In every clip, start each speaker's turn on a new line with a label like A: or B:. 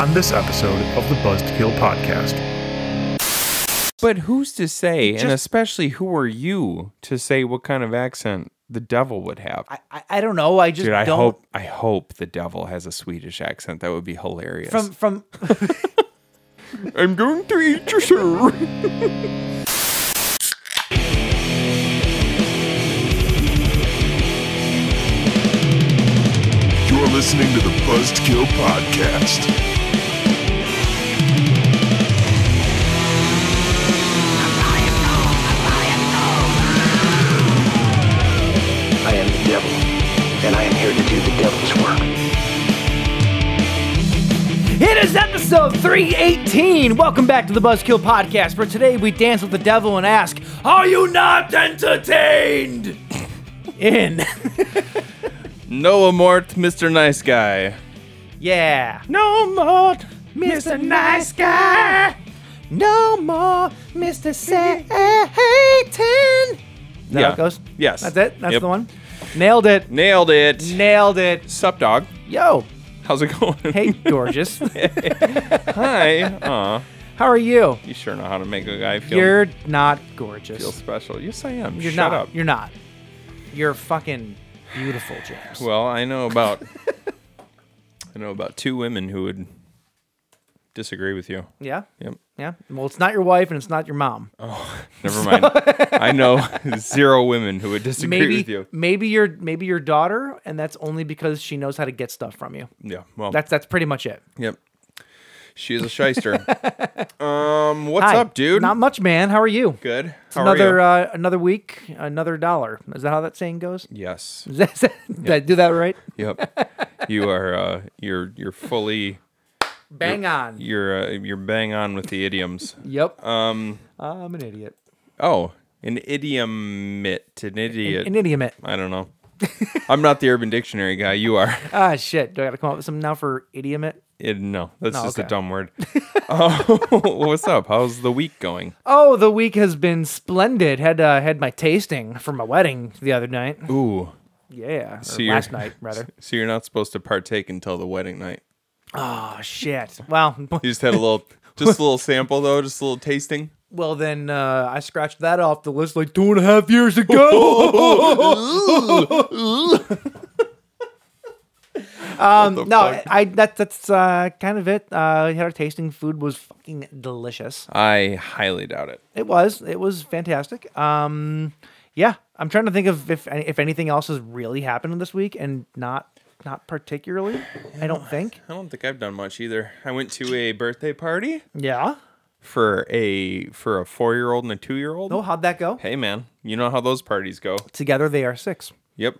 A: on this episode of the Buzzkill Podcast.
B: But who's to say, and
C: just-
B: especially who are you to say what kind of accent the devil would have?
C: I, I, I don't know. I just
B: Dude, I
C: don't.
B: hope I hope the devil has a Swedish accent. That would be hilarious.
C: from from
B: I'm going to eat you, sir.
D: You're listening to the Buzzkill Podcast.
E: I am the devil, and I am here to do the devil's work.
C: it is episode 318. Welcome back to the Buzzkill Podcast. Where today we dance with the devil and ask, "Are you not entertained?" In
B: Noah Mort, Mr. Nice Guy.
C: yeah,
B: No more.
C: Mr. Nice Guy. No more, Mr. Satan. Is that
B: Yeah.
C: how it goes?
B: Yes.
C: That's it. That's
B: Yep.
C: the one. Nailed it.
B: Nailed it.
C: Nailed it.
B: Sup, dog.
C: Yo.
B: How's it going?
C: Hey, Gorgeous.
B: Hi. Aw,
C: How are you?
B: you sure know how to make a guy feel,
C: You're not gorgeous.
B: feel special. Yes, I am.
C: You're
B: Shut
C: not.
B: up.
C: You're not. You're fucking beautiful, James.
B: Well, I know about I know about two women who would disagree with you.
C: yeah.
B: Yep.
C: Yeah. Well, it's not your wife and it's not your mom.
B: Never mind. I know zero women who would disagree
C: maybe
B: with you.
C: maybe your maybe your daughter, and that's only because she knows how to get stuff from you.
B: Yeah. Well.
C: That's that's pretty much it.
B: yep. She is a shyster. um. What's
C: Hi.
B: up, dude?
C: Not much, man. How are you?
B: good.
C: It's
B: How
C: another
B: are you?
C: Uh, another week, another dollar. Is that how that saying goes?
B: yes.
C: Is that, is that- did I do that right?
B: Yep. you are. Uh, you're. You're fully.
C: Bang on.
B: You're. Uh, you're bang on with the idioms.
C: Yep. Um, I'm an idiot.
B: Oh, an idiom. It. An idiot.
C: An idiot.
B: I don't know. I'm not the Urban Dictionary guy. You are.
C: Ah, shit. Do I got to come up with something now for idiot?
B: It, no, that's
C: No,
B: just a
C: okay.
B: dumb word. oh, what's up? How's the week going?
C: Oh, the week has been splendid. Had uh, had my tasting for my wedding the other night.
B: Ooh.
C: Yeah, or
B: you're-
C: last night rather.
B: So you're not supposed to partake until the wedding night.
C: Oh shit. Well,
B: You just had a little, just a little sample though, just a little tasting.
C: well then uh, I scratched that off the list like two and a half years ago. um,
B: What the
C: no,
B: fuck?
C: I that that's uh, kind of it. Uh, we had our tasting. Food was fucking delicious.
B: I highly doubt it.
C: It was. It was fantastic. Um, yeah, I'm trying to think of if if anything else has really happened this week, and not not particularly. I don't think.
B: I don't think I've done much either. I went to a birthday party
C: Yeah.
B: for a for a four year old and a two year old.
C: Oh, how'd that go?
B: Hey man, you know how those parties go.
C: Together they are six.
B: Yep.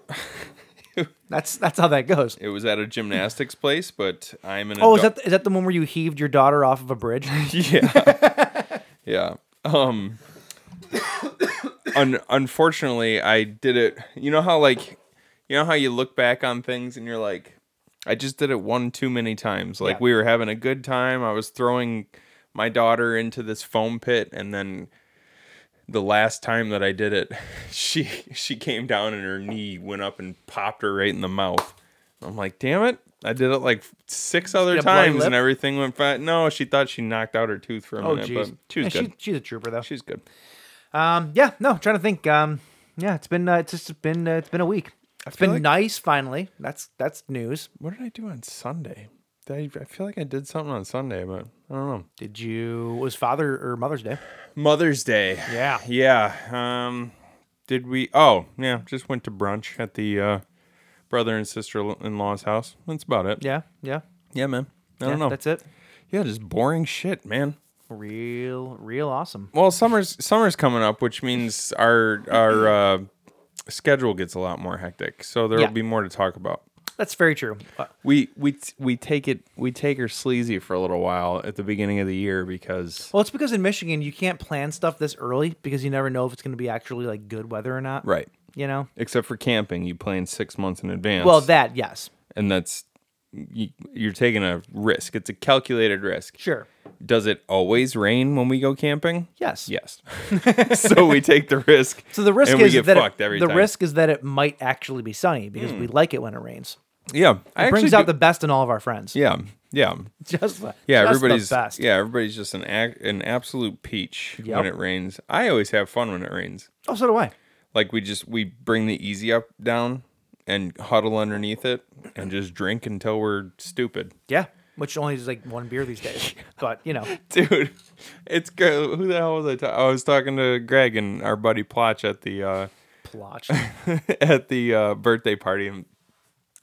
C: That's that's how that goes.
B: It was at a gymnastics place, but I'm an
C: Oh, is
B: adult.
C: that is that the one where you heaved your daughter off of a bridge?
B: yeah yeah um un- unfortunately i did it you know how like you know how you look back on things and you're like i just did it one too many times like
C: Yeah.
B: we were having a good time i was throwing my daughter into this foam pit and then the last time that i did it she she came down and her knee went up and popped her right in the mouth i'm like damn it i did it like six other
C: Get a bloody
B: times
C: lip?
B: and everything went fine no she thought she knocked out her tooth for a
C: Oh,
B: minute
C: jeez.
B: but she was
C: Yeah,
B: good
C: she's a trooper though.
B: she's good
C: Um, yeah. No, trying to think. Um, yeah, it's been uh, it's just been uh, it's been a week. It's
B: feel like-
C: been nice finally. That's that's news.
B: What did I do on Sunday? Did I, I feel like I did something on Sunday, but I don't know.
C: Did you it was Father or Mother's Day?
B: Mother's Day.
C: Yeah.
B: Yeah. Um, did we? Oh, yeah. Just went to brunch at the uh, brother and sister in law's house. That's about it.
C: Yeah. Yeah.
B: Yeah, man. I
C: yeah,
B: don't know.
C: That's it.
B: Yeah, just boring shit, man.
C: Real, real awesome.
B: Well, summer's summer's coming up, which means our our uh, schedule gets a lot more hectic. So there will
C: Yeah.
B: be more to talk about.
C: That's very true. Uh,
B: We we t- we take it we take her sleazy for a little while at the beginning of the year because
C: well, it's because in Michigan you can't plan stuff this early because you never know if it's going to be actually like good weather or not.
B: right
C: You know.
B: except for camping you plan six months in advance
C: Well, that yes,
B: and that's you, you're taking a risk it's a calculated risk
C: sure,
B: does it always rain when we go camping
C: yes,
B: yes so we take the risk
C: So the risk
B: and we
C: is
B: get
C: that it-
B: fucked every
C: the
B: time
C: risk is that it might actually be sunny because we like it when it rains.
B: Yeah, I
C: It
B: actually
C: brings
B: do-
C: out the best in all of our friends.
B: yeah, yeah,
C: Just the-
B: yeah.
C: just
B: everybody's
C: the best.
B: yeah, everybody's just an ac- an absolute peach
C: Yep.
B: when it rains. I always have fun when it rains.
C: Oh, so do I.
B: Like we just we bring the easy up down and huddle underneath it and just drink until we're stupid.
C: Yeah. Which only is like one beer these days. But you know,
B: dude. It's good. Who the hell was I? Ta- I was talking to Greg and our buddy Plotch at the uh,
C: plotch.
B: at the uh, birthday party, and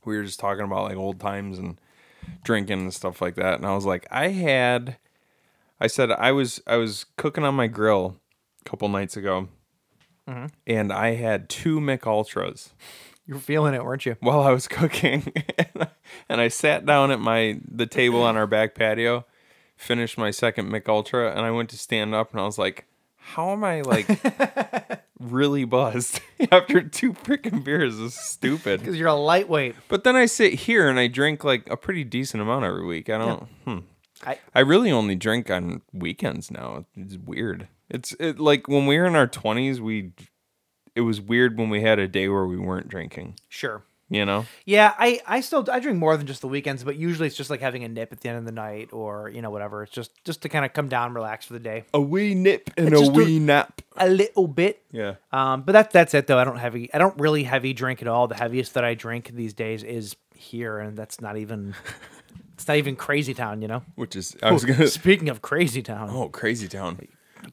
B: we were just talking about like old times and drinking and stuff like that. And I was like, I had, I said I was I was cooking on my grill a couple nights ago, and I had two Mick Ultras
C: You were feeling it, weren't you?
B: while I was cooking, and, I, and I sat down at my the table on our back patio, finished my second Mick Ultra, and I went to stand up, and I was like, "How am I like really buzzed after two freaking beers? This is stupid."
C: Because you're a lightweight.
B: But then I sit here and I drink like a pretty decent amount every week. I don't. Hmm.
C: I-
B: I, really only drink on weekends now. It's weird. It's it, like when we were in our twenties, we it was weird when we had a day where we weren't drinking.
C: Sure.
B: You know.
C: Yeah, I, I still I drink more than just the weekends, but usually it's just like having a nip at the end of the night or you know whatever. It's just just to kind of come down, relax for the day
B: a wee nip and
C: It's just a-
B: nap.
C: a little bit.
B: Yeah.
C: Um, but that's that's it though. I don't heavy I don't really heavy drink at all. The heaviest that I drink these days is here, and that's not even it's not even Crazy Town, you know.
B: Which is I was gonna.
C: Speaking of Crazy Town,
B: Oh, Crazy Town.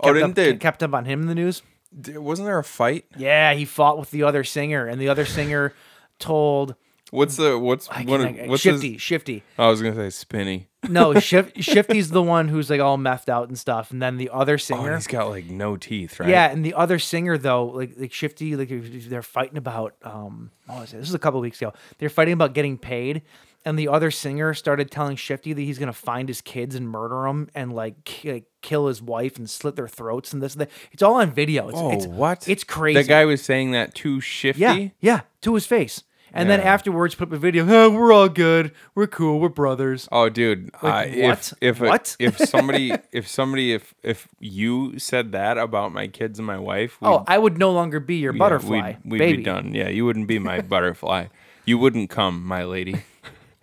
B: Oh,
C: kept
B: didn't
C: up,
B: they?
C: kept up on him in the news?
B: d- Wasn't there a fight?
C: Yeah, he fought with the other singer, and the other singer told
B: What's the what's
C: I
B: what,
C: can't- uh,
B: what's his-
C: Shifty. Shifty.
B: I was gonna say Spinny. Oh,
C: No, Shif- Shifty's the one who's like all meffed out and stuff, and then the other
B: Oh,
C: singer.
B: and he's got like no teeth, right?
C: Yeah, and the other singer though, like like Shifty, like they're fighting about um what was it? This is a couple weeks ago. They're fighting about getting paid, and the other singer started telling Shifty that he's gonna find his kids and murder them and like, ki- like, kill his wife and slit their throats and this and that. It's all on video. It's,
B: Oh,
C: it's,
B: what?
C: It's crazy.
B: The guy was saying that too Shifty.
C: yeah, yeah, to his face. And then
B: Yeah.
C: afterwards, put up a video. "Huh, we're all good. We're cool. We're brothers.
B: Oh, dude.
C: Like,
B: I-
C: what?
B: If if a-
C: What?
B: if somebody if somebody if if you said that about my kids and my wife, we,
C: Oh, I would no longer be your butterfly,
B: we'd, we'd
C: baby.
B: be done. Yeah, you wouldn't be my butterfly. You wouldn't come, my lady.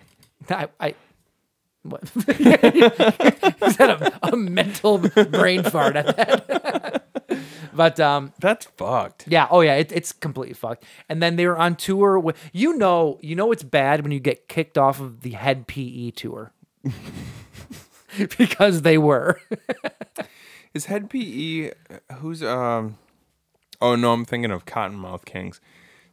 C: I, I what? Is that a, a mental brain fart? I bet. but um,
B: That's fucked.
C: yeah, oh yeah, it, it's completely fucked. And then they were on tour with you know you know it's bad when you get kicked off of the head PE tour because they were.
B: Is head PE who's um? Oh no, I'm thinking of Cottonmouth Kings.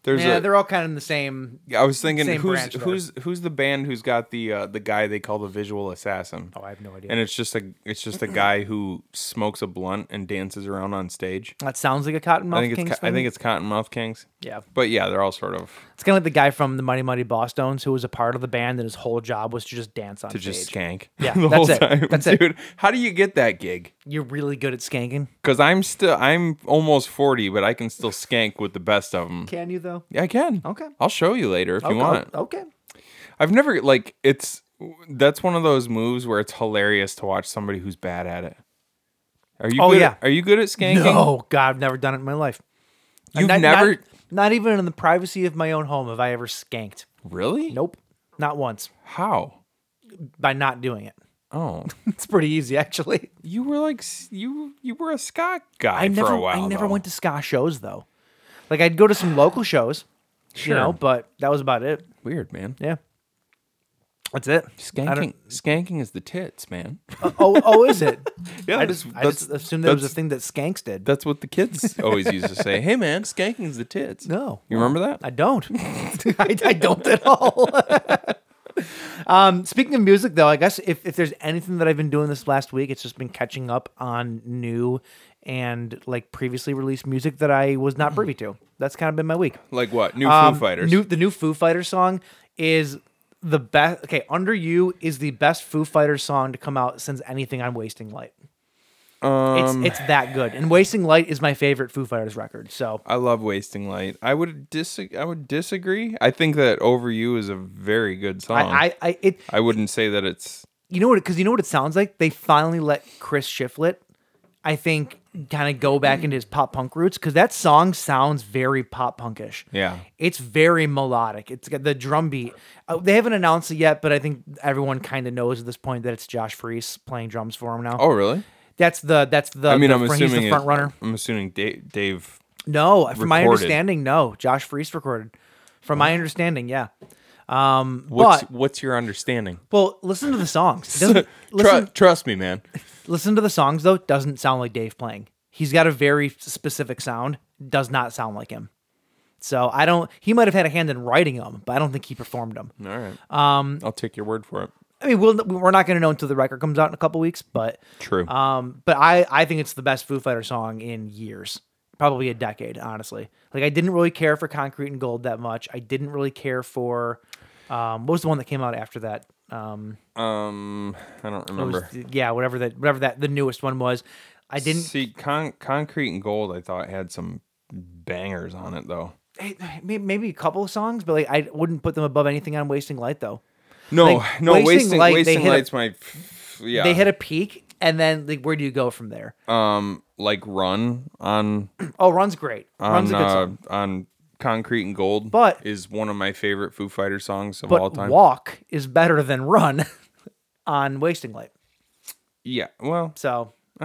B: There's
C: yeah,
B: a.
C: they're all kind of in the same.
B: I was thinking
C: same
B: who's
C: branch, though.
B: who's who's the band who's got the uh, the guy they call the visual assassin.
C: Oh, I have no idea.
B: And it's just a it's just a guy who smokes a blunt and dances around on stage.
C: That sounds like a cottonmouth.
B: I think it's
C: Kings
B: Co- I
C: thing.
B: think it's Cottonmouth Kings.
C: Yeah.
B: But yeah, they're all sort of
C: it's kind of like the guy from the Mighty Mighty Boss Stones who was a part of the band and his whole job was to just dance on
B: to
C: stage.
B: just skank.
C: Yeah,
B: the
C: that's
B: whole
C: it.
B: time.
C: That's it.
B: Dude, how do you get that gig?
C: You're really good at skanking.
B: Because I'm still I'm almost forty, but I can still skank with the best of them.
C: Can you though?
B: I can.
C: Okay.
B: I'll show you later if you
C: Okay,
B: want.
C: Okay.
B: I've never like it's that's one of those moves where it's hilarious to watch somebody who's bad at it. Are you
C: Oh,
B: good
C: yeah.
B: are you good at skanking?
C: No, God, I've never done it in my life.
B: You've
C: Not-
B: never
C: not, not even in the privacy of my own home have I ever skanked.
B: really?
C: Nope. Not once.
B: How?
C: By not doing it.
B: Oh.
C: It's pretty easy actually.
B: you were like s- you you were a Scott guy
C: I
B: for
C: never
B: a while.
C: I never
B: though.
C: went to ska shows though. Like I'd go to some local shows,
B: sure.
C: you know, but that was about it.
B: Weird, man.
C: Yeah. That's it. I
B: Skanking
C: don't-
B: skanking is the tits, man.
C: Oh, oh, is it?
B: Yeah,
C: I just, I just assumed that was a thing that skanks did.
B: That's what the kids always used to say. Hey man, skanking is the tits.
C: No.
B: You remember that?
C: I don't. I, I don't at all. um, speaking of music, though, I guess if, if there's anything that I've been doing this last week, it's just been catching up on new and like previously released music that I was not privy to. That's kind of been my week.
B: like what? New
C: Um,
B: Foo Fighters.
C: New, the new Foo Fighters song is the best. Okay, Under You is the best Foo Fighters song to come out since anything on Wasting Light.
B: Um.
C: it's, it's that good. And Wasting Light is my favorite Foo Fighters record. So
B: I love Wasting Light. I would dis I would disagree. I think that Over You is a very good song.
C: I, I, I it,
B: I wouldn't say that it's
C: you know what? Because you know what it sounds like. They finally let Chris Shiflett, I think, kind of go back into his pop punk roots because that song sounds very pop punkish.
B: Yeah.
C: It's very melodic. It's got the drum beat. Uh, they haven't announced it yet, but I think everyone kind of knows at this point that it's Josh Freese playing drums for him now.
B: Oh, really?
C: That's the that's the.
B: I mean,
C: the
B: I'm
C: fr-
B: assuming
C: he's the
B: it-
C: front runner.
B: I'm assuming Dave, Dave.
C: No, from my
B: recorded.
C: understanding, no. Josh Freese recorded. From my understanding, yeah.
B: What's
C: But-
B: what's your understanding?
C: Well, listen to the songs. It doesn't-
B: Tru-
C: listen,
B: trust me, man.
C: listen to the songs though. It Doesn't sound like Dave playing. He's got a very specific sound. Does not sound like him. So I don't. He might have had a hand in writing them, but I don't think he performed them.
B: All right. Um, I'll take your word for it.
C: I mean, we'll, we're not going to know until the record comes out in a couple weeks, but
B: True.
C: Um, but I, I think it's the best Foo Fighter song in years, probably a decade, honestly. Like I didn't really care for Concrete and Gold that much. I didn't really care for um, what was the one that came out after that? Um,
B: um, I don't
C: it was-
B: remember.
C: yeah, whatever that, whatever that, the newest one was. I didn't.
B: see con- concrete and gold. I thought had some bangers on it though.
C: eh, may- Maybe a couple of songs, but like I wouldn't put them above anything on Wasting Light though.
B: No,
C: Like,
B: no, wasting wasting,
C: Wasting Light, they
B: lights.
C: hit a-
B: my yeah.
C: They hit a peak, and then like where do you go from there?
B: um like run on
C: oh, Run's great. Run's
B: on
C: a good song.
B: uh, on concrete and gold.
C: But-
B: is one of my favorite Foo Fighter songs of
C: But
B: all time.
C: walk is better than run on Wasting Light.
B: yeah. Well,
C: So
B: uh,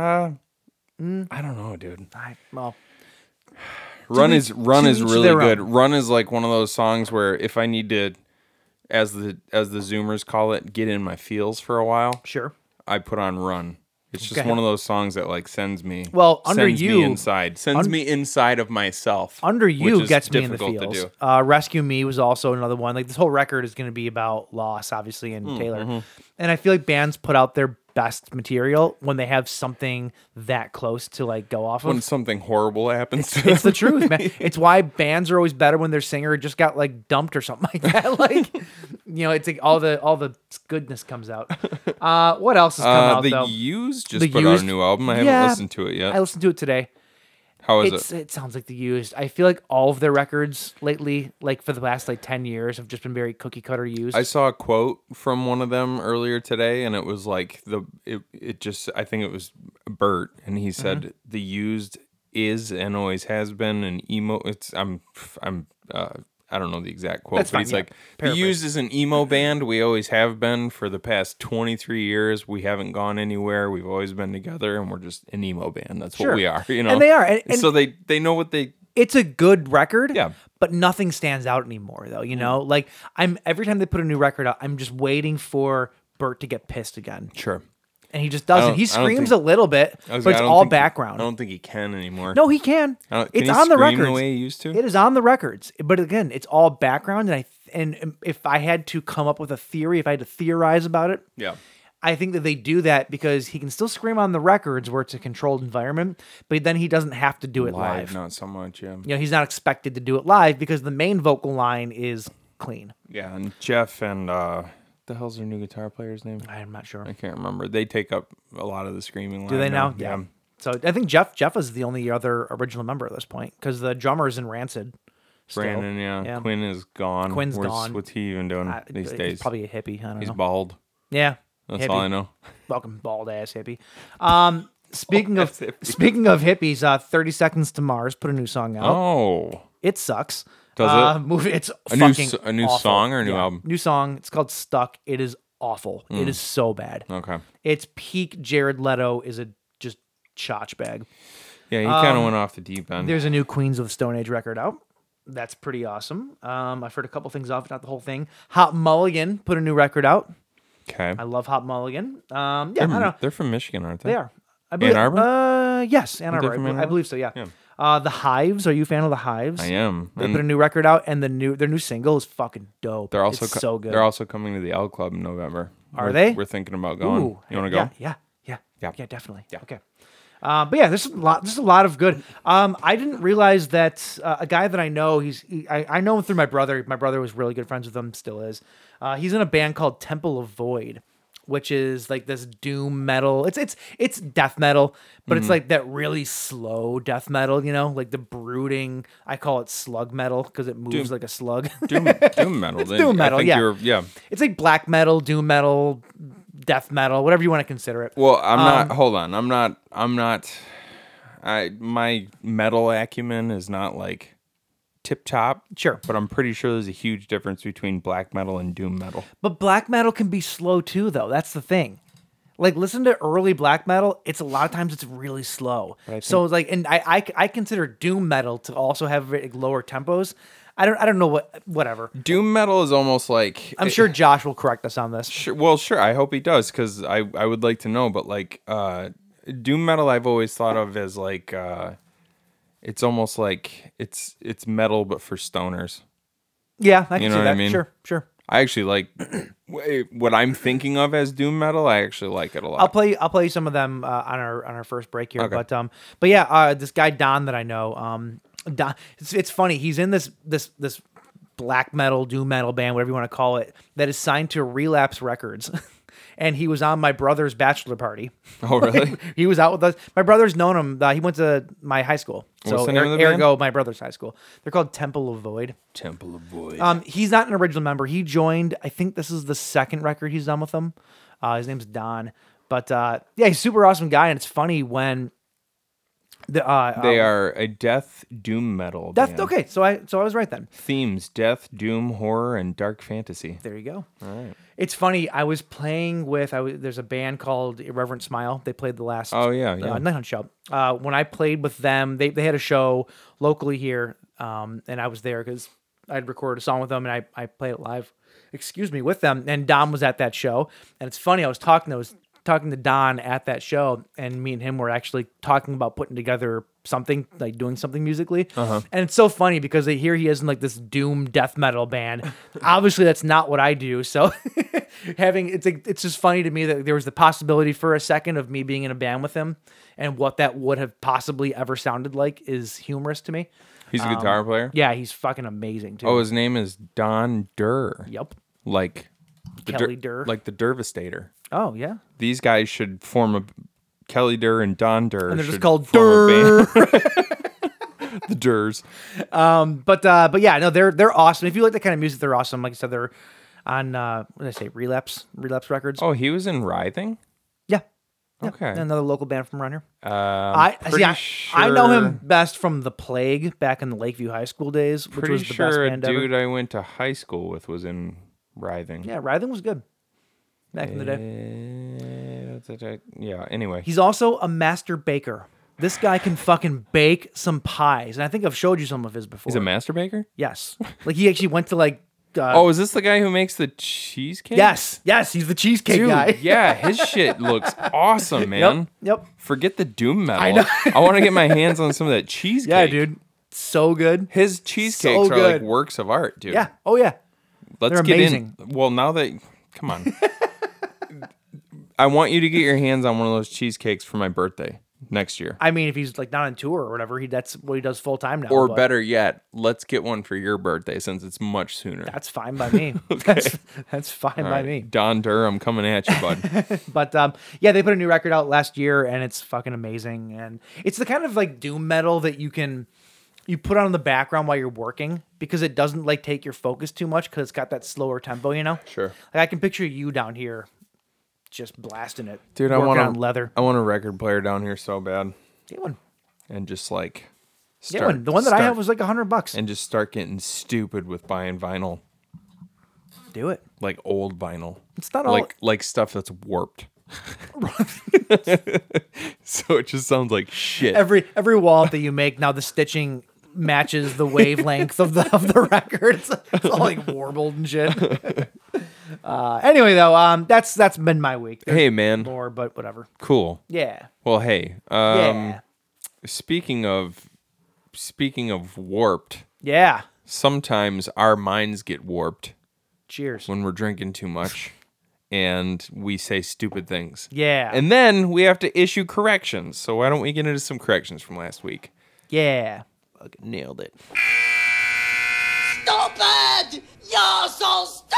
B: I don't know, dude.
C: I well.
B: Run is run
C: Mm. to
B: is
C: each
B: really
C: their
B: good.
C: own.
B: Run is like one of those songs where if I need to, as the as the Zoomers call it, get in my feels for a while,
C: Sure.
B: I put on Run. It's just
C: Okay.
B: one of those songs that like sends me
C: Well, Under
B: sends
C: You-
B: me inside sends me inside of myself.
C: Under
B: which
C: You
B: is
C: gets me in the
B: difficult
C: feels. Uh, Rescue Me was also another one. Like this whole record is going to be about loss, obviously,
B: Hmm,
C: and Taylor.
B: mm-hmm.
C: And I feel like bands put out their best material when they have something that close to like go off
B: When
C: of.
B: something horrible happens, to
C: It's the
B: them.
C: truth, man. It's why bands are always better when their singer just got like dumped or something like that. Like, you know, it's like all the all the goodness comes out. Uh, what else has come
B: Uh,
C: out
B: the
C: though?
B: Used just
C: The
B: put out
C: Used-
B: a new album. I
C: Yeah.
B: haven't listened to it yet.
C: I listened to it today.
B: How is
C: it's,
B: it?
C: it? sounds like the used. I feel like all of their records lately, like for the last like ten years, have just been very cookie cutter used.
B: I saw a quote from one of them earlier today, and it was like the it, it just I think it was Bert, and he
C: Mm-hmm.
B: said the used is and always has been an emo. It's I'm I'm uh, I don't know the exact quote,
C: That's
B: but
C: fine,
B: he's
C: yeah.
B: like
C: Paraphrase.
B: the used is an emo band. We always have been for the past 23 years. We haven't gone anywhere. We've always been together, and we're just an emo band. That's
C: Sure.
B: what we are. You
C: And
B: know,
C: they are, and- and-
B: so they they know what they
C: it's a good record,
B: Yeah. Mm.
C: but nothing stands out anymore though. You know, like I'm every time they put a new record out, I'm just waiting for Bert to get pissed again,
B: sure.
C: and he just doesn't.
B: don't-
C: He
B: I don't
C: screams
B: think-
C: a little bit,
B: I was
C: but
B: like,
C: it's
B: I don't
C: all
B: think-
C: background.
B: I don't think he can anymore.
C: no, he can.
B: I don't- can he
C: it's on the
B: scream
C: records.
B: The way he used to.
C: It is on the records, but again, it's all background. And I and if I had to come up with a theory, if I had to theorize about it,
B: Yeah.
C: I think that they do that because he can still scream on the records where it's a controlled environment, but then he doesn't have to do it live.
B: Not so much, yeah.
C: You know, he's not expected to do it live because the main vocal line is clean.
B: Yeah, and Jeff and uh the hell's their new guitar player's name?
C: I'm not sure.
B: I can't remember. They take up a lot of the screaming line.
C: do they
B: now.
C: now? Yeah. So I think Jeff Jeff is the only other original member at this point because the drummer is in Rancid. still.
B: Brandon, yeah. Quinn is gone.
C: Quinn's
B: Where's-
C: gone.
B: What's he even doing
C: I-
B: these
C: Uh, he's
B: days?
C: probably a hippie. I don't
B: he's
C: know.
B: bald.
C: yeah.
B: That's all
C: hippie.
B: I know.
C: Welcome, bald ass hippie. Um, speaking of
B: Bald-ass hippie.
C: speaking of hippies, uh, Thirty Seconds to Mars put a new song out.
B: Oh.
C: It sucks.
B: Does
C: uh,
B: it?
C: Movie. It's
B: A new
C: fucking
B: s- a new
C: awful.
B: song or a new
C: Yeah,
B: album? Hmm.
C: New song. It's called Stuck. It is awful. It is so bad.
B: Oh. Okay.
C: It's peak. Jared Leto is a just chotch bag.
B: Yeah, he kind
C: Um,
B: of went off the deep end.
C: There's a new Queens of the Stone Age record out. That's pretty awesome. Um, I've heard a couple things off, not the whole thing. Hot Mulligan put a new record out.
B: Okay.
C: I love Hot Mulligan. Um, yeah,
B: They're,
C: I don't know.
B: they're from Michigan, aren't they?
C: They are. I believe,
B: Arbor?
C: Uh, yes, Ann Arbor. I,
B: from
C: bel-
B: Ann
C: I
B: Arbor?
C: believe so. Yeah. Uh, the Hives. Are you a fan of the Hives?
B: I am.
C: They
B: And
C: put a new record out, and the new their new single is fucking dope.
B: they're also
C: It's
B: co-
C: so good.
B: They're also coming to the L Club in November.
C: Are
B: We're-
C: they?
B: We're thinking about going. you want to go?
C: Yeah, yeah, yeah, yeah,
B: Yeah.
C: definitely. Okay. Uh, but yeah, there's a lot. There's a lot of good. Um, I didn't realize that uh, a guy that I know. He's he, I, I know him through my brother. My brother was really good friends with him. Still is. Uh, he's in a band called Temple of Void, which is like this doom metal. It's it's it's death metal, but
B: Mm.
C: it's like that really slow death metal. You know, like the brooding. I call it slug metal because it moves like a slug.
B: Doom, doom metal. then.
C: doom metal,
B: I think
C: yeah.
B: You're, yeah.
C: it's like black metal, doom metal, death metal, whatever you want to consider it.
B: Well, I'm not. Hold on. I'm not. I'm not. I my metal acumen is not like tip top,
C: Sure.
B: but I'm pretty sure there's a huge difference between black metal and doom metal.
C: But black metal can be slow too, though. That's the thing. Like listen to early black metal. It's a lot of times it's really slow. so like, and I, I I consider doom metal to also have like, lower tempos. I don't I don't know what whatever.
B: Doom metal is almost like
C: I'm sure Josh will correct us on this.
B: Sure, well, sure. I hope he does because I I would like to know. But like uh, doom metal, I've always thought of as like uh, it's almost like it's it's metal but for stoners.
C: Yeah, I can
B: You know
C: see
B: what
C: that.
B: I mean?
C: Sure, sure.
B: I actually like wait, what I'm thinking of as doom metal. I actually like it a lot.
C: I'll play I'll play some of them uh, on our on our first break here.
B: Okay.
C: But um, but yeah, uh, this guy Don that I know, um, Don, it's, it's funny. He's in this this this black metal, doom metal band, whatever you want to call it, that is signed to Relapse Records. And he was on my brother's bachelor party.
B: oh, really?
C: He was out with us. My brother's known him. Uh, he went to my high school. So er,
B: What's the name of the band?
C: ergo, my brother's high school. They're called Temple of Void.
B: Temple of Void.
C: Um, he's not an original member. He joined. I think this is the second record he's done with them. Uh, his name's Don. But uh, yeah, he's a super awesome guy, and it's funny when the uh,
B: they
C: uh,
B: are a death doom metal.
C: That's
B: band.
C: okay. So I so I was right then.
B: Themes: death, doom, horror, and dark fantasy.
C: There you go. All right. It's funny. I was playing with. I was, there's a band called Irreverent Smile. They played the last.
B: Oh, yeah,
C: uh,
B: yeah.
C: Night Hunt show. Uh, when I played with them, they they had a show locally here, um, and I was there because I'd recorded a song with them, and I I played it live. Excuse me, with them, and Don was at that show, and it's funny. I was talking. I was talking to Don at that show, and me and him were actually talking about putting together something like doing something musically.
B: Uh-huh.
C: And it's so funny because they here he is in like this doom death metal band. Obviously, that's not what I do. So having it's like, it's just funny to me that there was the possibility for a second of me being in a band with him, and what that would have possibly ever sounded like is humorous to me.
B: He's a guitar player.
C: Um, Yeah, he's fucking amazing too.
B: Oh, his name is Don Durr.
C: yep.
B: Like the
C: Kelly Durr.
B: Like the Dervastator.
C: Oh yeah.
B: These guys should form a Kelly Durr and Don Durr.
C: And they're just
B: should
C: called
B: form a band. the Durrs.
C: But uh, but yeah, no, they're they're awesome. If you like that kind of music, they're awesome. Like I said, they're on uh, what did I say? Relapse, Relapse Records.
B: Oh, he was in Writhing.
C: Yeah,
B: Okay.
C: another local band from Runner.
B: Um,
C: I see.
B: pretty
C: I, I know him
B: sure-
C: best from the Plague back in the Lakeview High School days, which
B: Pretty
C: was the
B: sure
C: best
B: a
C: band
B: dude
C: ever.
B: I went to high school with was in Writhing.
C: Yeah, Writhing was good back in the day.
B: Eh, that's a- Yeah. Anyway,
C: He's also a master baker. This guy can fucking bake some pies, and I think I've showed you some of his before.
B: he's a master baker.
C: yes, like he actually went to like. Uh,
B: Oh, is this the guy who makes the cheesecake?
C: yes, yes, he's the cheesecake
B: Dude,
C: guy.
B: yeah, his shit looks awesome, man.
C: Yep. Yep.
B: Forget the doom metal. I, want to get my hands on some of that cheesecake.
C: Yeah, dude, so good.
B: His cheesecakes
C: So
B: are like
C: good.
B: works of art, dude.
C: Yeah. Oh yeah.
B: Let's
C: they're
B: get
C: amazing.
B: in. Well, now that come on. I want you to get your hands on one of those cheesecakes for my birthday next year.
C: I mean, if he's like not on tour or whatever, he that's what he does full time now.
B: or
C: but
B: better yet, let's get one for your birthday since it's much sooner.
C: That's fine by me. that's, that's fine by
B: All right,
C: me.
B: Don Durham coming at you, bud.
C: But um, yeah, they put a new record out last year, and it's fucking amazing. And it's the kind of like doom metal that you can you put on in the background while you're working because it doesn't like take your focus too much because it's got that slower tempo, you know.
B: Sure.
C: Like I can picture you down here, just blasting it,
B: Dude, I Oh.
C: working
B: want
C: on
B: a
C: leather.
B: I want a record player down here so bad,
C: Get one.
B: and just like
C: Get
B: start,
C: one. The one that I
B: start-
C: have was like a hundred bucks.
B: and just start getting stupid with buying vinyl,
C: Do it.
B: like old vinyl.
C: It's not all-
B: like like stuff that's warped. so it just sounds like shit.
C: every every wall that you make now the stitching matches the wavelength of the of the record. It's, it's all like warbled and shit. Uh, anyway, though, um, that's that's been my week. There's
B: hey man,
C: more, but whatever.
B: cool.
C: Yeah,
B: Well, hey. Um
C: yeah,
B: speaking of speaking of warped,
C: yeah.
B: sometimes our minds get warped
C: Cheers.
B: when we're drinking too much and we say stupid things.
C: Yeah,
B: And then we have to issue corrections. So why don't we get into some corrections from last week?
C: yeah.
B: Fucking nailed it.
F: stupid! You're so stupid!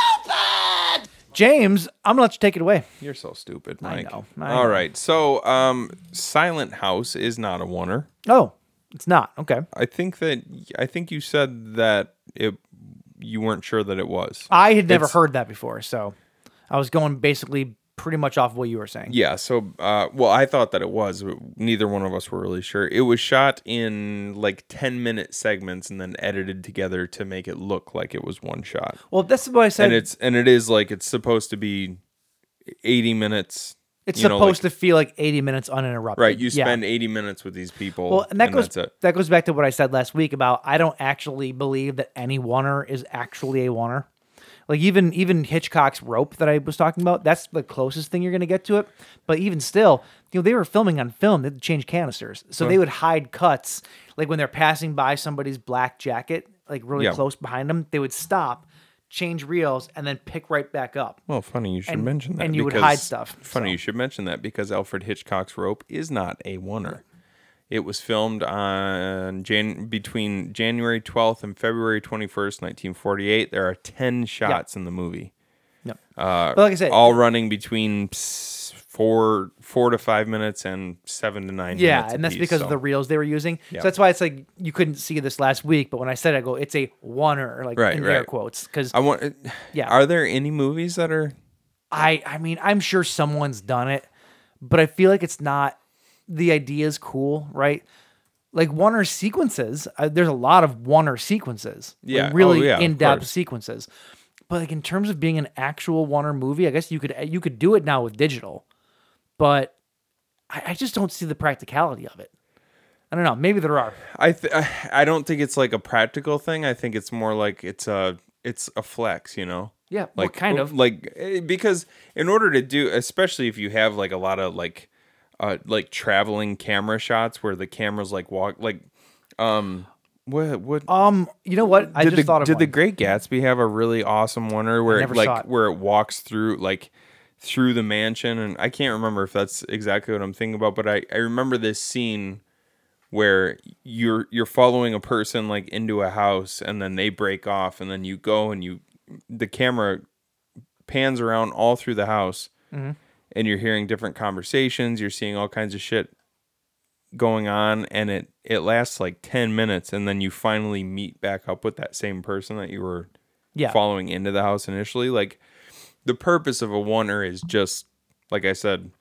C: James, I'm gonna let you take it away.
B: You're so stupid, Mike.
C: know, I
B: All
C: know.
B: right. So, um, Silent House is not a oneer.
C: Oh, it's not okay.
B: I think that I think you said that it you weren't sure that it was.
C: I had never
B: It's-
C: heard that before, so I was going basically pretty much off what you were saying.
B: Yeah. So, uh, well, I thought that it was. But neither one of us were really sure. It was shot in like ten minute segments and then edited together to make it look like it was one shot.
C: Well, that's what I said.
B: and it's and it is like it's supposed to be eighty minutes.
C: it's
B: you know,
C: supposed
B: like-
C: to feel like 80 minutes uninterrupted.
B: Right, you
C: Yeah.
B: spend 80 minutes with these people.
C: Well, and that goes
B: that's it.
C: that goes back to what I said last week about I don't actually believe that any oneer is actually a oneer. Like even even Hitchcock's rope that I was talking about, that's the closest thing you're gonna get to it. But even still, you know, they were filming on film, they'd change canisters. So they would hide cuts, like when they're passing by somebody's black jacket, like really
B: Yeah.
C: close behind them, they would stop, change reels, and then pick right back up.
B: Well, funny you should
C: and-
B: mention that.
C: and you would hide
B: because-
C: stuff,
B: Funny
C: so.
B: you should mention that because Alfred Hitchcock's Rope is not a oneer. It was filmed on Jan- between January 12th and February 21st, 1948. There are 10 shots in the movie, Uh,
C: No. but like I said,
B: all running between s- four four to five minutes and seven to nine
C: Yeah,
B: minutes.
C: and that's
B: apiece,
C: because
B: so-
C: of the reels they were using.
B: Yeah.
C: So that's why it's like you couldn't see this last week, but when I said it, I go, it's a oneer, like
B: Right,
C: in air
B: right.
C: quotes, because
B: I want. uh,
C: Yeah.
B: Are there any movies that are
C: I, I mean, I'm sure someone's done it, but I feel like it's not. The idea is cool, right? Like oneer sequences, uh, there's a lot of oneer sequences, like,
B: Yeah, oh,
C: really
B: yeah, of
C: in-depth
B: course.
C: sequences. But like in terms of being an actual oneer movie, I guess you could you could do it now with digital, but I, I just don't see the practicality of it. I don't know. Maybe there are.
B: I th- I- I don't think it's like a practical thing. I think it's more like it's a it's a flex, you know.
C: Yeah, well,
B: like
C: kind of.
B: like eh, because in order to do, especially if you have like a lot of like uh like traveling camera shots where the camera's like walk like um what what
C: Um, you know what? I
B: did
C: just
B: the,
C: thought of
B: did the
C: one.
B: Great Gatsby have a really awesome wonder where it
C: never saw
B: like
C: it.
B: where it walks through like through the mansion and I can't remember if that's exactly what I'm thinking about, but I, I remember this scene where you're you're following a person like into a house and then they break off and then you go and you the camera pans around all through the house
C: Mm-hmm.
B: and you're hearing different conversations, you're seeing all kinds of shit going on and it it lasts like 10 minutes and then you finally meet back up with that same person that you were
C: yeah.
B: following into the house initially like the purpose of a oneer is just like i said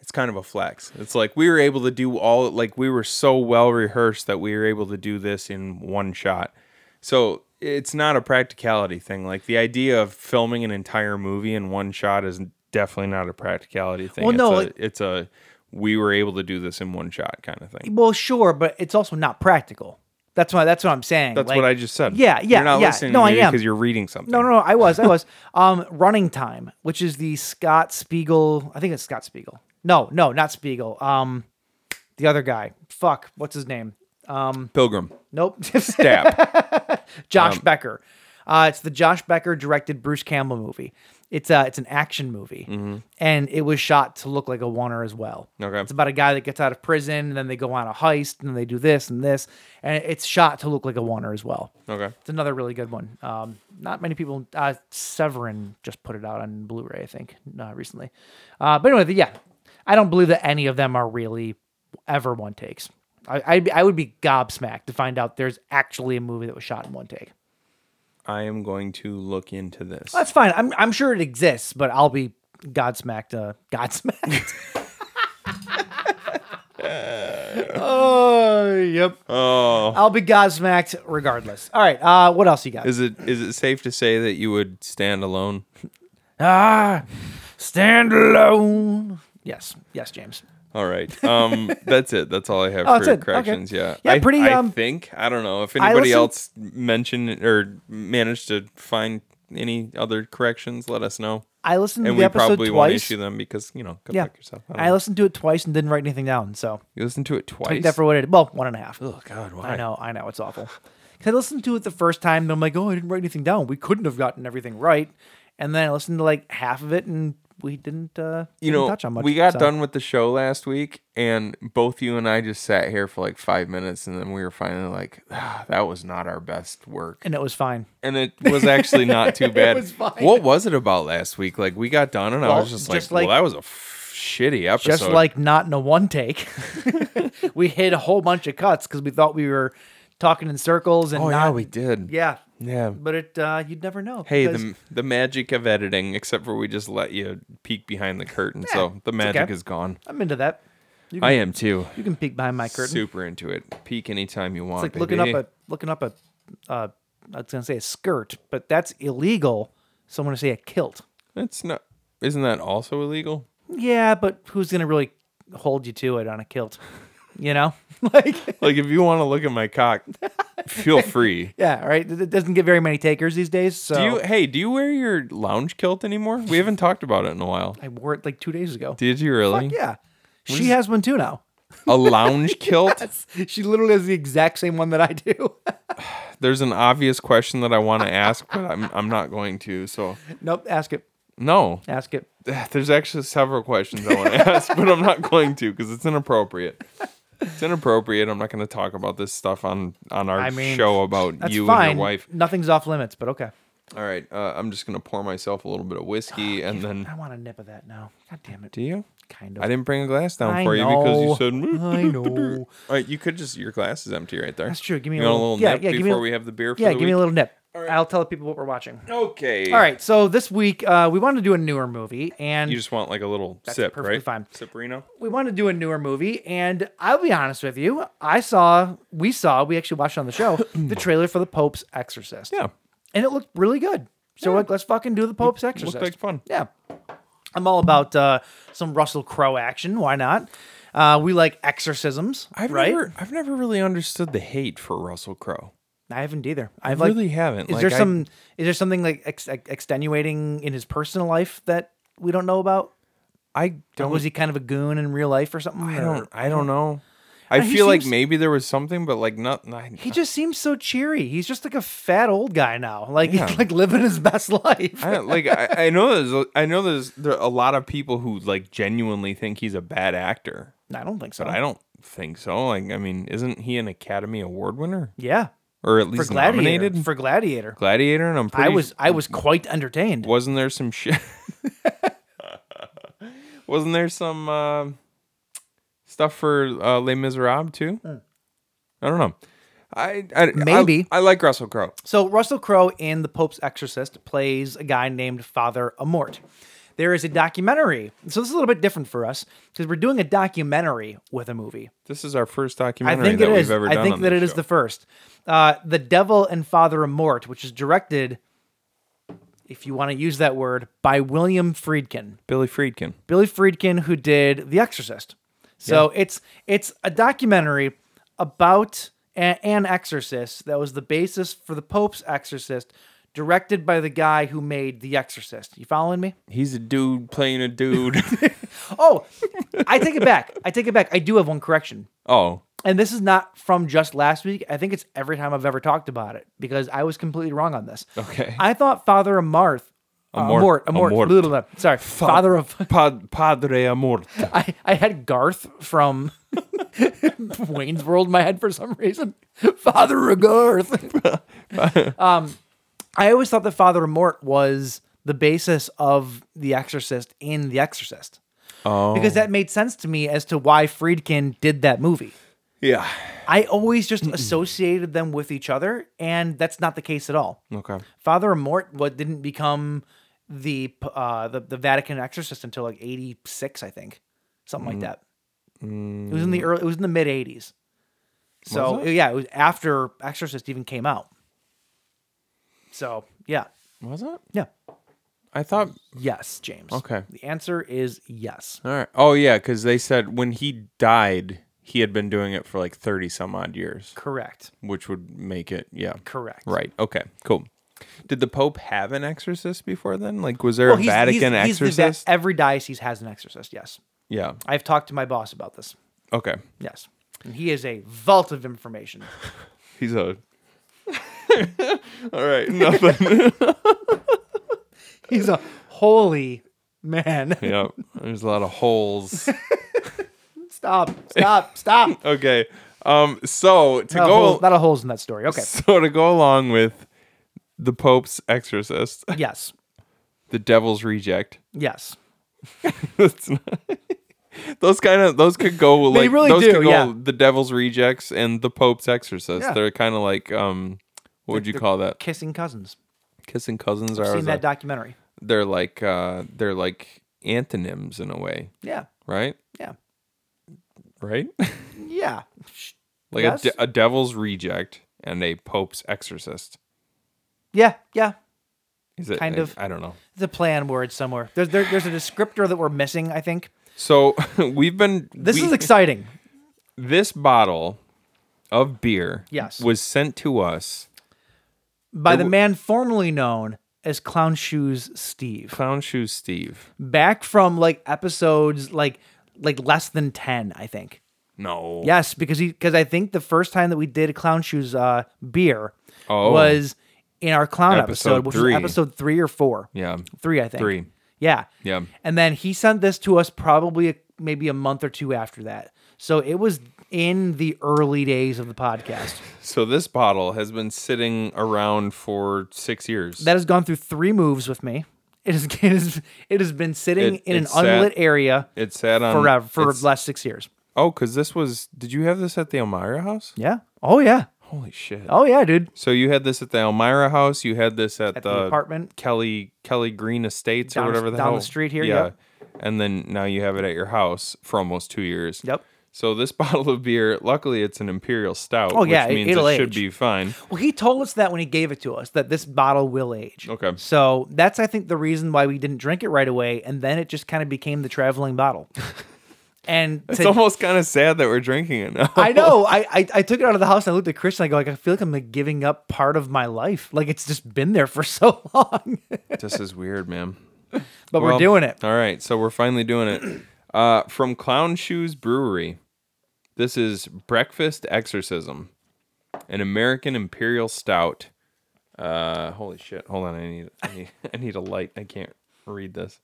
B: it's kind of a flex it's like we were able to do all like we were so well rehearsed that we were able to do this in one shot so it's not a practicality thing like the idea of filming an entire movie in one shot is definitely not a practicality thing
C: Well,
B: it's
C: no,
B: a,
C: like-
B: it's a we were able to do this in one shot kind of thing
C: Well, sure, but it's also not practical. That's why. That's what I'm saying.
B: That's
C: Like-
B: what I just said.
C: Yeah, yeah,
B: You're not
C: yeah.
B: listening
C: No,
B: to
C: I
B: me
C: am.
B: because you're reading something.
C: No, no, no. I was, I was. Um, running time, which is the Scott Spiegel. I think it's Scott Spiegel. No, no, not Spiegel. Um, the other guy. Fuck. What's his name?
B: Pilgrim.
C: Nope.
B: Dap.
C: Josh Becker. Uh, it's the Josh Becker directed Bruce Campbell movie. It's uh, it's an action movie, and it was shot to look like a oneer as well.
B: Okay.
C: it's about a guy that gets out of prison, and then they go on a heist, and they do this and this, and it's shot to look like a oneer as well.
B: okay.
C: It's another really good one. Um, not many people. Uh, Severin just put it out on Blu-ray, I think, uh, recently. Uh, but anyway, yeah, I don't believe that any of them are really ever one takes. I I'd be, I would be gobsmacked to find out there's actually a movie that was shot in one take.
B: I am going to look into this.
C: That's fine. I'm I'm sure it exists, but I'll be godsmacked. Uh, godsmacked. Oh yep.
B: Oh,
C: I'll be godsmacked regardless. All right. Uh, what else you got?
B: is it is it safe to say that you would stand alone?
C: Ah, stand alone. Yes, yes, James.
B: All right. Um, that's it. That's all I have
C: Oh, that's
B: for
C: it. Okay.
B: corrections. Yeah.
C: Yeah,
B: I,
C: pretty,
B: I
C: um,
B: think I don't know if anybody
C: listened-
B: else mentioned or managed to find any other corrections. Let us know,
C: I listened to
B: and
C: Mm, the
B: we
C: episode
B: probably won't
C: twice.
B: issue them because you know, go
C: yeah,
B: fuck yourself. I, don't
C: I
B: know.
C: listened to it twice and didn't write anything down. So
B: you listen to it twice.
C: take that for what it. Well, one and a half.
B: oh God, why?
C: I know, I know, it's awful. Because I listened to it the first time, and I'm like, oh, I didn't write anything down. We couldn't have gotten everything right. And then I listened to like half of it, and we didn't. Uh,
B: you
C: didn't
B: know,
C: touch on much.
B: we got
C: so-
B: done with the show last week, and both you and I just sat here for like five minutes, and then we were finally like, ah, "That was not our best work,"
C: and it was fine.
B: and it was actually not too bad.
C: was fine.
B: What was it about last week? Like we got done, and I
C: Well,
B: was just,
C: just
B: like,
C: like-
B: "Well, that was a f- shitty episode."
C: just like not in a one take. we hit a whole bunch of cuts because we thought we were talking in circles and
B: Oh yeah,
C: not-
B: we did.
C: yeah,
B: Yeah.
C: But it uh, you'd never know.
B: Hey,
C: because-
B: the the magic of editing, except for we just let you peek behind the curtain, so the magic
C: okay.
B: is gone.
C: I'm into that. You can,
B: I am too.
C: You can peek behind my curtain.
B: Super into it. Peek anytime you
C: It's
B: want.
C: like looking up
B: baby.
C: a looking up a. Uh, I was gonna say a skirt, but that's illegal. So I'm gonna say a kilt.
B: That's not. Isn't that also illegal?
C: Yeah, but who's gonna really hold you to it on a kilt? You know, like
B: Like if you want to look at my cock, feel free.
C: yeah, right. It it doesn't get very many takers these days. So
B: Do you? Hey, do you wear your lounge kilt anymore? We haven't talked about it in a while.
C: I wore it like two days ago.
B: Did you really?
C: Fuck yeah, she has one too now.
B: A lounge kilt.
C: She literally has the exact same one that I do.
B: There's an obvious question that I want to ask, but I'm I'm not going to. So
C: nope, ask it.
B: no.
C: Ask it.
B: There's actually several questions I want to ask, but I'm not going to because it's inappropriate. It's inappropriate. I'm not going to talk about this stuff on on our
C: I mean,
B: show about
C: That's
B: you
C: fine.
B: and your wife.
C: Nothing's off limits, but okay.
B: All right, uh, I'm just going to pour myself a little bit of whiskey and then.
C: I want a nip of that now. God damn it.
B: Do you?
C: Kind of.
B: I didn't bring a glass down
C: I
B: for you because you
C: know.
B: said. "Mmm."
C: I know.
B: All right, you could just your glass is empty right there.
C: That's true. Give me
B: You
C: a
B: want
C: little, yeah,
B: nip
C: yeah, give me
B: before
C: a-
B: we have the beer. For
C: yeah,
B: the
C: give me
B: week?
C: a little nip. I'll tell people what we're watching.
B: Okay.
C: All right, so this week uh, we wanted to do a newer movie, and
B: You just want like a little
C: That's
B: sip,
C: perfectly
B: right?
C: fine.
B: Siprino.
C: we wanted to do a newer movie. And I'll be honest with you, I saw, we saw, we actually watched on the show the trailer for The Pope's Exorcist.
B: Yeah.
C: and it looked really good. So we're like, let's fucking do the Pope's Exorcist.
B: like fun.
C: Yeah, I'm all about uh, some Russell Crowe action. Why not? Uh, we like exorcisms,
B: I've
C: right?
B: never, I've never really understood the hate for Russell Crowe.
C: I haven't either. I've like,
B: really haven't.
C: Is
B: Like,
C: there
B: I-
C: some? Is there something like ex- ex- extenuating in his personal life that we don't know about?
B: I don't.
C: Was he kind of a goon in real life or something?
B: I
C: or-
B: don't. I don't know. I
C: No, Uh, he
B: feel like
C: seems-
B: maybe there was something, but like not. I,
C: He just seems so cheery. He's just like a fat old guy now, like
B: Yeah.
C: he's like living his best life.
B: I don't, like I, I know there's a- I know there's there are a lot of people who like genuinely think he's a bad actor,
C: I don't think so.
B: but I don't think so. Like I mean, isn't he an Academy Award winner
C: yeah,
B: or at
C: for
B: least
C: Gladiator.
B: nominated
C: For Gladiator,
B: Gladiator? And I'm pretty.
C: I was I was quite entertained.
B: Wasn't there some shit? wasn't there some uh, stuff for uh, Les Miserables too? I don't know. I, I I-
C: Hmm. Maybe.
B: I like Russell Crowe.
C: So Russell Crowe in The Pope's Exorcist plays a guy named Father Amort. There is a documentary. So this is a little bit different for us because we're doing a documentary with a movie.
B: This is our first
C: I
B: documentary
C: think
B: that
C: it
B: we've
C: is.
B: ever
C: I
B: done.
C: think
B: on
C: that
B: this
C: it is
B: show.
C: the first. Uh, the Devil and Father Amort, which is directed, if you want to use that word, by William Friedkin.
B: Billy Friedkin.
C: Billy Friedkin, who did The Exorcist. So it's it's a documentary about a- an exorcist that was the basis for the Pope's Exorcist, directed by the guy who made The Exorcist. You following me?
B: He's a dude playing a dude.
C: Oh, I take it back. I take it back. I do have one correction.
B: oh,
C: And this is not from just last week. I think it's every time I've ever talked about it because I was completely wrong on this.
B: Okay.
C: I thought Father Amarth, uh,
B: Amort.
C: Amort, Amort,
B: Amort.
C: blah, blah, blah. sorry, Father of
B: Pad, Padre Amor.
C: I, I had Garth from Wayne's World in my head for some reason. Father of Garth. um, I always thought that Father Mort was the basis of The Exorcist in The Exorcist. Oh. Because that made sense to me as to why Friedkin did that movie.
B: Yeah.
C: I always just associated them with each other, and that's not the case at all.
B: Okay.
C: Father Mort what didn't become the uh the, the Vatican exorcist until like 86 I think. Something
B: Mm.
C: like that. It was in the early it was in the mid 80s. So yeah, it was after Exorcist even came out. So, yeah.
B: Was it?
C: Yeah.
B: I thought.
C: Yes, James.
B: Okay.
C: The answer is yes.
B: All right. Oh yeah, because they said when he died, he had been doing it for like thirty some odd years,
C: Correct.
B: which would make it yeah.
C: Correct.
B: Right. Okay. Cool. Did the Pope have an exorcist before then? Like, was there
C: Well,
B: a
C: he's- he's-
B: Vatican
C: he's the va-
B: exorcist?
C: every diocese has an exorcist, yes.
B: yeah.
C: I've talked to my boss about this.
B: Okay.
C: Yes. And he is a vault of information.
B: He's a. All right. Nothing.
C: He's a holy man.
B: yeah. There's a lot of holes.
C: Stop, stop, stop.
B: Okay. Um. So to
C: Not a,
B: go
C: hole, not a holes in that story. Okay.
B: so to go along with the Pope's exorcist,
C: Yes.
B: the Devil's reject.
C: Yes.
B: That's not- Those kind of those could go like
C: They really
B: those
C: do,
B: could go
C: yeah.
B: the Devil's Rejects and the Pope's Exorcist.
C: Yeah.
B: They're kind of like um what would you
C: they're
B: call that?
C: Kissing cousins.
B: Kissing cousins
C: I've
B: are
C: seen that documentary.
B: they're like uh they're like antonyms in a way,
C: Yeah,
B: right?
C: yeah,
B: Right?
C: yeah.
B: like
C: Yes.
B: a, de- a Devil's Reject and a Pope's Exorcist.
C: Yeah, yeah.
B: Is it
C: Kind
B: I-
C: of.
B: I don't know.
C: It's a plan word somewhere. There's there, there's a descriptor that we're missing. I think
B: So we've been
C: this
B: we-
C: is exciting.
B: this bottle of beer
C: Yes.
B: was sent to us
C: By the
B: w-
C: man formerly known as Clown Shoes Steve,
B: Clown Shoes Steve.
C: back from like episodes like like less than ten, I think.
B: No.
C: Yes, because he because I think the first time that we did Clown Shoes uh, beer
B: Oh.
C: was in our clown episode,
B: Episode
C: which
B: three.
C: was episode three or four.
B: Yeah.
C: Three, I think.
B: Three.
C: Yeah.
B: Yeah.
C: And then he sent this to us probably a, maybe a month or two after that. So it was in the early days of the podcast.
B: So this bottle has been sitting around for 6 years.
C: That has gone through three moves with me. It is it, is, it has been sitting
B: It-
C: in an
B: it sat-
C: unlit area
B: it sat on
C: forever for
B: it's-
C: the last six years.
B: Oh, cuz this was Did you have this at the Elmira house?
C: Yeah. Oh yeah.
B: Holy shit.
C: Oh yeah, dude.
B: So you had this at the Elmira house, you had this at,
C: At the apartment.
B: Kelly Kelly Green Estates or
C: Down-
B: whatever the
C: down the
B: hell.
C: street here,
B: Yeah.
C: yep.
B: And then now you have it at your house for almost 2 years.
C: Yep.
B: So this bottle of beer, luckily it's an imperial stout,
C: Oh, yeah, it-
B: which means
C: it'll
B: it should
C: age.
B: be fine.
C: Well, he told us that when he gave it to us that this bottle will age.
B: Okay.
C: So that's I think the reason why we didn't drink it right away, and then it just kind of became the traveling bottle. And
B: It's
C: to-
B: almost kind of sad that we're drinking it now.
C: I know. I, I I took it out of the house and I looked at Christian. I go like, I feel like I'm like giving up part of my life. Like it's just been there for so long,
B: this is weird, man.
C: but we're
B: Well,
C: doing it.
B: All right, so we're finally doing it. Uh, from Clown Shoes Brewery, this is Breakfast Exorcism, an American Imperial Stout. Uh, holy shit! Hold on, I need I need, I need a light. I can't read this.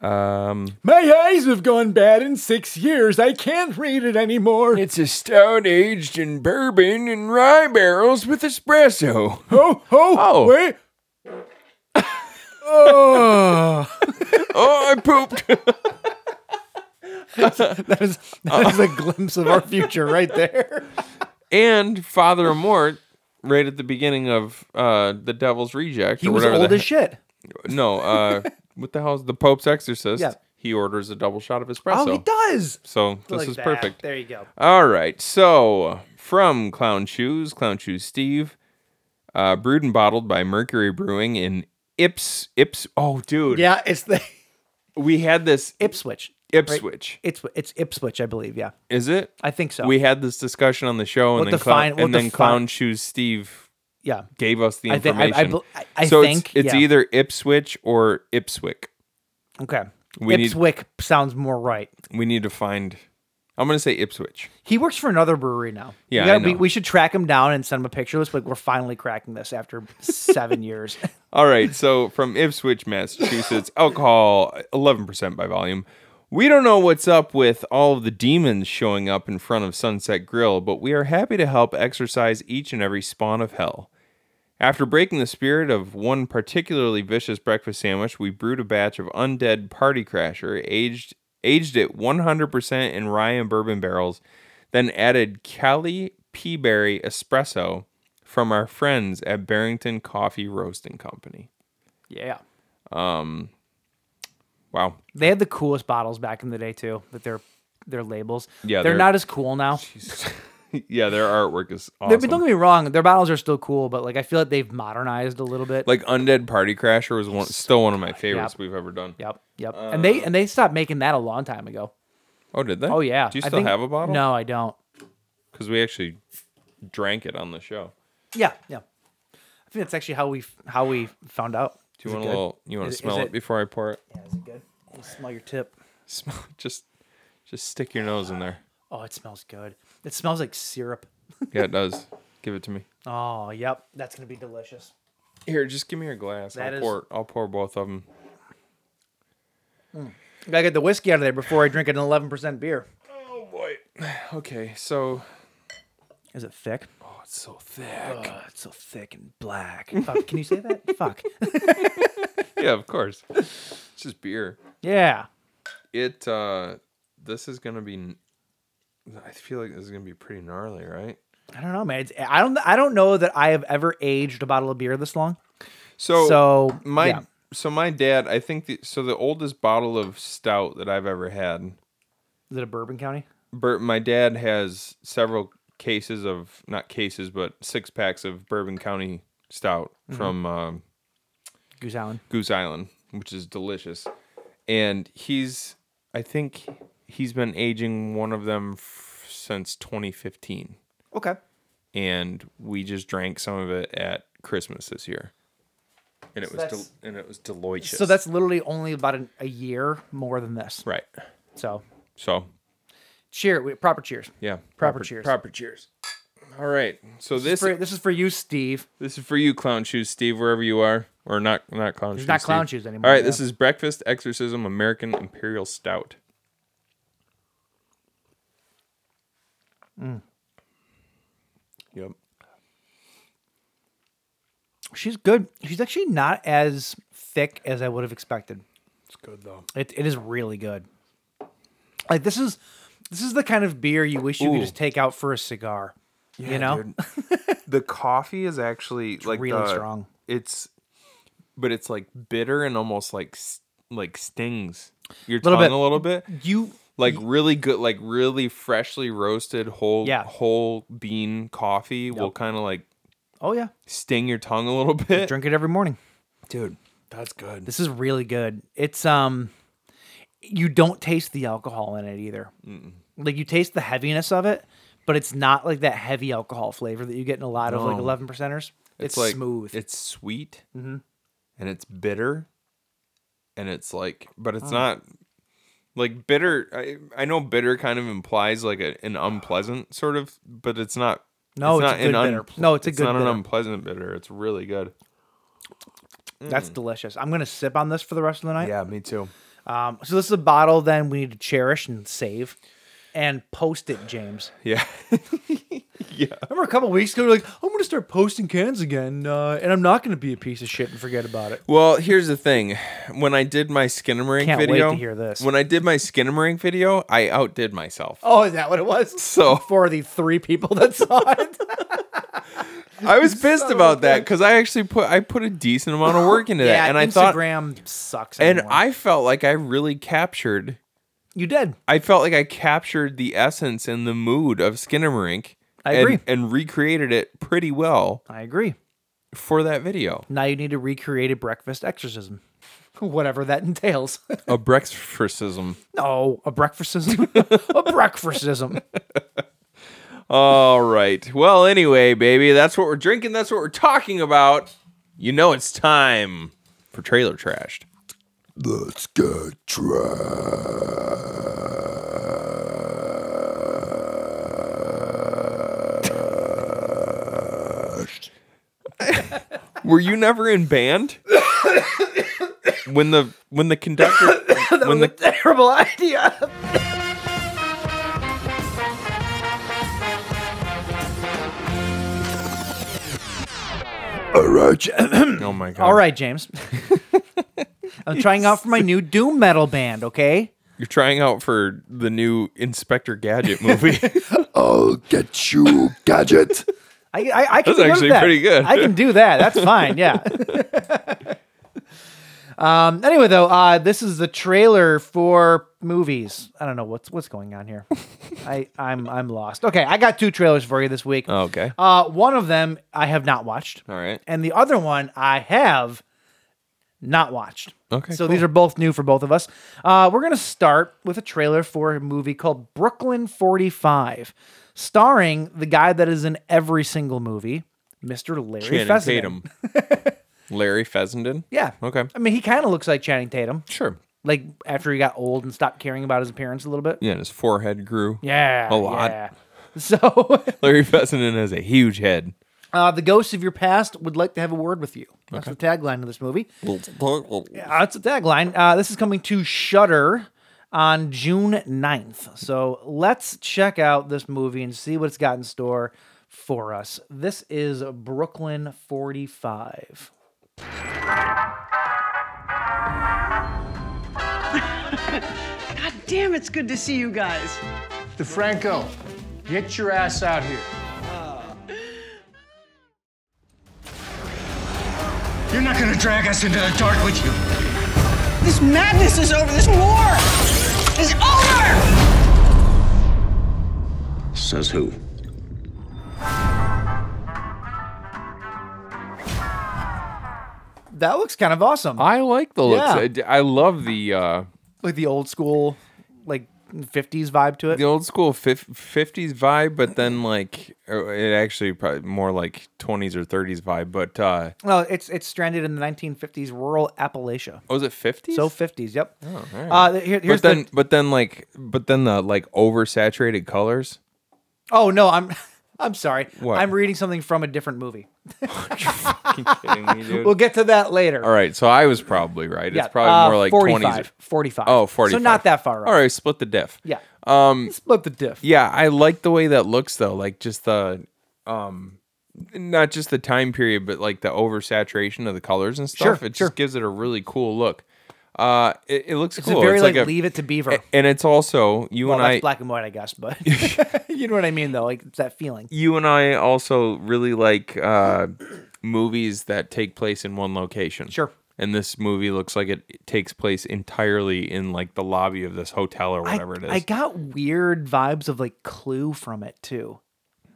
B: Um,
C: My eyes have gone bad in six years. I can't read it anymore.
B: it's a stout aged in bourbon and rye barrels with espresso.
C: oh, oh,
B: Oh.
C: wait. oh,
B: Oh, I pooped.
C: that is that is a glimpse of our future right there.
B: and Father Amort right at the beginning of uh the Devil's Reject.
C: He
B: or
C: was
B: whatever the
C: old as
B: he-
C: shit.
B: No, uh what the hell is the Pope's Exorcist?
C: Yeah.
B: He orders a double shot of espresso.
C: Oh, he does.
B: So this
C: Look
B: is
C: at that.
B: perfect.
C: There you go.
B: All right. So from Clown Shoes, Clown Shoes Steve, uh brewed and bottled by Mercury Brewing in Ips Ips Oh dude.
C: Yeah, it's the
B: We had this
C: Ipswich.
B: Ipswich.
C: It's it's Ipswich, I believe. Yeah,
B: Is it?
C: I think so.
B: We had this discussion on the show and
C: What
B: then,
C: the
B: Clown-
C: fine- what
B: and
C: the
B: then Clown
C: fine-
B: Shoes Steve
C: yeah.
B: gave us the
C: I think- I- I
B: information.
C: bel- I- I
B: so
C: think,
B: it's, it's
C: yeah.
B: either Ipswich or Ipswick.
C: Okay.
B: We need-
C: Ipswich sounds more right.
B: We need to find. I'm gonna say Ipswich.
C: He works for another brewery now. We
B: Yeah, I
C: gotta- We,
B: know.
C: we should track him down and send him a picture. Looks like we're finally cracking this after seven years.
B: All right. So from Ipswich, Massachusetts, alcohol 11% by volume. We don't know what's up with all of the demons showing up in front of Sunset Grill, but we are happy to help exorcise each and every spawn of hell. After breaking the spirit of one particularly vicious breakfast sandwich, we brewed a batch of Undead Party Crasher, aged aged it 100% in rye and bourbon barrels, then added Cali Peaberry Espresso from our friends at Barrington Coffee Roasting Company.
C: yeah.
B: Wow.
C: They had the coolest bottles back in the day too, with their their labels.
B: Yeah,
C: They're,
B: they're-
C: not as cool now.
B: yeah, their artwork is
C: They-
B: awesome.
C: but Don't get me wrong, their bottles are still cool, but like I feel like they've modernized a little bit.
B: like Undead Party Crasher was one, still one of my favorites
C: Yep.
B: we've ever done.
C: Yep. Yep. and
B: Uh.
C: they and they stopped making that a long time ago.
B: Oh, did they?
C: Oh yeah.
B: Do you
C: I
B: still
C: think-
B: have a bottle?
C: No, I don't.
B: Because we actually drank it on the show.
C: Yeah, yeah. I think that's actually how we how we found out.
B: Do you want a little? You want
C: Is
B: to
C: it-
B: smell
C: is
B: it,
C: it-
B: before I pour it?
C: Yeah, is it good? I'll smell your tip.
B: Smell just, just stick your nose in there.
C: Oh, it smells good. It smells like syrup.
B: Yeah, it does. Give it to me.
C: Oh, yep. That's gonna be delicious.
B: Here, just give me your glass.
C: That
B: I'll
C: is-
B: pour. I'll pour both of them.
C: Gotta get the whiskey out of there before I drink an eleven percent beer.
B: Oh boy. Okay, so
C: Is it thick?
B: oh, it's so thick.
C: Oh, it's so thick and black. Fuck, can you say that? Fuck.
B: yeah, of course. It's just beer.
C: Yeah.
B: It. uh this is gonna be. n- I feel like this is gonna be pretty gnarly, right?
C: I don't know, man. It's, I don't. I don't know that I have ever aged a bottle of beer this long.
B: So,
C: So,
B: my
C: yeah.
B: so my dad, I think the, so. The oldest bottle of stout that I've ever had.
C: Is it a Bourbon County?
B: Bur- my dad has several cases of not cases, but six packs of Bourbon County Stout
C: Mm-hmm.
B: from um,
C: Goose Island.
B: Goose Island, which is delicious. And he's, I think, he's been aging one of them f- since 2015,
C: Okay.
B: and we just drank some of it at Christmas this year, and it was del-
C: that's-
B: and it was delicious.
C: So that's literally only about an, a year more than this.
B: right.
C: So
B: So
C: cheer. we- Proper cheers.
B: yeah,
C: Proper cheers.
B: Proper cheers. All right. So this
C: This, for, this is for you, Steve.
B: This is for you, clown shoes, Steve, wherever you are, or not, not clown shoes.
C: not clown
B: Steve.
C: shoes anymore,
B: All right,
C: yeah.
B: this is breakfast exorcism American Imperial Stout. Yep.
C: She's good. She's actually not as thick as I would have expected.
B: It's good though.
C: It, it is really good. Like this is this is the kind of beer you wish you
B: Ooh.
C: could just take out for a cigar. you know,
B: the coffee is actually like
C: really
B: the-
C: strong.
B: It's, but it's like bitter and almost like s- like stings your
C: Little
B: tongue
C: bit.
B: a little bit.
C: you
B: like really good like really freshly roasted whole
C: Yeah.
B: whole bean coffee will kind of like
C: oh yeah,
B: sting your tongue a little bit
C: drink it every morning.
B: dude that's good
C: This is really good. It's um you don't taste the alcohol in it either. Like you taste the heaviness of it, but it's not like that heavy alcohol flavor that you get in a lot of like
B: No.
C: eleven percenters. It's,
B: like
C: smooth. Mm-hmm.
B: it's sweet and it's bitter and it's like but
C: Oh.
B: it's not like bitter I, I know bitter kind of implies like a, an unpleasant sort of but it's not
C: No, it's a
B: not an
C: good bitter. No, it's a good
B: not an
C: bitter.
B: unpleasant bitter it's really good
C: That's delicious. I'm gonna sip on this for the rest of the night.
B: yeah me too
C: Um, so this is a bottle then we need to cherish and save. And post it, James.
B: yeah
C: Remember a couple weeks ago, you're like, I'm gonna start posting cans again, uh, and I'm not gonna be a piece of shit and forget about it.
B: Well, here's the thing. When I did my Skinnamarink
C: Can't wait to
B: video,
C: hear this.
B: when I did my Skinnamarink video, I outdid myself.
C: Oh, is that what it was?
B: So
C: For the three people that saw it.
B: I was pissed about that because I actually put I put a decent amount of work into that, and I thought,
C: Instagram sucks.
B: and
C: anymore.
B: I felt like I really captured.
C: you did.
B: I felt like I captured the essence and the mood of Skinnamarink.
C: I
B: and,
C: agree.
B: and recreated it pretty well
C: I agree.
B: for that video.
C: Now you need to recreate a breakfast exorcism, whatever that entails.
B: A breakfastism.
C: no, a breakfastism, a breakfastism.
B: All right. Well, anyway, baby, that's what we're drinking. That's what we're talking about. You know it's time for trailer trashed.
D: Let's get trash.
B: Were you never in band? when the when the conductor when the
C: Terrible idea.
B: oh my god!
C: All right, James. I'm trying out for my new doom metal band. Okay.
B: you're trying out for the new Inspector Gadget movie.
D: I'll get you, gadget.
C: I, I, I can
B: That's
C: live with
B: actually
C: that.
B: pretty good.
C: I can do that. That's fine. Yeah. um. Anyway, though, uh, this is the trailer for movies. I don't know what's what's going on here. I I'm I'm lost. Okay, I got two trailers for you this week.
B: Oh, okay. All
C: Uh, one of them I have not watched,
B: right.
C: and the other one I have not watched.
B: Okay,
C: So these are both new for both of us. Uh, we're gonna start with a trailer for a movie called Brooklyn Forty Five, starring the guy that is in every single movie, Mr. Larry
B: Channing
C: Fessenden.
B: Tatum. Larry Fessenden.
C: Yeah.
B: Okay.
C: I mean, he kind of looks like Channing Tatum,
B: Sure.
C: like after he got old and stopped caring about his appearance a little bit.
B: Yeah, and his forehead grew.
C: Yeah.
B: A lot.
C: yeah. So
B: Larry Fessenden has a huge head.
C: Uh, the ghosts of your past would like to have a word with you. That's the tagline of this movie. Yeah, that's the tagline. Uh, this is coming to Shudder on June 9th. So let's check out this movie and see what it's got in store for us. This is Brooklyn 45.
G: God Damn, it's good to see you guys.
H: DeFranco, get your ass out here. You're not gonna drag us into the dark with you.
G: This madness is over. This war is over.
E: Says who?
C: That looks kind of awesome.
B: I like the looks.
C: Yeah.
B: I d I I, love the uh,
C: like the old school, like '50s vibe to it.
B: the old school fif- 50s vibe, but then like or it actually probably more like 20s or 30s vibe. But uh,
C: No, it's it's stranded in the 1950s rural Appalachia.
B: oh, was it 50s?
C: So 50s. Yep.
B: Alright.
C: uh, here- here's
B: but then,
C: the.
B: but then, like, but then the like oversaturated colors.
C: Oh no, I'm I'm sorry.
B: What?
C: I'm reading something from a different movie.
B: Kidding me, dude?
C: We'll get to that later.
B: All right, so I was probably right.
C: Yeah,
B: it's probably
C: uh,
B: more like
C: 45,
B: 20s.
C: 45.
B: Oh, 45.
C: So not that far off.
B: All right, split the diff.
C: Yeah. Um, split the diff.
B: Yeah, I like the way that looks though. Like just the um not just the time period, but like the oversaturation of the colors and stuff.
C: Sure,
B: it just
C: sure.
B: gives it a really cool look. Uh it, it looks
C: It's
B: cool.
C: a very
B: it's
C: like,
B: like, a
C: leave it to Beaver.
B: a- and it's also you
C: well,
B: and
C: that's
B: I
C: black and white, I guess, but you know what I mean, though. Like it's that feeling.
B: you and I also really like uh movies that take place in one location.
C: Sure.
B: And this movie looks like it, it takes place entirely in like the lobby of this hotel or
C: I,
B: whatever it is.
C: I got weird vibes of like Clue from it too.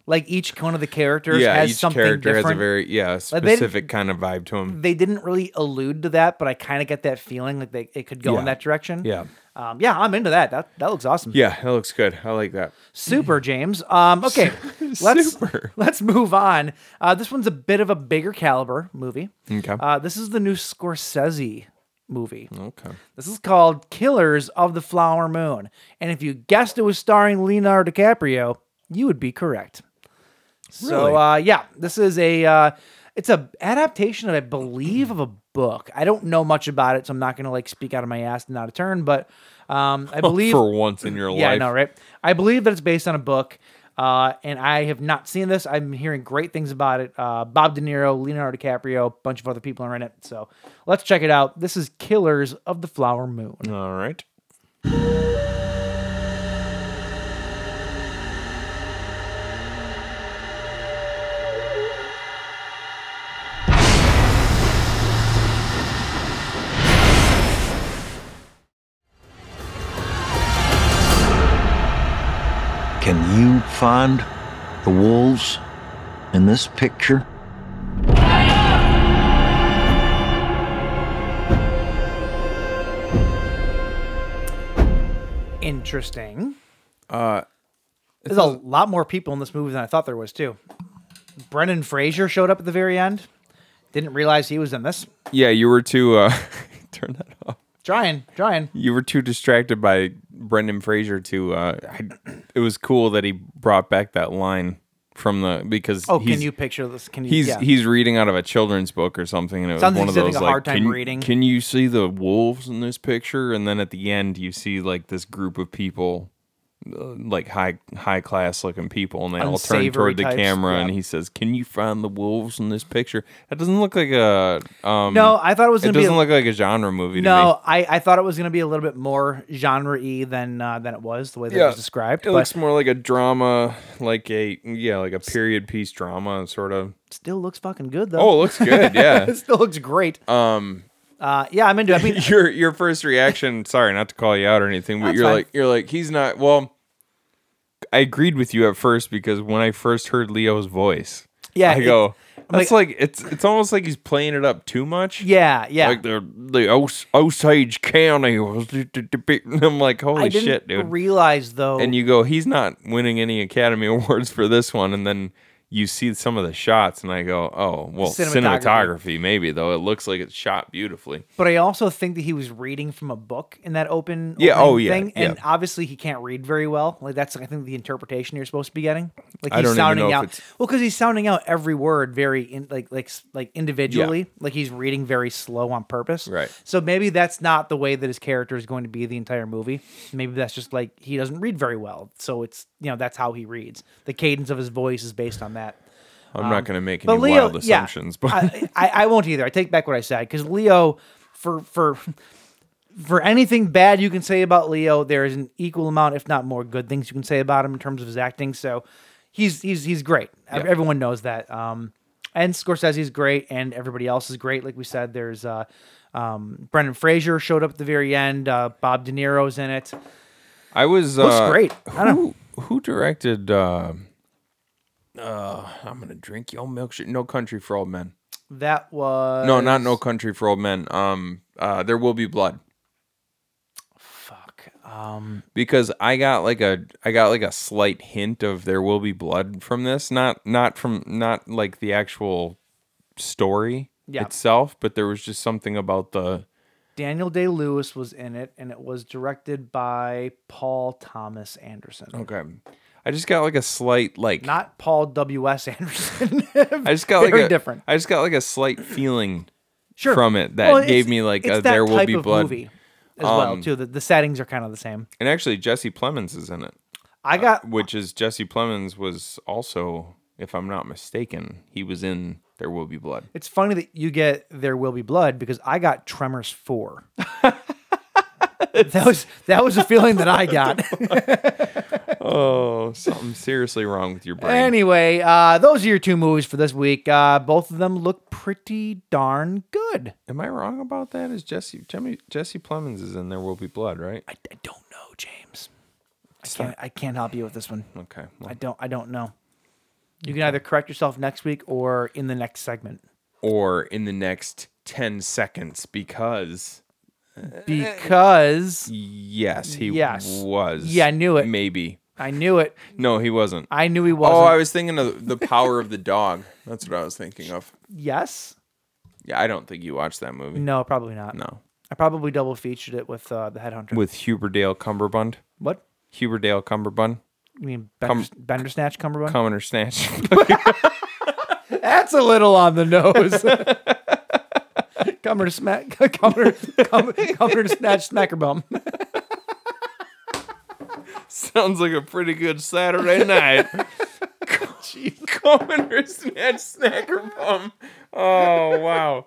C: Like each one of the characters
B: yeah,
C: has
B: each
C: something
B: character
C: different.
B: has a very yeah
C: Like, they didn't-
B: specific kind of vibe to him.
C: they didn't really allude to that, but I kind of get that feeling like they it could go in
B: Yeah.
C: that direction.
B: Yeah.
C: Um, yeah, I'm into that. That that looks awesome.
B: Yeah, that looks good. I like that.
C: Super, James. Um, okay, let's
B: Super.
C: let's move on. Uh, this one's a bit of a bigger caliber movie.
B: Okay.
C: Uh, this is the new Scorsese movie.
B: Okay.
C: This is called Killers of the Flower Moon, and if you guessed it was starring Leonardo DiCaprio, you would be correct. So
B: Really?
C: uh, yeah, this is a uh, it's a adaptation, I believe, of a book. I don't know much about it, so I'm not going to like speak out of my ass and out of turn. But um, I believe
B: Oh, For once in your
C: yeah,
B: life.
C: I know, right? I believe that it's based on a book, uh, and I have not seen this. I'm hearing great things about it. Uh, Bob De Niro, Leonardo DiCaprio, a bunch of other people are in it. So let's check it out. This is Killers of the Flower Moon.
B: All right.
I: Can you find the wolves in this picture?
C: Interesting. Uh, There's a lot more people in this movie than I thought there was too. Brendan Fraser showed up at the very end. Didn't realize he was in this.
B: Yeah, you were too uh turn that off.
C: Trying, trying.
B: You were too distracted by Brendan Fraser to uh I, it was cool that he brought back that line from the because
C: Oh,
B: he's-
C: can you picture this? Can you?
B: He's
C: yeah.
B: he's reading out of a children's book or something, and it was
C: Sounds like
B: one
C: he's
B: of
C: having
B: those
C: a
B: like,
C: hard time
B: can,
C: reading."
B: can you see the wolves in this picture? And then at the end, you see like this group of people, uh, like high high class looking people, and they all turn
C: Unsavory
B: toward the
C: types,
B: camera, and
C: yeah.
B: he says, "Can you find the wolves in this picture?" That doesn't look like a um.
C: no, I thought it was
B: it
C: gonna be.
B: doesn't
C: a-
B: look like a genre movie. to me.
C: No, I, I thought it was going to be a little bit more genre y than uh, than it was the way that it was described.
B: It
C: but
B: looks more like a drama, like a yeah, like a period piece drama sort of.
C: it still looks fucking good though.
B: Oh, it looks good. Yeah.
C: it still looks great. Um, uh, yeah, I'm into. it. I mean,
B: your your first reaction sorry not to call you out or anything but
C: That's
B: you're
C: fine.
B: like you're like he's not well i agreed with you at first because when i first heard leo's voice
C: yeah,
B: i
C: it-
B: go
C: I'm
B: that's like, it's it's almost like he's playing it up too much
C: yeah, yeah.
B: like the the Os- osage county was and i'm like
C: I
B: holy
C: didn't
B: shit dude
C: realize though.
B: and you go he's not winning any academy awards for this one and then you see some of the shots and i go oh well
C: Cinematography.
B: cinematography maybe though it looks like it's shot beautifully
C: but I also think that he was reading from a book in that open.
B: Yeah,
C: opening
B: oh, yeah,
C: Thing, and
B: yeah.
C: obviously he can't read very well. Like that's I think the interpretation you're supposed to be getting. Like he's
B: I don't even
C: sounding
B: know if
C: out.
B: it's-
C: Well, because he's sounding out every word very in, like like s- like individually. Like he's reading very slow on purpose.
B: Right.
C: So maybe that's not the way that his character is going to be the entire movie. Maybe that's just like he doesn't read very well. So it's you know that's how he reads. The cadence of his voice is based on that.
B: I'm not going to make any
C: Um, But Leo,
B: wild assumptions,
C: yeah,
B: but
C: I, I, I won't either. I take back what I said because Leo, for for for anything bad you can say about Leo, there is an equal amount, if not more, good things you can say about him in terms of his acting. So he's he's he's great. Ev- Everyone knows that. Um, and Scorsese's great, and everybody else is great. Like we said, there's uh, um, Brendan Fraser showed up at the very end. Uh, Bob De Niro's in it.
B: I was
C: Looks
B: uh,
C: great. I don't
B: Who who directed? Uh, uh, I'm gonna drink your milkshake. No Country for Old Men.
C: That was
B: No, not No Country for Old Men. Um, uh, There Will Be Blood.
C: Fuck. Um,
B: because I got like a I got like a slight hint of there will be blood from this. Not not from not like the actual story
C: Yeah.
B: itself, but there was just something about the
C: Daniel Day Lewis was in it, and it was directed by Paul Thomas Anderson.
B: okay. I just got like a slight like
C: Not Paul W. S. Anderson.
B: I just got
C: very
B: like a
C: different.
B: I just got like a slight feeling
C: Sure.
B: from it that
C: Well,
B: gave
C: it's-
B: me like
C: it's
B: a
C: that
B: there will
C: type
B: be
C: of
B: blood.
C: movie as well
B: Um,
C: too. The, the settings are kind of the same.
B: And actually Jesse Plemons is in it, uh,
C: I got
B: which is Jesse Plemons was also if I'm not mistaken, he was in There Will Be Blood.
C: It's funny that you get There Will Be Blood because I got Tremors 4. that was that was a feeling that I got.
B: Oh, something seriously wrong with your brain.
C: anyway, uh, those are your two movies for this week. Uh, both of them look pretty darn good.
B: Am I wrong about that? Is Jesse Jimmy, Jesse Plemons is in There Will Be Blood, right?
C: I, I don't know, James. I can't, I can't help you with this one.
B: Okay. well,
C: I don't I don't know. You can either correct yourself next week or in the next segment.
B: or in the next ten seconds, because Uh,
C: Because
B: yes, he
C: Yes.
B: was.
C: Yeah, I knew it.
B: Maybe.
C: I knew it.
B: No, he wasn't.
C: I knew he wasn't.
B: uh, oh, I was thinking of the power of the dog. That's what I was thinking of.
C: yes?
B: Yeah, I don't think you watched that movie.
C: No, probably not.
B: No.
C: I probably double featured it with uh, the headhunter.
B: With Huberdale Cumberbund.
C: what?
B: Huberdale Cumberbund.
C: You mean Bender, Bender Snatch Cumberbund?
B: Commoner Snatch.
C: That's a little on the nose. Cumber to smack, Cumber, Cumber, Cumber to snatch Smacker Bum.
B: Sounds like a pretty good Saturday night. Commoner Snatch Snacker Bum. Oh, wow.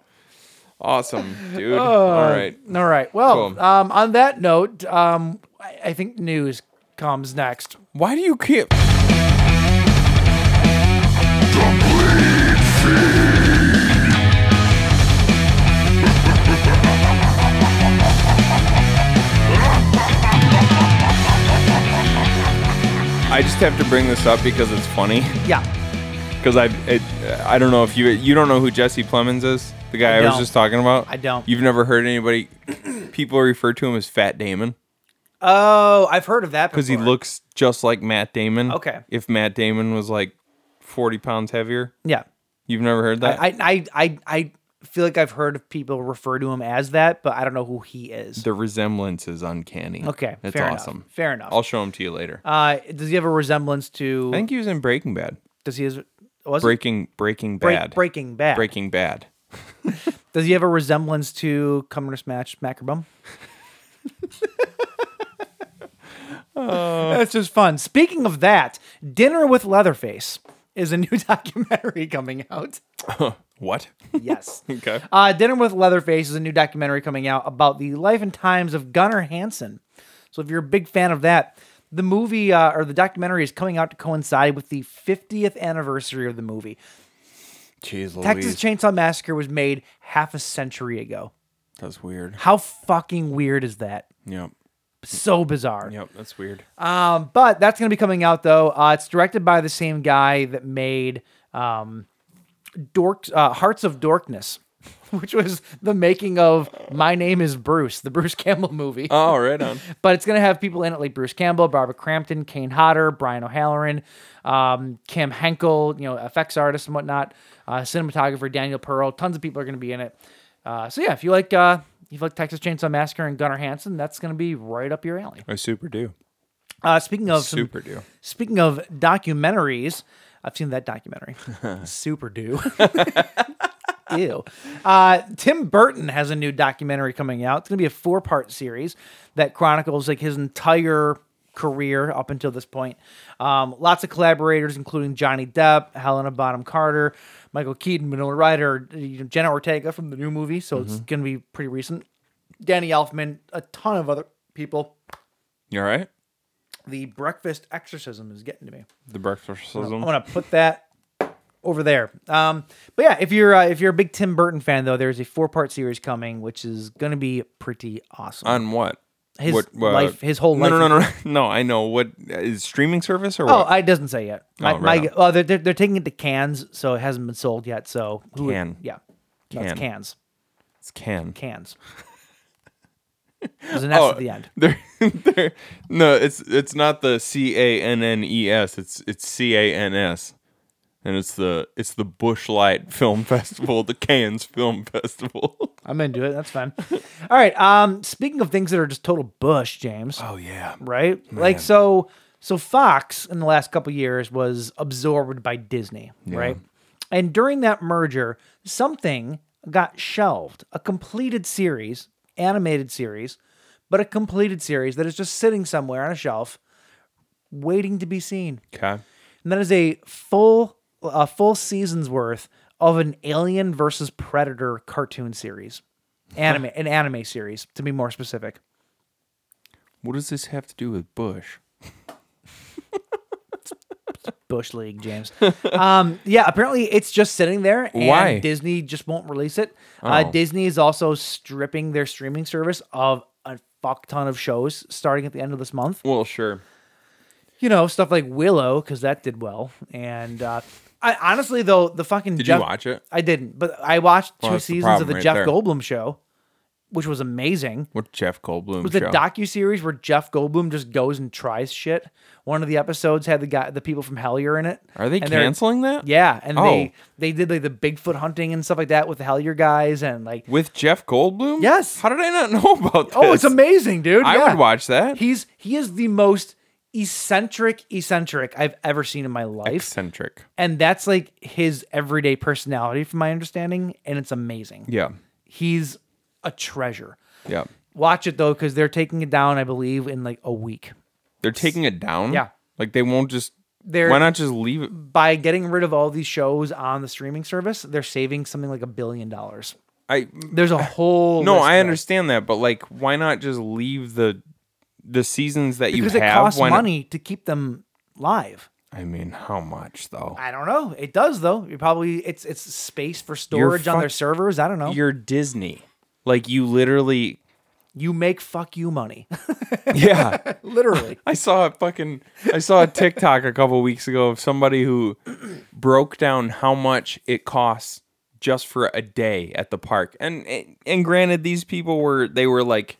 B: Awesome, dude. All right.
C: All right. Well,
B: Cool.
C: um, on that note, um, I, I think news comes next.
B: Why do you keep. I just have to bring this up because it's funny.
C: Yeah.
B: Because I, it, I don't know if you, you don't know who Jesse Plemons is, the guy
C: I
B: I, was
C: don't.
B: just talking about.
C: I don't.
B: You've never heard anybody, people refer to him as Fat Damon
C: Oh, I've heard of that
B: because he
C: before.
B: looks just like Matt Damon.
C: Okay.
B: If Matt Damon was like forty pounds heavier,
C: Yeah.
B: you've never heard that.
C: I, I, I, I feel like I've heard of people refer to him as that, but I don't know who he is.
B: the resemblance is uncanny.
C: Okay,
B: It's
C: fair enough,
B: awesome.
C: fair enough.
B: I'll show him to you later.
C: Uh, does he have a resemblance to?
B: I think he was in Breaking Bad.
C: does he has was it?
B: Breaking Breaking
C: Break-
B: Bad.
C: Breaking Bad?
B: Breaking Bad.
C: Does he have a resemblance to Cumber to Smash Mackerbum? That's just fun. Speaking of that, Dinner with Leatherface is a new documentary coming out.
B: What?
C: Yes.
B: Okay.
C: Uh, Dinner with Leatherface is a new documentary coming out about the life and times of Gunnar Hansen. So if you're a big fan of that, the movie uh, or the documentary is coming out to coincide with the 50th anniversary of the movie.
B: Jeez Louise.
C: Texas Chainsaw Massacre was made half a century ago.
B: That's weird.
C: How fucking weird is that?
B: Yep.
C: So bizarre.
B: Yep. That's weird.
C: Um, but that's going to be coming out though. Uh, it's directed by the same guy that made um, Dork uh, Hearts of Dorkness, which was the making of My Name Is Bruce, the Bruce Campbell movie.
B: oh, right on.
C: but it's going to have people in it like Bruce Campbell, Barbara Crampton, Kane Hodder, Brian O'Halloran, um, Kim Henkel, you know, effects artist and whatnot, uh, cinematographer Daniel Pearl. Tons of people are going to be in it. Uh, so yeah, if you like uh, if you like Texas Chainsaw Massacre and Gunnar Hansen, that's going to be right up your alley.
B: I super do.
C: Uh, speaking of some-
B: Super do.
C: Speaking of documentaries, I've seen that documentary. Super do. Ew. Uh, Tim Burton has a new documentary coming out. It's going to be a four part series that chronicles like his entire career up until this point. Um, lots of collaborators, including Johnny Depp, Helena Bonham Carter, Michael Keaton, Winona Ryder, you know, Jenna Ortega from the new movie. So it's going to be pretty recent. Danny Elfman, a ton of other people.
B: You all right?
C: The breakfast exorcism is getting to me.
B: The breakfastism.
C: I'm gonna put that over there. Um, but yeah, if you're uh, if you're a big Tim Burton fan though, there's a four part series coming, which is gonna be pretty awesome.
B: On what? uh,
C: His life- his whole
B: no,
C: life-
B: No, no, no, no. I know. What is streaming service or
C: oh,
B: what?
C: I it doesn't say yet. My,
B: Oh, right
C: my-
B: on.
C: well, they're, they're they're taking it to cans, so it hasn't been sold yet. So who would-
B: Can.
C: yeah, No, it's
B: Can.
C: cans,
B: it's can.
C: cans. There's an
B: Oh,
C: S at the end.
B: There, there. No, it's it's not the C A N N E S. It's it's C A N S, and it's the it's the Bushlight Film Festival, the Cannes Film Festival.
C: I'm into it. That's fine. All right. Um, speaking of things that are just total bush, James.
B: Oh yeah.
C: right? Like so so Fox in the last couple years was absorbed by Disney, right? And during that merger, something got shelved, a completed series, animated series, but a completed series that is just sitting somewhere on a shelf waiting to be seen.
B: Okay.
C: And that is a full a full season's worth of an Alien versus Predator cartoon series. Anime an anime series to be more specific.
B: What does this have to do with Bush?
C: Bush League, James. um, yeah, apparently it's just sitting there, and
B: Why? Oh.
C: Disney just won't release it. Uh, Disney is also stripping their streaming service of a fuck ton of shows starting at the end of this month.
B: Well, sure.
C: You know, stuff like Willow because that did well, and uh, I honestly though the fucking
B: Did
C: Jeff,
B: you watch it?
C: I didn't, but I watched
B: Well,
C: two
B: that's the
C: seasons of
B: problem
C: the
B: right
C: Jeff
B: there.
C: Goldblum show, which was amazing.
B: What Jeff Goldblum?
C: It was
B: show?
C: a docu series where Jeff Goldblum just goes and tries shit. One of the episodes had the guy, the people from Hellier in it.
B: Are they
C: and they're-
B: canceling that?
C: Yeah, and they
B: Oh.
C: they did like the Bigfoot hunting and stuff like that with the Hellier guys and like.
B: With Jeff Goldblum?
C: Yes.
B: How did I not know about this?
C: Oh, it's amazing, dude!
B: I
C: Yeah.
B: would watch that.
C: He's he is the most eccentric eccentric I've ever seen in my life,
B: eccentric.
C: and that's like his everyday personality, from my understanding, and it's amazing.
B: Yeah.
C: he's a treasure.
B: Yeah.
C: Watch it though, because they're taking it down, I believe, in like a week.
B: They're taking it down.
C: Yeah.
B: Like they won't just.
C: They're-
B: why not just leave it?
C: by getting rid of all these shows on the streaming service, they're saving something like a billion dollars.
B: I
C: There's a whole
B: no,
C: list
B: I
C: there.
B: understand that, but like, why not just leave the the seasons that
C: because
B: you
C: it
B: have?
C: costs
B: why not-
C: money to keep them live.
B: I mean, how much though?
C: I don't know. It does though. You probably it's it's space for storage on
B: fuck-
C: their servers. I don't know.
B: You're Disney. Like you literally.
C: You make fuck you money,
B: Yeah.
C: literally.
B: I saw a fucking I saw a TikTok a couple weeks ago of somebody who broke down how much it costs just for a day at the park. And and granted these people were they were like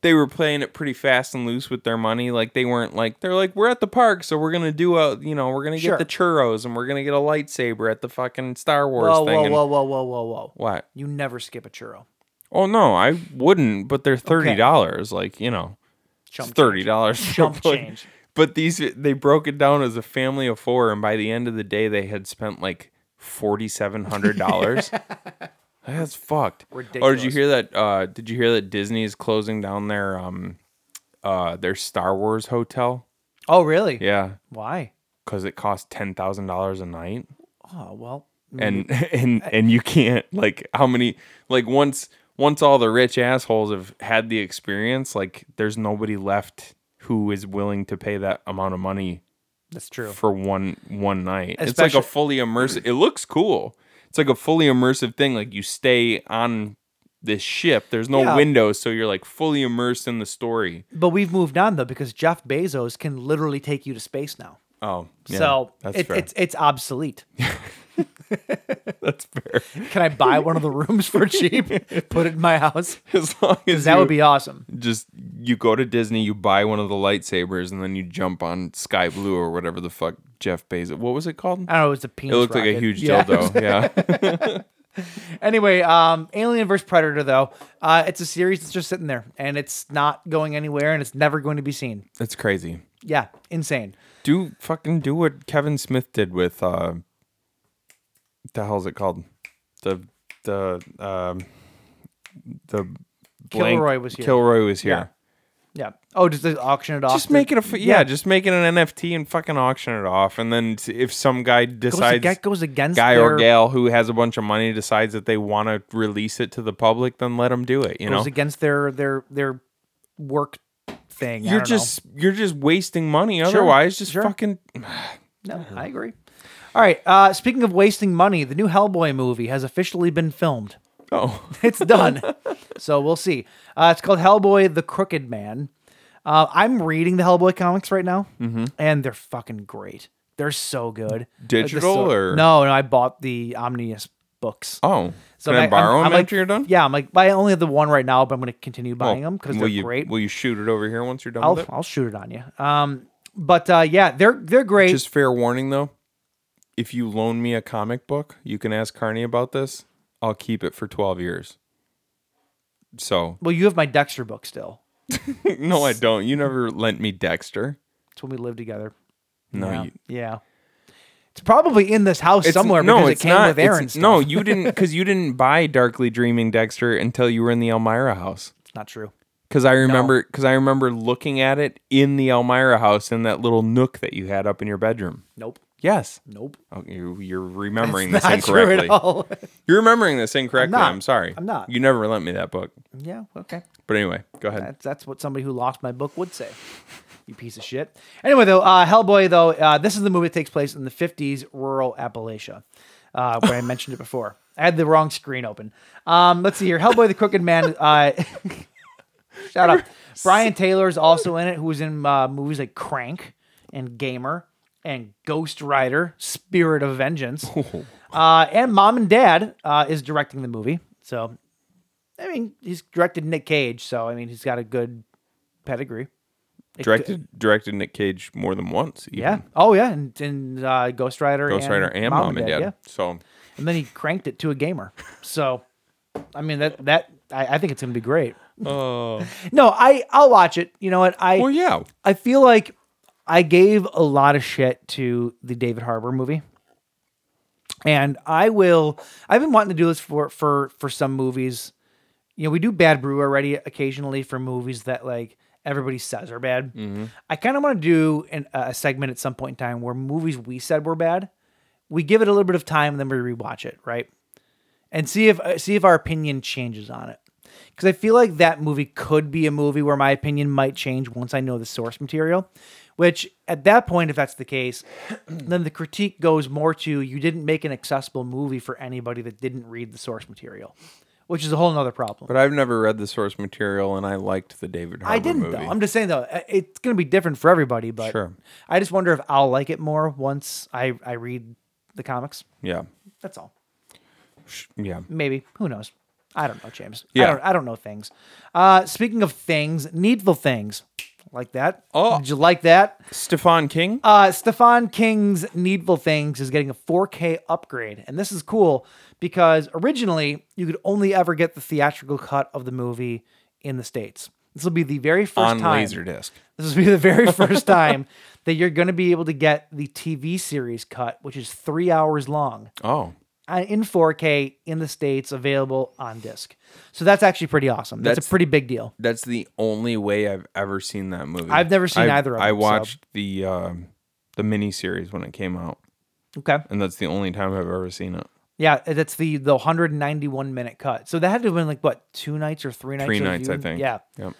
B: they were playing it pretty fast and loose with their money. Like they weren't like they're like we're at the park, so we're gonna do a you know we're gonna
C: Sure.
B: get the churros and we're gonna get a lightsaber at the fucking Star Wars
C: Whoa,
B: thing.
C: whoa,
B: and-
C: whoa, whoa, whoa, whoa, whoa!
B: What?
C: You never skip a churro.
B: Oh no, I wouldn't. But they're thirty dollars. Like you know,
C: Chump
B: it's thirty dollars.
C: Chump change.
B: But these they broke it down as a family of four, and by the end of the day, they had spent like forty seven hundred dollars. That's fucked. Or did you
C: Ridiculous.
B: hear that? Uh, did you hear that Disney is closing down their um, uh, their Star Wars hotel?
C: Oh, really?
B: Yeah,
C: Why?
B: because it costs ten thousand dollars a night
C: Oh well.
B: and
C: Mm-hmm.
B: and and you can't like how many like once once all the rich assholes have had the experience like there's nobody left who is willing to pay that amount of money
C: That's true.
B: for one one night it's like a
C: Especially-
B: fully immersive it looks cool it's like a fully immersive thing like you stay on this ship there's no
C: Yeah.
B: windows so you're like fully immersed in the story
C: But we've moved on though because Jeff Bezos can literally take you to space now.
B: oh yeah,
C: so
B: that's
C: it,
B: fair
C: it's it's obsolete.
B: that's fair
C: Can I buy one of the rooms for cheap? Put it in my house.
B: as long as
C: That
B: you-
C: would be awesome.
B: just you go to Disney, you buy one of the lightsabers, and then you jump on Sky Blue or whatever the fuck Jeff Bezos. What was it called?
C: I don't know. It's a
B: It
C: penis.
B: looked like a
C: Uh, rocket.
B: huge
C: Yeah.
B: dildo. Yeah.
C: Anyway, um, Alien vs Predator though, uh, it's a series that's just sitting there and it's not going anywhere and it's never going to be seen.
B: That's crazy.
C: Yeah, insane.
B: Do fucking do what Kevin Smith did with uh the hell's it called? The the um the blank
C: Kilroy was here.
B: Kilroy was here.
C: Yeah. Oh, just like, auction it off.
B: Just
C: to-
B: make it a f- yeah, Just make it an NFT and fucking auction it off, and then t- if some guy
C: goes,
B: decides
C: ag- goes against
B: guy or
C: their-
B: gal who has a bunch of money decides that they want to release it to the public, then let them do it. You
C: goes
B: know,
C: against their their their work thing. I
B: you're
C: don't know.
B: just you're just wasting money. Otherwise, just
C: sure.
B: fucking
C: No, I agree. All right. Uh, speaking of wasting money, the new Hellboy movie has officially been filmed.
B: oh
C: It's done. so we'll see. Uh, it's called Hellboy the Crooked Man. Uh, I'm reading the Hellboy comics right now,
B: Mm-hmm.
C: and they're fucking great. They're so good. Like, the
B: Digital
C: so-
B: or-
C: no? No, I bought the Omnius books.
B: oh.
C: So
B: Can I,
C: I'm-
B: borrow
C: I'm-
B: 'em
C: I'm like-
B: after you're done?
C: Yeah, I'm like, but I only have the one right now, but I'm going to continue
B: Well,
C: buying them because
B: will
C: they're
B: you,
C: great.
B: Will you shoot it over here once you're done
C: I'll,
B: with it?
C: I'll shoot it on you. Um, but uh, yeah, they're they're great.
B: Just fair warning though, if you loan me a comic book, you can ask Carney about this. I'll keep it for twelve years. So
C: well, you have my Dexter book still.
B: no, I don't. You never lent me Dexter.
C: It's when we lived together.
B: No,
C: yeah.
B: you,
C: yeah. It's probably in this house
B: it's-
C: somewhere
B: No,
C: because
B: it's
C: it came
B: not.
C: with Aaron.
B: It's- No, you didn't because you didn't buy Darkly Dreaming Dexter until you were in the Elmira house.
C: it's not true.
B: Because I remember, because I remember looking at it in the Elmira house in that little nook that you had up in your bedroom.
C: Nope.
B: Yes.
C: Nope.
B: Oh, you, you're remembering this
C: It's not true
B: incorrectly.
C: at all.
B: You're remembering this incorrectly.
C: I'm
B: I'm,
C: not.
B: sorry.
C: I'm not.
B: You never lent me that book.
C: yeah. Okay.
B: But anyway, go ahead.
C: That's that's what somebody who lost my book would say. You piece of shit. Anyway, though, uh, Hellboy, though, uh, this is the movie that takes place in the 50s, rural Appalachia, uh, where I mentioned it before. I had the wrong screen open. Um, let's see here. Hellboy the Crooked Man. Uh, shut up. Brian Taylor is also in it, who was in uh, movies like Crank and Gamer and Ghost Rider, Spirit of Vengeance. Uh, and Mom and Dad uh, is directing the movie. So I mean, he's directed Nick Cage, so I mean, he's got a good pedigree. It
B: directed directed Nick Cage more than once. even.
C: could- yeah. Oh, yeah, and, and uh, Ghost Rider,
B: Ghost
C: and
B: Rider and Mom, and Dad. So
C: Yeah, and then he cranked it to a gamer. So, I mean, that that I, I think it's gonna be great.
B: Oh.
C: no, I I'll watch it. You know what? I
B: well, yeah.
C: I feel like I gave a lot of shit to the David Harbour movie. And I will I've been wanting to do this for for for some movies. You know, we do bad brew already occasionally for movies that like everybody says are bad. I kind of want to do an, a segment at some point in time where movies we said were bad, we give it a little bit of time and then we rewatch it, right? And see if uh, see if our opinion changes on it because I feel like that movie could be a movie where my opinion might change once I know the source material. Which at that point, if that's the case, then the critique goes more to you didn't make an accessible movie for anybody that didn't read the source material, which is a whole nother problem.
B: But I've never read the source material, and I liked the David Harbour
C: I didn't
B: movie.
C: though. I'm just saying though, i- it's going to be different for everybody. But
B: Sure.
C: I just wonder if I'll like it more once I I read the comics.
B: yeah,
C: That's all.
B: yeah.
C: maybe who knows i don't know james
B: Yeah.
C: I, don't, I don't know things uh speaking of things needful things like that
B: Oh.
C: did you like that
B: Stefan King.
C: uh stefan king's needful things is getting a 4k upgrade and this is cool because originally you could only ever get the theatrical cut of the movie in the states this will be the very first
B: on
C: time
B: Laserdisc.
C: this will be the very first time that you're going to be able to get the tv series cut which is three hours long
B: Oh,
C: uh, in 4K in the states available on disc. So that's actually pretty awesome. That's,
B: That's-
C: a pretty big deal.
B: that's the only way I've ever seen that movie.
C: I've never seen either of
B: I
C: them, so-
B: watched the um, the miniseries when it came out,
C: Okay.
B: and that's the only time I've ever seen it.
C: Yeah, that's the the 191 minute cut. So that had to have been like what two nights or three nights.
B: Three
C: of
B: nights, I
C: viewing?
B: think.
C: Yeah.
B: Yep.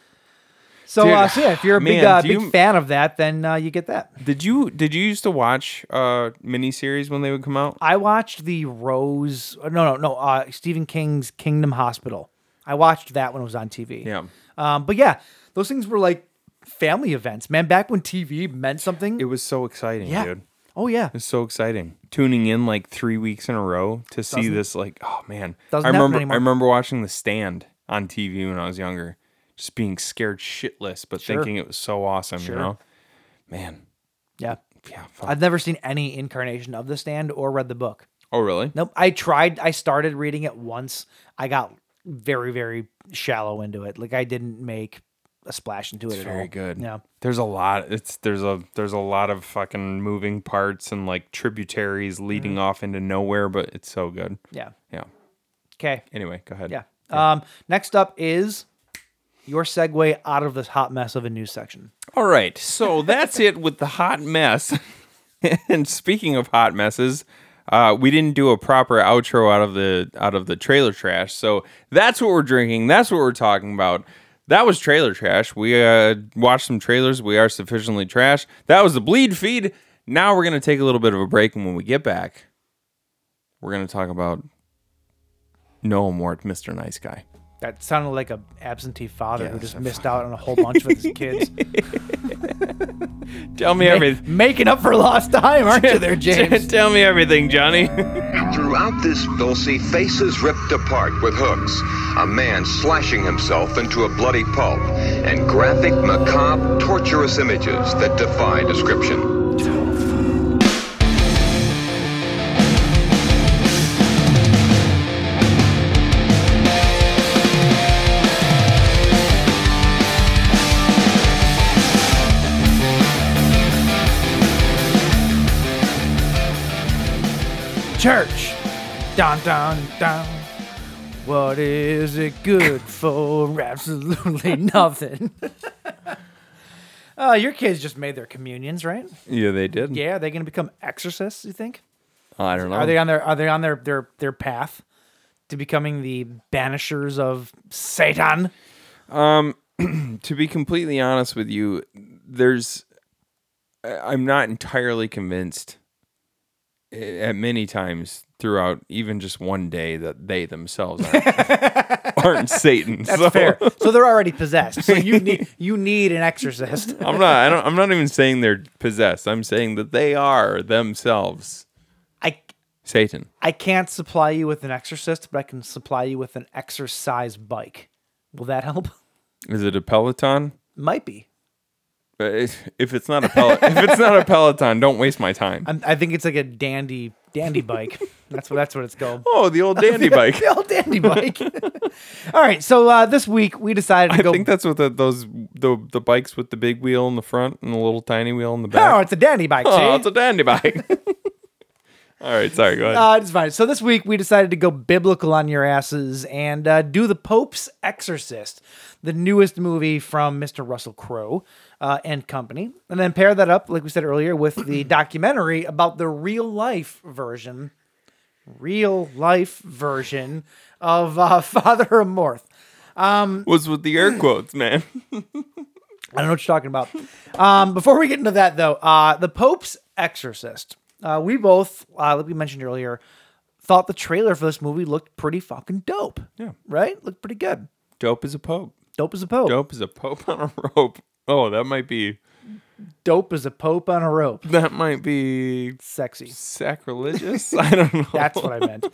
C: So,
B: Dude,
C: uh, so yeah, if you're a big
B: man,
C: uh,
B: do
C: big
B: you-
C: fan of that, then uh, you get that.
B: Did you did you used to watch uh miniseries when they would come out?
C: I watched the Rose. No, no, no. Uh, Stephen King's Kingdom Hospital. I watched that when it was on TV.
B: Yeah.
C: Um, but yeah, those things were like family events, man. Back when TV meant something.
B: It was so exciting,
C: yeah.
B: dude.
C: Oh yeah.
B: It's so exciting. Tuning in like three weeks in a row to see
C: Doesn't-
B: this, like, oh man,
C: Doesn't
B: I
C: happen
B: remember.
C: anymore.
B: I remember watching The Stand on TV when I was younger, just being scared shitless, but
C: Sure.
B: thinking it was so awesome.
C: Sure.
B: You know, man,
C: Yeah.
B: yeah. Fuck.
C: I've never seen any incarnation of The Stand or read the book.
B: oh really?
C: Nope. I tried. I started reading it once. I got very, very shallow into it. Like I didn't make a splash into it
B: It's
C: at
B: very
C: all.
B: good.
C: Yeah.
B: There's a lot. It's there's a there's a lot of fucking moving parts and like tributaries leading off into nowhere, but it's so good.
C: Mm. Yeah.
B: Yeah.
C: Okay.
B: Anyway, go ahead.
C: Yeah. Um, next up is your segue out of this hot mess of a news section.
B: All right, so that's it with the hot mess. and speaking of hot messes, uh, we didn't do a proper outro out of the out of the trailer trash. So that's what we're drinking. That's what we're talking about. That was trailer trash. We uh, watched some trailers. We are sufficiently trash. That was the bleed feed. Now we're gonna take a little bit of a break, and when we get back, we're gonna talk about Noah Mort, Mister Nice Guy.
C: That sounded like a absentee father
B: Yeah,
C: who
B: that's
C: just
B: a
C: missed out on a whole bunch with his kids.
B: Tell me everything.
C: Making up for lost time, aren't you there, James?
B: Tell me everything, Johnny.
J: Throughout this, they'll see faces ripped apart with hooks, a man slashing himself into a bloody pulp, and graphic, macabre, torturous images that defy description.
C: Church. Dun dun dun. What is it good for? Absolutely nothing. uh, your kids just made their communions, right?
B: yeah, they did.
C: Yeah, are they going to become exorcists? You think?
B: I don't know.
C: Are they on their Are they on their their their path to becoming the banishers of Satan?
B: to be completely honest with you, there's I- I'm not entirely convinced a- at many times throughout even just one day that they themselves aren't, aren't Satan. That's so
C: Fair. So they're already possessed. So you need you need an exorcist.
B: I'm not I don't I'm not even saying they're possessed. I'm saying that they are themselves
C: I
B: Satan.
C: I can't supply you with an exorcist, but I can supply you with an exercise bike. Will that help?
B: Is it a Peloton?
C: Might be.
B: Uh, If if it's not a Pel- if it's not a Peloton, don't waste my time.
C: I'm, I think it's like a dandy dandy bike. that's what that's what it's called.
B: oh, the old dandy bike.
C: The old dandy bike. All right. So uh, this week we decided to
B: I
C: go.
B: think that's what the, those the the bikes with the big wheel in the front and the little tiny wheel in the back.
C: oh, it's a dandy bike. see?
B: Oh, it's a dandy bike. All right, sorry, go ahead.
C: Uh, it's fine. So this week we decided to go biblical on your asses and uh, do the Pope's Exorcist, the newest movie from Mr. Russell Crowe uh, and company, and then pair that up, like we said earlier, with the documentary about the real life version, real life version of uh, Father Amorth.
B: was with the air quotes, man.
C: I don't know what you're talking about. Um, before we get into that, though, uh, the Pope's Exorcist. Uh, we both, uh, like we mentioned earlier, thought the trailer for this movie looked pretty fucking dope. Yeah. Right? Looked pretty good.
B: Dope is a pope.
C: Dope as a Pope. Dope,
B: Dope is a pope on a rope. Oh, that might be
C: as a Pope on a rope.
B: that might be
C: Sexy.
B: sacrilegious. I don't know.
C: That's what I meant.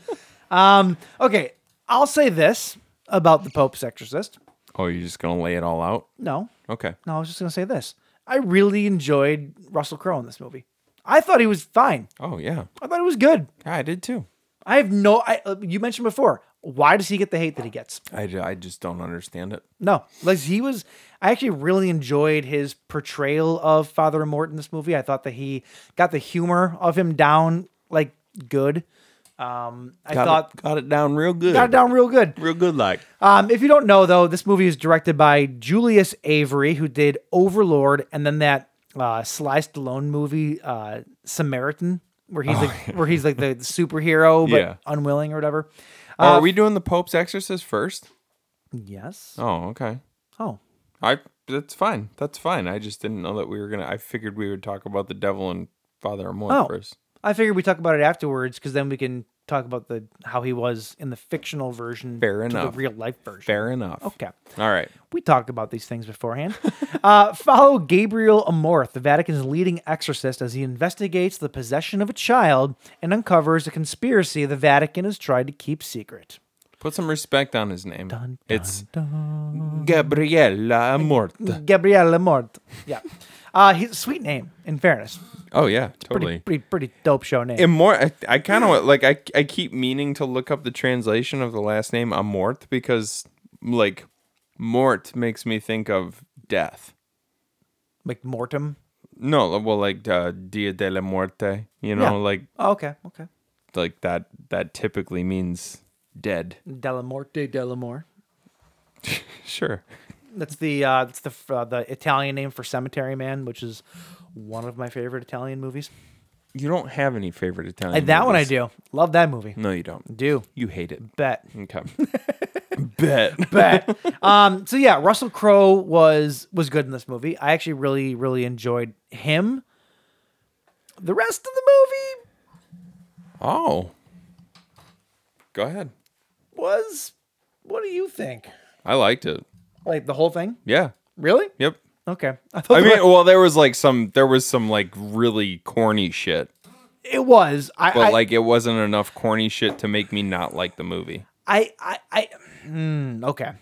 C: Um, okay. I'll say this about the Pope's Exorcist.
B: oh, you're just gonna lay it all out?
C: No,
B: Okay.
C: no, I was just going to say this. I really enjoyed Russell Crowe in this movie. I thought he was fine.
B: Oh yeah.
C: I thought he was good.
B: Yeah, I did too.
C: I have no. I, uh, you mentioned before. Why does he get the hate that he gets?
B: I, ju- I just don't understand it.
C: No, like he was. I actually really enjoyed his portrayal of Father Mort in this movie. I thought that he got the humor of him down like good. Um, I
B: Got
C: thought
B: it, got it down real good.
C: got it down real good.
B: real good like.
C: Um, if you don't know though, this movie is directed by Julius Avery, who did Overlord, and then that uh, Sly Stallone movie uh, Samaritan, where he's like where he's like the superhero but
B: Oh, Yeah.
C: unwilling or whatever. Uh,
B: Are we doing the Pope's exorcist first?
C: Yes.
B: Oh, okay.
C: Oh,
B: I that's fine. That's fine. I just didn't know that we were gonna. I figured we would talk about the devil and Father Amor
C: Oh.
B: first.
C: I figured we talk about it afterwards because then we can talk about the how he was in the fictional version
B: Fair
C: to
B: enough.
C: the real life version.
B: Fair enough.
C: Okay.
B: All right.
C: We talked about these things beforehand. uh, follow Gabriel Amorth, the Vatican's leading exorcist, as he investigates the possession of a child and uncovers a conspiracy the Vatican has tried to keep secret.
B: Put some respect on his name. it's Gabriella
C: mm.
B: Amorta.
C: Gabriel Amorth. Yeah. Uh, he's sweet name, in fairness.
B: Oh yeah,
C: Pretty,
B: totally.
C: pretty, pretty dope show name.
B: Amor. I, I kind of like. I I keep meaning to look up the translation of the last name Amort because like Mort makes me think of death.
C: like Mortem.
B: No, well, like uh, Dia de la Muerte. You know,
C: Yeah.
B: like
C: Oh, okay, okay.
B: like that. That typically means dead.
C: Delamorte Delamore.
B: Sure.
C: That's the uh, that's the f- uh, the Italian name for Cemetery Man, which is one of my favorite Italian movies.
B: You don't have any favorite Italian.
C: And Uh, that one I
B: movies.
C: do. Love that movie.
B: No, you don't.
C: Do
B: You hate it.
C: bet
B: Okay. Bet.
C: bet. um, so yeah, Russell Crowe was was good in this movie. I actually really really enjoyed him. The rest of the movie
B: Oh. Go ahead.
C: was. What do you think?
B: I liked it.
C: Like the whole thing?
B: Yeah.
C: Really?
B: Yep.
C: Okay. I thought
B: I
C: the
B: mean,
C: re-
B: well, there was like some, there was some like really corny shit,
C: it was. I,
B: but
C: I,
B: like it wasn't enough corny shit to make me not like the movie.
C: I I I mm, okay.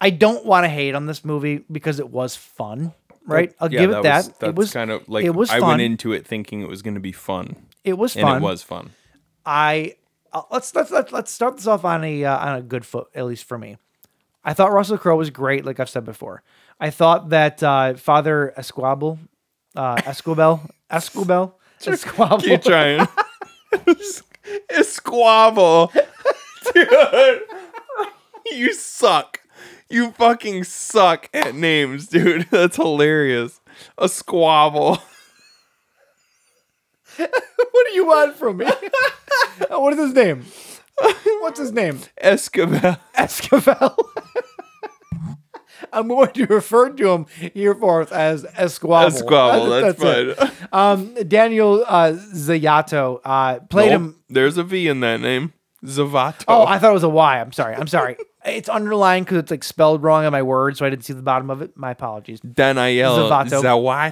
C: I don't want to hate on this movie because it was fun, right? I'll give it that.
B: Was,
C: it was
B: kind of like
C: it was
B: I
C: fun.
B: went into it thinking it was going to be fun,
C: it was
B: and
C: fun.
B: it was fun.
C: I uh, let's let's let's let's start this off on a uh, on a good foot, at least for me. I thought Russell Crowe was great, like I've said before. I thought that uh, Father Esquabel, uh, Escobel, Escobel, Esquabel.
B: Keep trying. it's squabble, dude. You suck. You fucking suck at names, dude. That's hilarious. A squabble.
C: What do you want from me? Uh, what is his name? What's his name?
B: Escobar.
C: Esquivel. I'm going to refer to him hereforth as Esquabel.
B: A squabble. That's,
C: it.
B: fine.
C: Um, Daniel uh, Zayato uh, played
B: Nope,
C: him.
B: Oh, There's a V in that name. Zavato.
C: Oh, I thought it was a Y. I'm sorry. I'm sorry. it's underlying because it's like spelled wrong on my word, so I didn't see the bottom of it. My apologies.
B: Daniel
C: Zavato.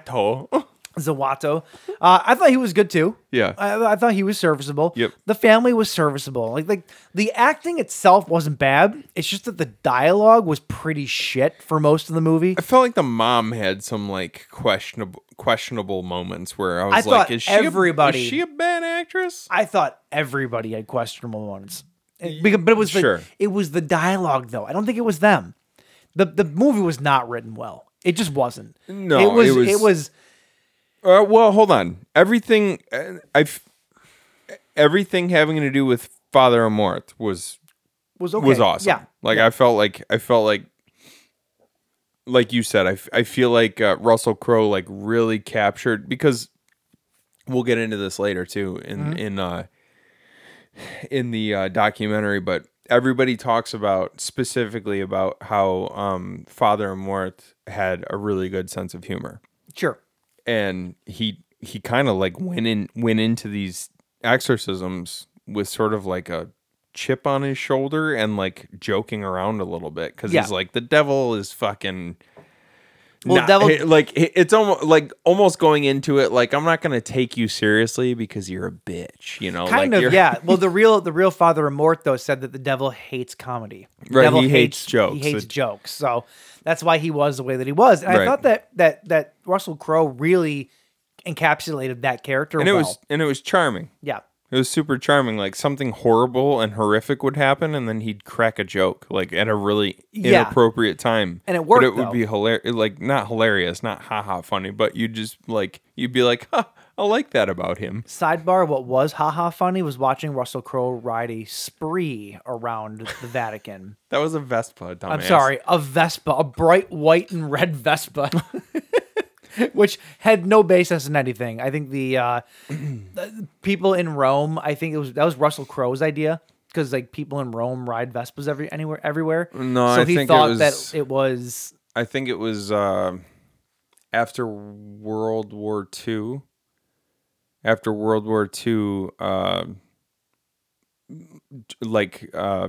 B: Zawato.
C: Zawato. Uh, I thought he was good too.
B: Yeah.
C: I, I thought he was serviceable.
B: Yep.
C: The family was serviceable. Like like the acting itself wasn't bad. It's just that the dialogue was pretty shit for most of the movie.
B: I felt like the mom had some like questionable questionable moments where I was like,
C: thought
B: is she A,
C: everybody-
B: is she a bad actress?
C: I thought everybody had questionable moments. It- because- but it was
B: Sure.
C: the, it was the dialogue though. I don't think it was them. The the movie was not written well. It just wasn't.
B: No,
C: it was
B: it
C: it
B: was-
C: was,
B: Uh, well, hold on. Everything uh, I've everything having to do with Father Amort was
C: was okay.
B: was awesome.
C: Yeah.
B: Like I felt like I felt like like you said I, f- I feel like uh, Russell Crowe like really captured because we'll get into this later too in
C: Mm-hmm.
B: in uh in the uh, documentary but everybody talks about specifically about how um Father Amort had a really good sense of humor
C: Sure.
B: and he he kind of like went in went into these exorcisms with sort of like a chip on his shoulder and like joking around a little bit because
C: Yeah.
B: he's like the devil is fucking
C: Well,
B: not-
C: devil-
B: it- like it- it's almost like almost going into it like I'm not gonna take you seriously because you're a bitch, you know?
C: Kind
B: like,
C: of,
B: you're-
C: yeah. Well, the real the real Father Amort though said that the devil hates comedy. The
B: Right,
C: devil
B: he hates jokes.
C: He hates
B: It-
C: jokes. So that's why he was the way that he was. And
B: Right.
C: I thought that that that Russell Crowe really encapsulated that character.
B: And it
C: well.
B: was and it was charming.
C: yeah.
B: It was super charming. Like something horrible and horrific would happen, and then he'd crack a joke, like at a really
C: Yeah.
B: inappropriate time.
C: And it
B: But
C: worked,
B: it would
C: though.
B: be hilarious, like not hilarious, not haha funny, but you'd just like you'd be like, huh, I like that about him.
C: Sidebar: What was haha funny was watching Russell Crowe ride a spree around the Vatican.
B: That was a Vespa, dumbass.
C: I'm sorry, a Vespa, a bright white and red Vespa, which had no basis in anything. I think the, uh, the people in Rome, I think it was that was Russell Crowe's idea because like people in Rome ride Vespas every anywhere everywhere.
B: No,
C: so
B: I
C: he
B: think it
C: thought
B: was-
C: that it was
B: I think it was uh, after World War II. After World War II, uh, like uh,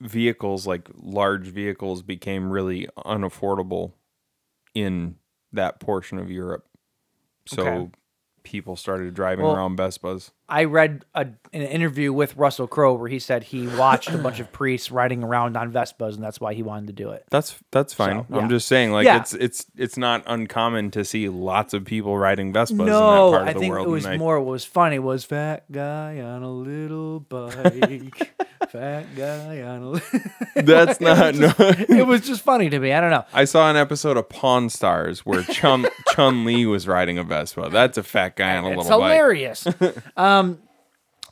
B: vehicles, like large vehicles, became really unaffordable in that portion of Europe. So
C: Okay.
B: people started driving
C: Well-
B: around Vespas.
C: I read a, an interview with Russell Crowe where he said he watched a bunch of priests riding around on Vespas and that's why he wanted to do it.
B: That's that's fine.
C: So, yeah.
B: I'm just saying, like
C: Yeah.
B: it's it's it's not uncommon to see lots of people riding Vespas in
C: No,
B: that part of
C: I
B: the
C: think
B: world.
C: it was
B: and I-
C: more. What was funny was fat guy on a little bike, fat guy on a. Li-
B: That's not no.
C: it was just funny to me. I don't know.
B: I saw an episode of Pawn Stars where Chun Chun Li was riding a Vespa. That's a fat guy on a
C: It's
B: little bike.
C: hilarious. um,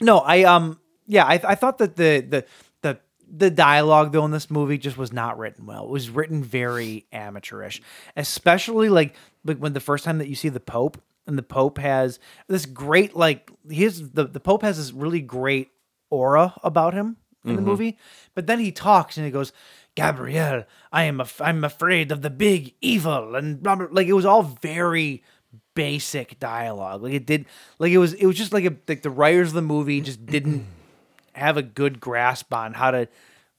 C: no, I um, yeah, I, I thought that the the the the dialogue though in this movie just was not written well. It was written very amateurish, especially like like when the first time that you see the Pope and the Pope has this great like his the the Pope has this really great aura about him in
B: Mm-hmm.
C: the movie, but then he talks and he goes. Gabrielle, I am af- I'm afraid of the big evil and blah, blah like it was all very basic dialogue. Like it did like it was it was just like a like the writers of the movie just didn't have a good grasp on how to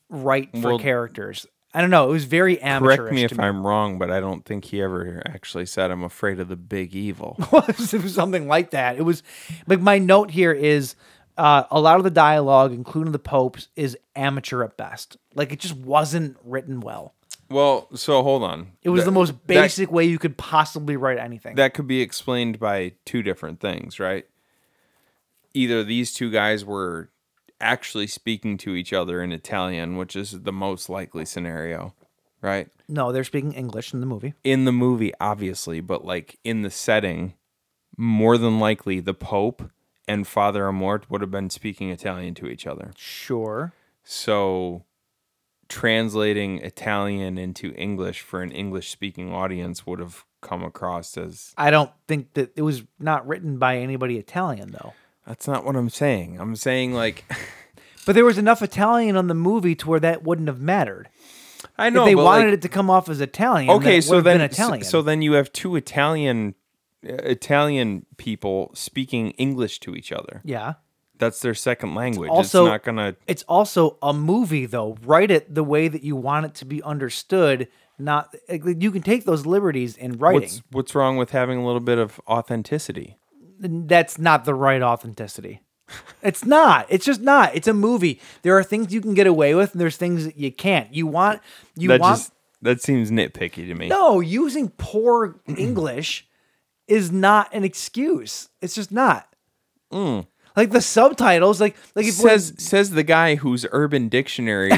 C: write for
B: Well,
C: characters. I don't know. It was very amateurish.
B: Correct me
C: to
B: if I'm wrong, but I don't think he ever actually said I'm afraid of the big evil.
C: was. It was something like that. It was like my note here is uh, a lot of the dialogue, including the Pope's, is amateur at best. Like it just wasn't written well.
B: well, so hold on.
C: It was
B: That-
C: the most
B: that-
C: basic way you could possibly write anything.
B: that could be explained by two different things, right? Either these two guys were actually speaking to each other in Italian, which is the most likely scenario, right?
C: no, they're speaking English in the movie.
B: In the movie, obviously, but like in the setting, more than likely the Pope and Father Amort would have been speaking Italian to each other.
C: Sure.
B: So translating Italian into English for an English speaking audience would have come across as
C: I don't think that it was not written by anybody Italian though.
B: that's not what I'm saying. I'm saying like
C: But there was enough Italian on the movie to where that wouldn't have mattered.
B: I know
C: if they
B: but,
C: wanted
B: like,
C: it to come off as Italian.
B: Okay,
C: it
B: so
C: would've
B: then
C: been
B: so-
C: Italian.
B: So, then you have two Italian uh, Italian people speaking English to each other.
C: yeah.
B: That's their second language.
C: Also,
B: it's not gonna.
C: It's also a movie though. Write it the way that you want it to be understood. Not like, you can take those liberties in writing.
B: What's what's wrong with having a little bit of authenticity?
C: That's not the right authenticity. It's not. It's just not. It's a movie. There are things you can get away with, and there's things that you can't. You want. You
B: that
C: want.
B: just that seems nitpicky to me.
C: No, using poor English is not an excuse. It's just not. Like the subtitles, like like it
B: says says the guy whose Urban Dictionary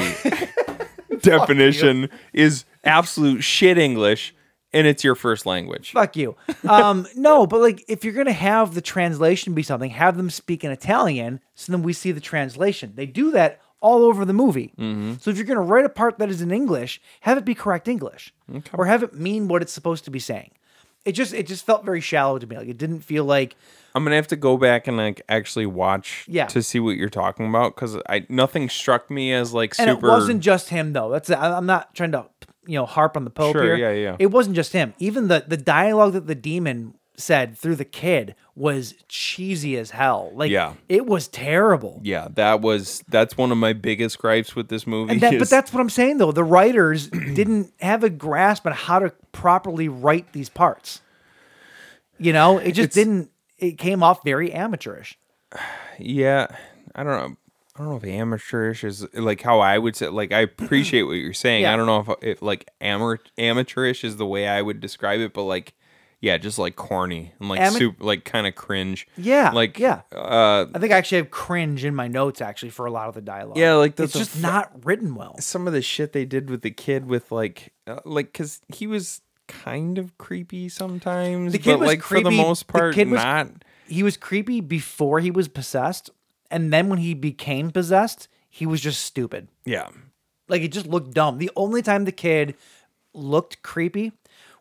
B: definition is absolute shit English, and it's your first language.
C: fuck you. Um, no, but like if you're gonna have the translation be something, have them speak in Italian, so then we see the translation. They do that all over the movie. So if you're gonna write a part that is in English, have it be correct English, or have it mean what it's supposed to be saying. It just it just felt very shallow to me. Like it didn't feel like
B: I'm gonna have to go back and like actually watch
C: Yeah.
B: to see what you're talking about because I nothing struck me as like
C: and
B: super.
C: it wasn't just him though. That's I- I'm not trying to you know harp on the Pope
B: Sure,
C: here.
B: yeah, yeah.
C: It wasn't just him. Even the the dialogue that the demon said through the kid was cheesy as hell. Like
B: Yeah.
C: it was terrible.
B: yeah, that was that's one of my biggest gripes with this movie.
C: And that, but
B: is-
C: that's what I'm saying though. The writers didn't have a grasp on how to properly write these parts. You know, it just didn't. It came off very amateurish.
B: yeah, I don't know. I don't know if amateurish is like how I would say. Like I appreciate what you're saying.
C: Yeah.
B: I don't know if, if like amateur amateurish is the way I would describe it, but like yeah, just like corny and like
C: Ama-
B: soup, like kind of cringe.
C: Yeah,
B: like
C: yeah.
B: uh,
C: I think I actually have cringe in my notes actually for a lot of the dialogue.
B: Yeah, like, the-
C: it's
B: the
C: just
B: fu-
C: not written well.
B: some of the shit they did with the kid with like uh, like because he was kind of creepy sometimes
C: The kid
B: but
C: was
B: like for the
C: creepy-
B: most
C: the
B: part
C: kid was-
B: not
C: he was creepy before he was possessed, and then when he became possessed, he was just stupid.
B: yeah
C: Like it just looked dumb. The only time the kid looked creepy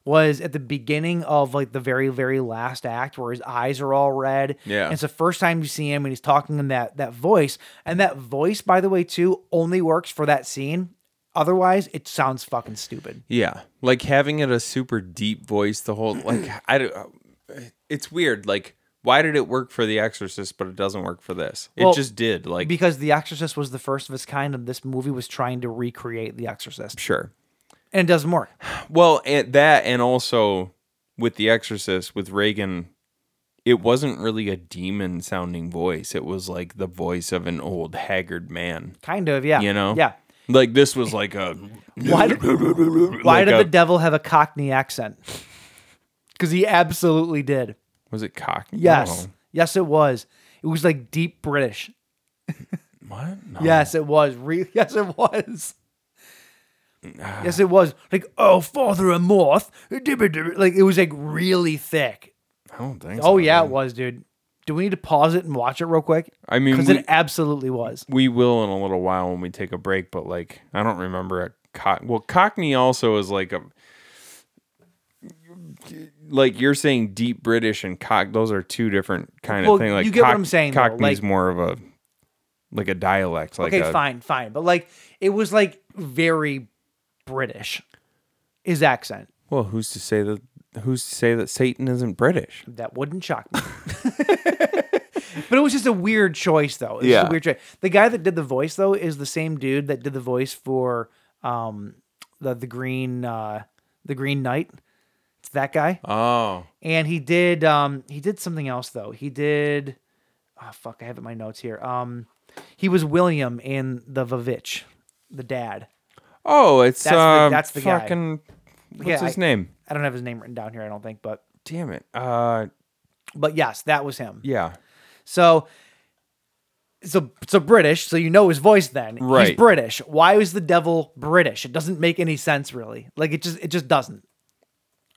C: was at the beginning of like the very very last act where his eyes are all red.
B: Yeah.
C: And it's the first time you see him and he's talking in that that voice. And that voice, by the way, too, only works for that scene. Otherwise, it sounds fucking stupid.
B: yeah like having it a super deep voice the whole like i don't it's weird like why did it work for the exorcist but it doesn't work for this it
C: Well,
B: just did like
C: Because The Exorcist was the first of its kind, and this movie was trying to recreate The Exorcist.
B: sure
C: And it doesn't work.
B: well and that and also with the exorcist with reagan it wasn't really a demon sounding voice it was like the voice of an old haggard man
C: Kind of, yeah.
B: you know
C: Yeah.
B: like this was like a
C: Why did, why
B: like
C: did
B: a-
C: the devil have a Cockney accent? Because he absolutely did.
B: was it cockney
C: Yes.
B: Oh.
C: Yes, it was. It was like deep British.
B: No. what No.
C: Yes, it was. Re- yes, it was. yes, it was. Like, oh, Father Amorth. Like, it was like really thick.
B: i don't think so
C: Oh, yeah, it
B: man.
C: was, dude. Do we need to pause it and watch it real quick?
B: I mean,
C: because
B: we- Oh
C: it absolutely was.
B: we will in a little while when we take a break but like i don't remember a cock well cockney also is like a like you're saying deep british and cock those are two different kind
C: Well,
B: of thing like
C: you get what
B: cock-
C: I'm saying, though,
B: cockney's
C: like-
B: more of a like a dialect like
C: okay,
B: a,
C: fine, fine, but like it was like very British. His accent
B: well who's to say that who's to say that satan isn't british
C: that wouldn't shock me. But it was just a weird choice, though. It was just
B: Yeah.
C: a weird choice. The guy that did the voice, though, is the same dude that did the voice for um the the Green uh the Green Knight. It's that guy.
B: oh
C: and he did um he did something else though he did oh fuck i have it in my notes here um he was william in the vavitch the dad
B: oh it's
C: That's the-
B: uh
C: that's the guy.
B: fucking what's
C: Yeah,
B: his
C: I-
B: name
C: i don't have his name written down here i don't think but
B: damn it uh
C: but yes that was him
B: yeah
C: so so so british so you know his voice then he's
B: Right.
C: british why is the devil british it doesn't make any sense really like it just it just doesn't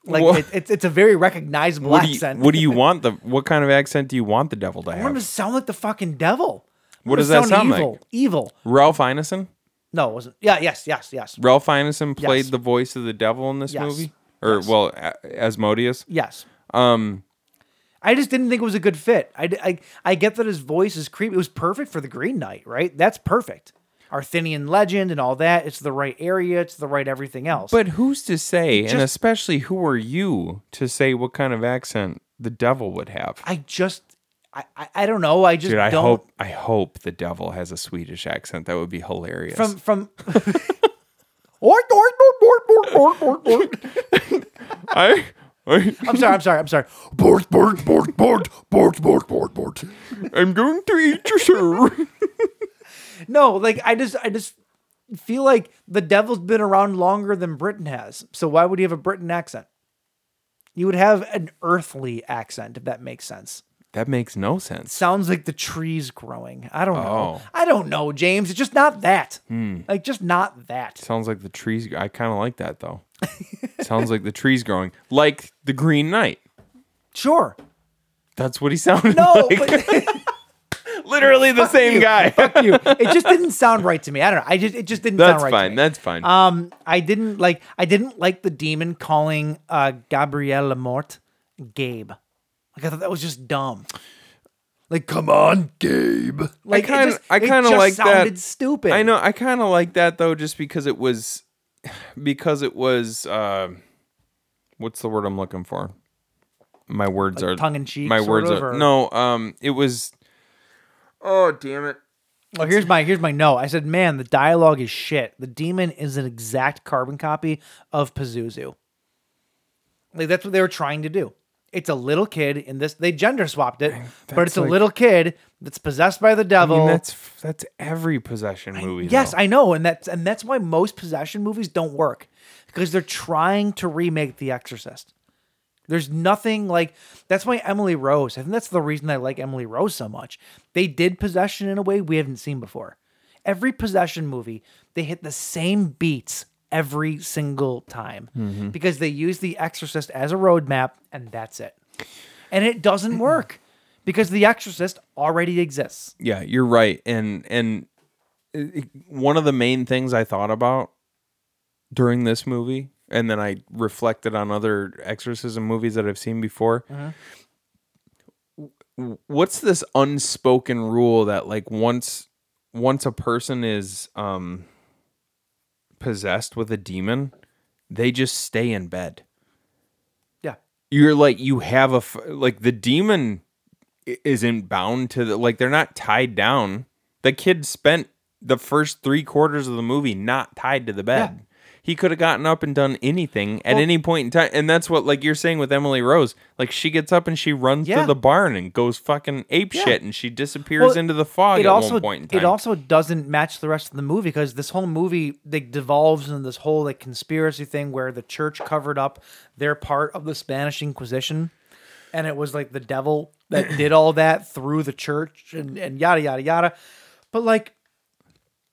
C: like
B: Wha-
C: it, it's it's a very recognizable
B: what do, you,
C: accent
B: what do you want the what kind of accent do you want the devil to
C: i want him
B: have
C: to sound like the fucking devil I
B: What
C: want him
B: does
C: to
B: that sound like?
C: evil, evil
B: Ralph Ineson?
C: No, it wasn't. Yeah, yes, yes, yes.
B: Ralph Ineson played
C: Yes.
B: the voice of the devil in this
C: Yes.
B: movie, or well, A- Asmodeus.
C: Yes.
B: Um,
C: I just didn't think it was a good fit. I, d- I- I get that his voice is creepy. It was perfect for the Green Knight, right? That's perfect. Arthenian legend and all that. It's the right area. It's the right everything else.
B: but who's to say, and
C: just-
B: especially who are you to say what kind of accent the devil would have?
C: I just, I, I, I don't know. I just
B: Dude, I
C: don't.
B: hope I hope the devil has a Swedish accent. That would be hilarious.
C: From from. Oink, oink, oink, oink, oink, oink, oink, oink.
B: I, I
C: I'm sorry. I'm sorry. I'm sorry.
D: Bort, bort, bort, bort, bort, bort, bort, bort.
B: I'm going to eat you, sir.
C: No, like I just, I just feel like the devil's been around longer than Britain has. So why would he have a Britain accent? You would have an earthly accent, if that makes sense.
B: that makes no sense.
C: sounds like the trees growing. I don't know.
B: Oh. Hmm.
C: I don't know, James. It's just not that. Like just not that.
B: Sounds like the trees. I kind of like that though. Sounds like the trees growing, like the Green Knight.
C: Sure.
B: That's what he sounded
C: No,
B: like.
C: but
B: Literally the same guy.
C: fuck you. It just didn't sound right to me. I don't know. I just it just didn't
B: That's
C: sound right. To
B: fine.
C: me.
B: That's fine.
C: um I didn't like I didn't like the demon calling uh Gabrielle Lamort Gabe. Like I thought that was just dumb. Like come on.
D: Gabe.
C: Like
B: I kind
C: of
B: of, I kind of like
C: sounded
B: that.
C: stupid.
B: I know. I kind of like that though, just because it was, because it was. Uh, what's the word I'm looking for? My words
C: Like
B: are
C: tongue-in-cheek
B: My
C: sort
B: words
C: of,
B: are
C: or-
B: no. Um, it was. Oh damn it!
C: Oh, here's my here's my no. I said, man, the dialogue is shit. The demon is an exact carbon copy of Pazuzu. Like that's what they were trying to do. It's a little kid in this. They gender swapped it, but it's a
B: like-
C: little kid that's possessed by the
B: I mean,
C: devil.
B: that's that's every possession movie.
C: yes,
B: though.
C: I know, and that's and that's why most possession movies don't work because they're trying to remake The Exorcist. There's nothing like that's why Emily Rose. I think that's the reason I like Emily Rose so much. They did possession in a way we haven't seen before. Every possession movie, they hit the same beats every single time because they use The Exorcist as a roadmap, and that's it. And it doesn't work because The Exorcist already exists.
B: yeah, you're right. And and it- it- one of the main things I thought about during this movie, and then I reflected on other exorcism movies that I've seen before. W- What's this unspoken rule that like once once a person is um possessed with a demon, they just stay in bed
C: Yeah.
B: you're like you have a f- like the demon i- isn't bound to the like they're not tied down the kid spent the first three quarters of the movie not tied to the bed he could have gotten up and done anything at any point in time and that's what like you're saying with emily rose like she gets up and she runs
C: Yeah.
B: to the barn and goes fucking ape shit and she disappears
C: Well,
B: into the fog at
C: it also
B: one point in time
C: it also doesn't match the rest of the movie because this whole movie like devolves into this whole like conspiracy thing where the church covered up their part of the Spanish Inquisition, and it was like the devil that did all that through the church and, and yada yada yada, but like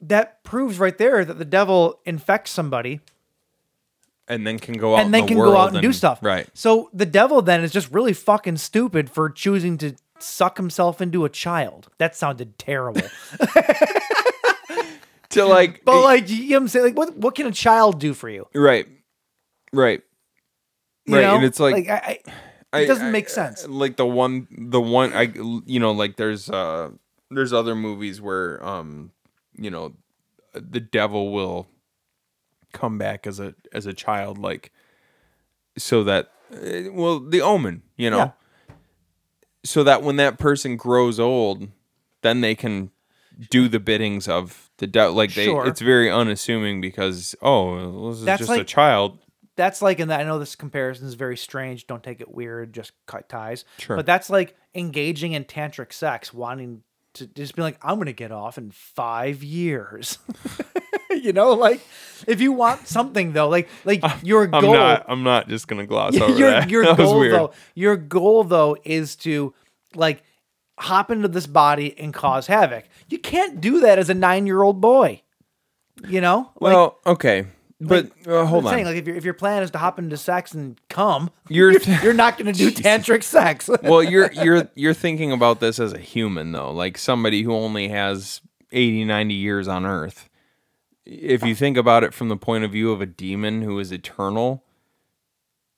C: that proves right there that the devil infects somebody
B: and then can go out
C: and then
B: in the
C: can go out
B: world
C: and, do stuff.
B: right
C: So the devil then is just really fucking stupid for choosing to suck himself into a child. That sounded terrible.
B: to like
C: but like you know what I'm saying, like what what can a child do for you?
B: right right
C: You
B: right
C: know?
B: and it's like,
C: I, I,
B: I-
C: it doesn't
B: I-
C: make sense.
B: like the one the one i you know like there's uh there's other movies where um you know the devil will come back as a as a child like so that eh, well the omen you know
C: Yeah.
B: so that when that person grows old then they can do the biddings of the devil like they
C: Sure.
B: it's very unassuming because oh well, this is
C: That's
B: just a
C: like-
B: child
C: that's like in that I know this comparison is very strange. Don't take it weird. Just cut ties.
B: Sure.
C: But that's like engaging in tantric sex, wanting to just be like, I'm gonna get off in five years. you know, like if you want something though, like like your
B: i'm
C: goal,
B: not i'm not just gonna gloss over
C: your
B: that
C: your
B: that was
C: goal
B: weird
C: though, your goal though is to like hop into this body and cause havoc. You can't do that as a nine year old boy. You know, Like,
B: Well, okay, but uh, hold
C: I'm
B: on.
C: saying, like if your if your plan is to hop into sex and come,
B: You're-
C: you're you're not going to do tantric sex.
B: well, you're you're you're thinking about this as a human though, like somebody who only has 80, 90 years on Earth. If you think about it from the point of view of a demon who is eternal,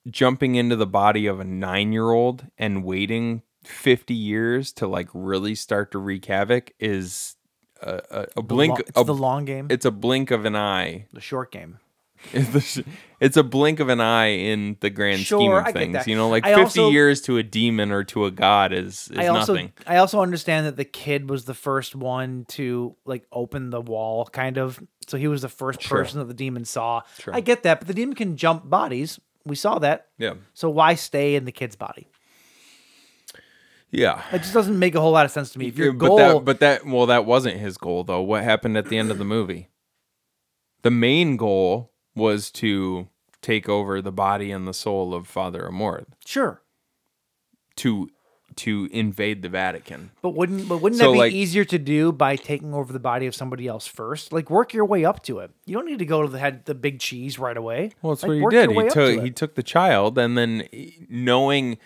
B: jumping into the body of a nine-year-old and waiting fifty years to like really start to wreak havoc is a, a, a blink.
C: Lo- it's
B: a,
C: the long game,
B: it's a blink of an eye.
C: the short game.
B: it's a blink of an eye in the grand scheme
C: Sure,
B: of
C: I get
B: things.
C: that.
B: You know, like
C: I
B: 50
C: also-
B: years to a demon or to a god is, is
C: I also
B: nothing.
C: I also understand that the kid was the first one to like open the wall, kind of. So he was the first person that the demon saw. I get that, but the demon can jump bodies. We saw that.
B: Yeah.
C: So why stay in the kid's body?
B: Yeah.
C: It just doesn't make a whole lot of sense to me. If your
B: but
C: goal,
B: that but that well that wasn't his goal though. What happened at the end of the movie? The main goal was to take over the body and the soul of Father Amorth
C: sure,
B: to to invade the Vatican.
C: But wouldn't but wouldn't
B: So,
C: that be
B: like-
C: easier to do by taking over the body of somebody else first? Like work your way up to it. You don't need to go to the head the big cheese right away.
B: Well, that's
C: Like,
B: what he
C: work your
B: did.
C: way
B: He
C: up to
B: took
C: it.
B: he took the child and then eh, knowing
C: But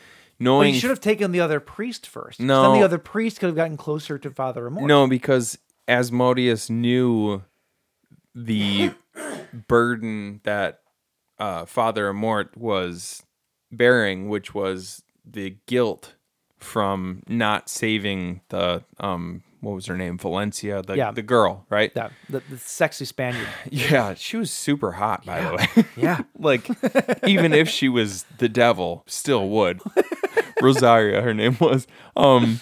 B: knowing
C: he should have taken the other priest first. 'cause
B: No.
C: then the other priest could have gotten closer to Father Amor.
B: No, because Asmodeus knew the burden that uh, Father Amort was bearing, which was the guilt from not saving the um what was her name Valencia the
C: Yeah.
B: the girl right
C: that the, the sexy Spaniard.
B: yeah she was super hot by the way yeah like even if she was the devil still would Rosaria her name was um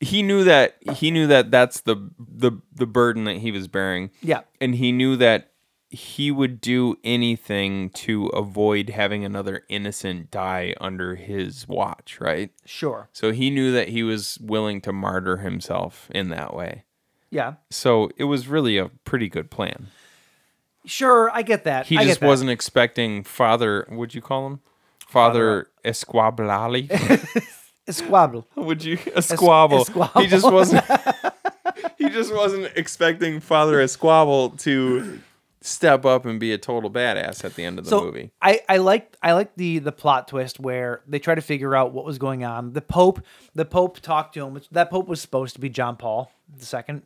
B: he knew that he knew that that's the the the burden that he was bearing
C: Yeah.
B: and he knew that he would do anything to avoid having another innocent die under his watch right
C: Sure.
B: so he knew that he was willing to martyr himself in that way
C: Yeah.
B: so it was really a pretty good plan
C: Sure, I get that.
B: he
C: I get
B: just
C: that.
B: wasn't expecting father what'd you call him father esquablali
C: Esquabble.
B: Would you a squabble?
C: squabble.
B: He just wasn't. he just wasn't expecting Father a squabble to step up and be a total badass at the end of the
C: so
B: movie.
C: I I liked I liked the the plot twist where they try to figure out what was going on. The Pope the Pope talked to him. Which, that Pope was supposed to be John Paul the second.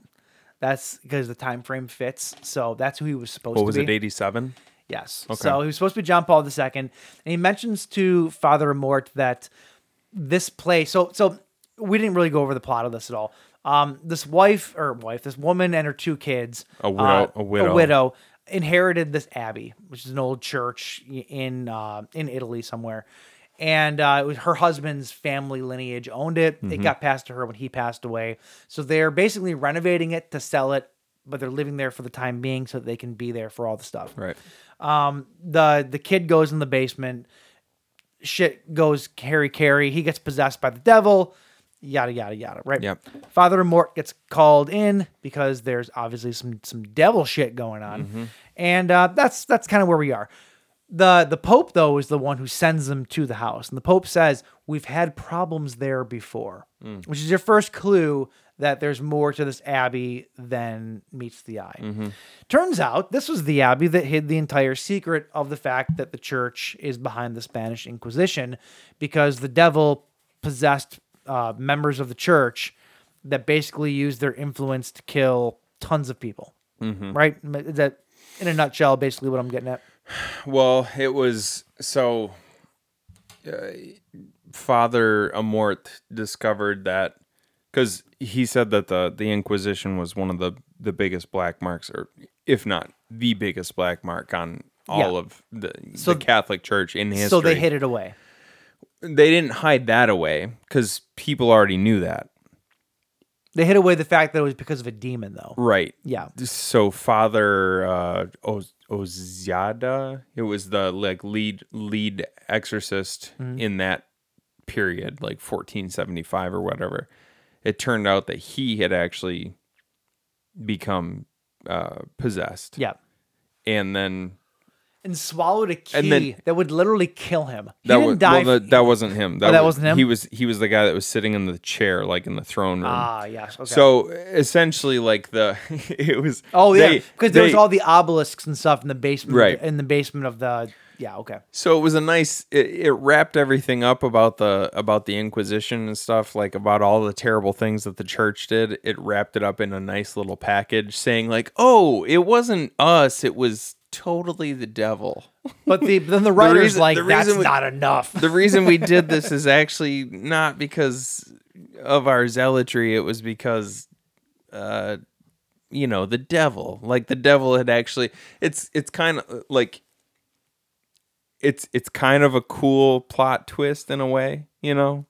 C: That's because the time frame fits. So that's who he was supposed to be.
B: Eighty-seven.
C: Yes. So he was supposed to be John Paul II, and he mentions to Father Amort that this play. So so we didn't really go over the plot of this at all. Um, this wife or wife, this woman and her two kids,
B: A widow- a widow.
C: a widow, inherited this abbey, which is an old church i- in uh, in Italy somewhere. And uh, it was her husband's family lineage owned it.
B: Mm-hmm.
C: It got passed to her when he passed away. So they're basically renovating it to sell it, but they're living there for the time being so that they can be there for all the stuff
B: Right.
C: the the kid goes in the basement. Shit goes Harry Carey. He gets possessed by the devil. Yada yada yada. Right.
B: Yep.
C: Father Mort gets called in because there's obviously some some devil shit going on, and uh, that's that's kind of where we are. the The Pope though is the one who sends them to the house, and the Pope says we've had problems there before, which is your first clue that there's more to this abbey than meets the eye. Turns out this was the abbey that hid the entire secret of the fact that the church is behind the Spanish Inquisition because the devil possessed uh, members of the church that basically use their influence to kill tons of people.
B: Mm-hmm.
C: Right? M- is That in a nutshell, basically what I'm getting at.
B: Well, it was so. Uh, Father Amort discovered that because he said that the the Inquisition was one of the the biggest black marks, or if not the biggest black mark on all
C: Yeah.
B: of the,
C: So-
B: the Catholic Church in history.
C: So they hid it away.
B: They didn't hide that away because people already knew that,
C: They hid away the fact that it was because of a demon, though.
B: right?
C: Yeah.
B: so father uh Oz- oziada it was the like lead lead exorcist
C: Mm-hmm.
B: in that period like 1475 or whatever it turned out that he had actually become uh possessed
C: Yeah.
B: and then
C: And swallowed a key
B: And then-
C: that would literally kill him. He
B: that
C: didn't
B: was
C: die. Oh,
B: well, that, that wasn't him
C: that
B: wa-
C: wasn't him?
B: he was he was the guy that was sitting in the chair like in the throne room
C: ah, yes. Okay.
B: so essentially like the it was
C: oh yeah,
B: they-
C: because there was
B: they-
C: all the obelisks and stuff in the basement.
B: Right.
C: In the basement of the yeah. Okay.
B: So it was a nice. It, it wrapped everything up about the about the Inquisition and stuff, like about all the terrible things that the church did. It wrapped it up in a nice little package, saying like, "Oh, it wasn't us. It was totally the devil."
C: But the then the writers
B: reason-
C: like
B: the
C: that's
B: reason we-
C: not enough.
B: The reason we did this is actually not because of our zealotry. It was because, uh, you know, the devil. Like the devil had actually. It's it's kind of like. It's it's kind of a cool plot twist in a way, you know,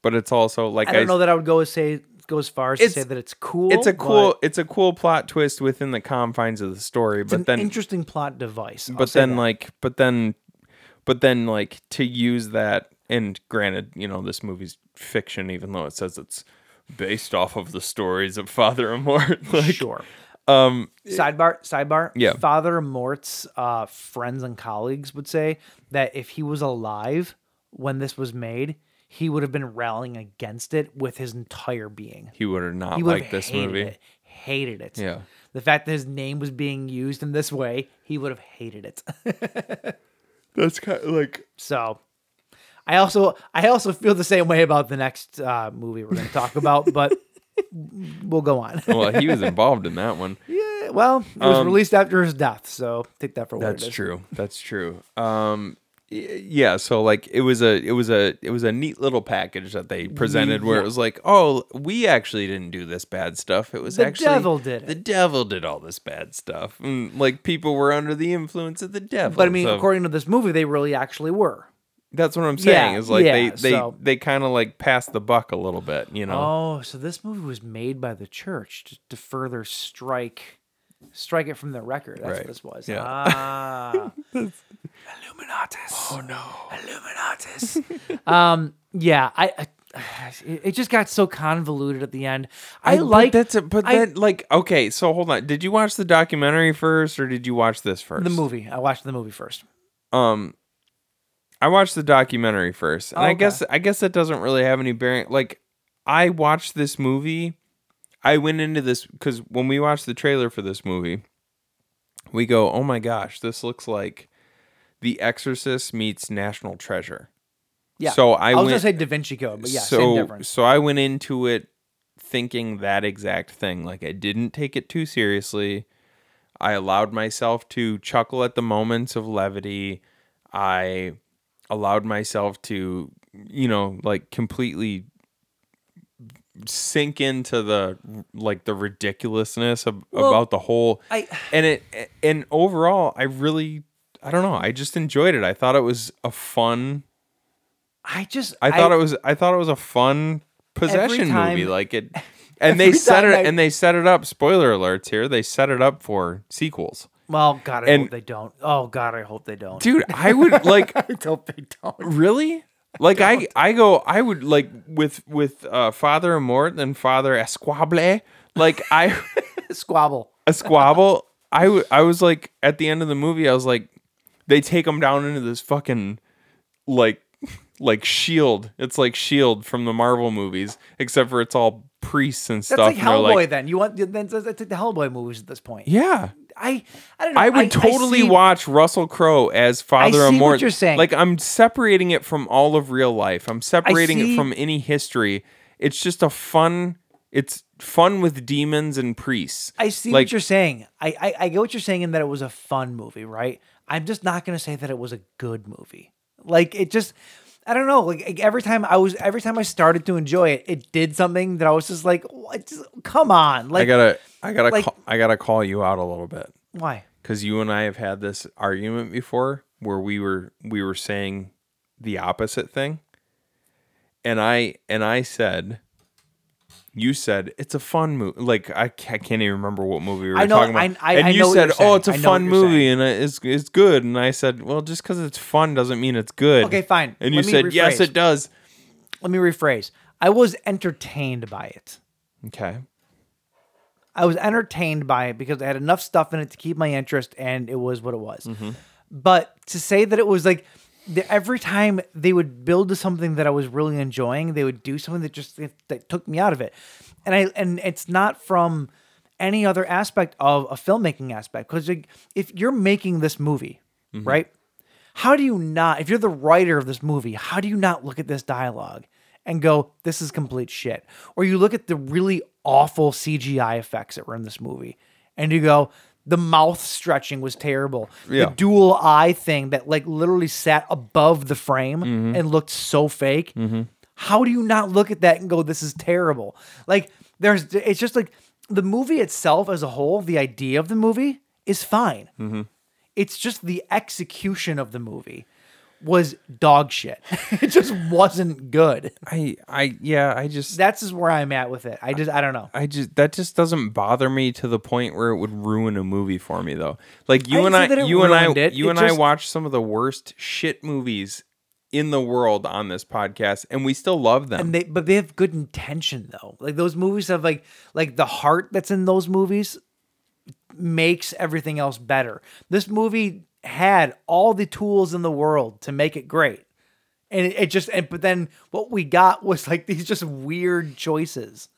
B: but it's also like
C: I don't know that I would go as say go as far as to
B: It's-
C: say that it's cool.
B: it's a
C: but
B: cool it's a cool plot twist within the confines of the story,
C: It's an
B: but then
C: interesting plot device. I'll
B: but
C: say
B: then
C: that.
B: like but then but then like to use that and granted you know this movie's fiction even though it says it's based off of the stories of father amort like
C: sure.
B: um
C: Sidebar, sidebar.
B: Yeah.
C: Father Mort's uh, friends and colleagues would say that if he was alive when this was made, he would have been rallying against it with his entire being.
B: he would have not
C: He would
B: liked
C: have
B: this
C: hated
B: movie
C: it. Hated it.
B: Yeah.
C: The fact that his name was being used in this way, he would have hated it.
B: that's kind of like
C: So I also I also feel the same way about the next uh, movie we're going to talk about, but we'll go on.
B: well he was involved in that one
C: Yeah, well, it was
B: Um,
C: released after his death, so take that for what
B: That's
C: it is.
B: true. That's true. Um y- yeah, so like it was a it was a it was a neat little package that they presented where it was like, "Oh, we actually didn't do this bad stuff. It was
C: The
B: actually
C: devil did
B: The
C: it."
B: devil did all this bad stuff." And like people were under the influence of the devil.
C: But I mean,
B: so
C: according to this movie, they really actually were.
B: that's what I'm saying
C: Yeah,
B: is like they
C: yeah,
B: they
C: so-
B: they kind of like passed the buck a little bit, you know.
C: Oh, so this movie was made by the church to, to further strike strike it from the record. That's
B: Right.
C: what this was.
B: Yeah.
C: Ah. Illuminatus. Oh no. Illuminatus. um yeah, I, I it it just got so convoluted at the end. I,
B: but
C: like
B: that's a, but
C: I-
B: then like okay, so hold on. Did you watch the documentary first or did you watch this first?
C: the movie. I watched the movie first.
B: um I watched the documentary first. And
C: Oh,
B: I
C: okay.
B: guess I guess that doesn't really have any bearing like I watched this movie. I went into this cuz when we watched the trailer for this movie, we go, "Oh my gosh, this looks like The Exorcist meets National Treasure."
C: Yeah.
B: So I
C: I was
B: went-
C: gonna say Da Vinci Code, but yeah,
B: so
C: same difference.
B: so I went into it thinking that exact thing. Like I didn't take it too seriously. I allowed myself to chuckle at the moments of levity. I allowed myself to, you know, like completely sink into the like the ridiculousness of, about the whole
C: I-
B: and it and overall I really I don't know, I just enjoyed it. I thought it was a fun
C: I just
B: I thought it was I thought it was a fun possession movie.
C: time-
B: Like it and they
C: every
B: set it
C: time I-
B: and they set it up, spoiler alerts here, they set it up for sequels.
C: Well, God, I
B: and-
C: hope they don't. Oh God, I hope they don't.
B: Dude, I would like
C: I hope they don't.
B: really? Like I I go I would like with with uh Father Mort and Father Esquable, like I
C: Squabble.
B: a squabble. I, w- I was like at the end of the movie, I was like, they take him down into this fucking like like shield. It's like shield from the Marvel movies, except for it's all priests and
C: That's
B: stuff.
C: like
B: and they're
C: Hellboy.
B: like,
C: then you want then that's like the Hellboy movies at this point.
B: yeah,
C: I I don't know.
B: I would totally
C: see-
B: watch Russell Crowe as Father
C: see what
B: Amor.
C: you're saying.
B: Like I'm separating it from all of real life. I'm separating
C: see-
B: it from any history. It's just a fun. It's fun with demons and priests.
C: I see what you're saying. I, I I get what you're saying in that it was a fun movie, right? I'm just not gonna say that it was a good movie. Like it just, I don't know. Like like, every time I was, every time I started to enjoy it, it did something that I was just like, what? Just- come on, like
B: I gotta. I gotta.
C: like-
B: call, I gotta call you out a little bit.
C: why?
B: because you and I have had this argument before where we were we were saying the opposite thing. And I and I said you said it's a fun movie. Like I, ca- I can't even remember what movie we were
C: I know-
B: talking about.
C: I- I-
B: and
C: I
B: you
C: know what
B: said,
C: you're
B: "Oh,
C: saying.
B: it's a
C: I know
B: fun
C: what you're
B: movie and it's it's good." And I said, "Well, just because it's fun doesn't mean it's good."
C: Okay, fine.
B: And
C: Let
B: you
C: me
B: said, "Yes,
C: rephrase.
B: it does."
C: Let me rephrase. I was entertained by it.
B: Okay.
C: I was entertained by it because it had enough stuff in it to keep my interest, and it was what it was. But to say that it was like the, every time they would build to something that I was really enjoying, they would do something that just that took me out of it, and I and it's not from any other aspect of a filmmaking aspect because like, if you're making this movie, right? How do you not? If you're the writer of this movie, how do you not look at this dialogue? and go, this is complete shit. Or you look at the really awful CGI effects that were in this movie and you go, the mouth stretching was terrible.
B: Yeah.
C: The dual eye thing that like literally sat above the frame and looked so fake. How do you not look at that and go, this is terrible? Like, there's, it's just like the movie itself as a whole, the idea of the movie is fine. It's just the execution of the movie was dog shit. it just wasn't good
B: I I yeah, I just
C: that's is where I'm at with it. I just I don't know.
B: I just that just doesn't bother me to the point where it would ruin a movie for me though. Like you and
C: I didn't
B: I,
C: say that it
B: you and I,
C: ruined it.
B: you
C: It
B: and I
C: just-
B: watched some of the worst shit movies in the world on this podcast, and we still love them.
C: And they but they have good intention though. Like those movies have like like the heart that's in those movies makes everything else better. This movie had all the tools in the world to make it great. And it, it just and but then what we got was like these just weird choices.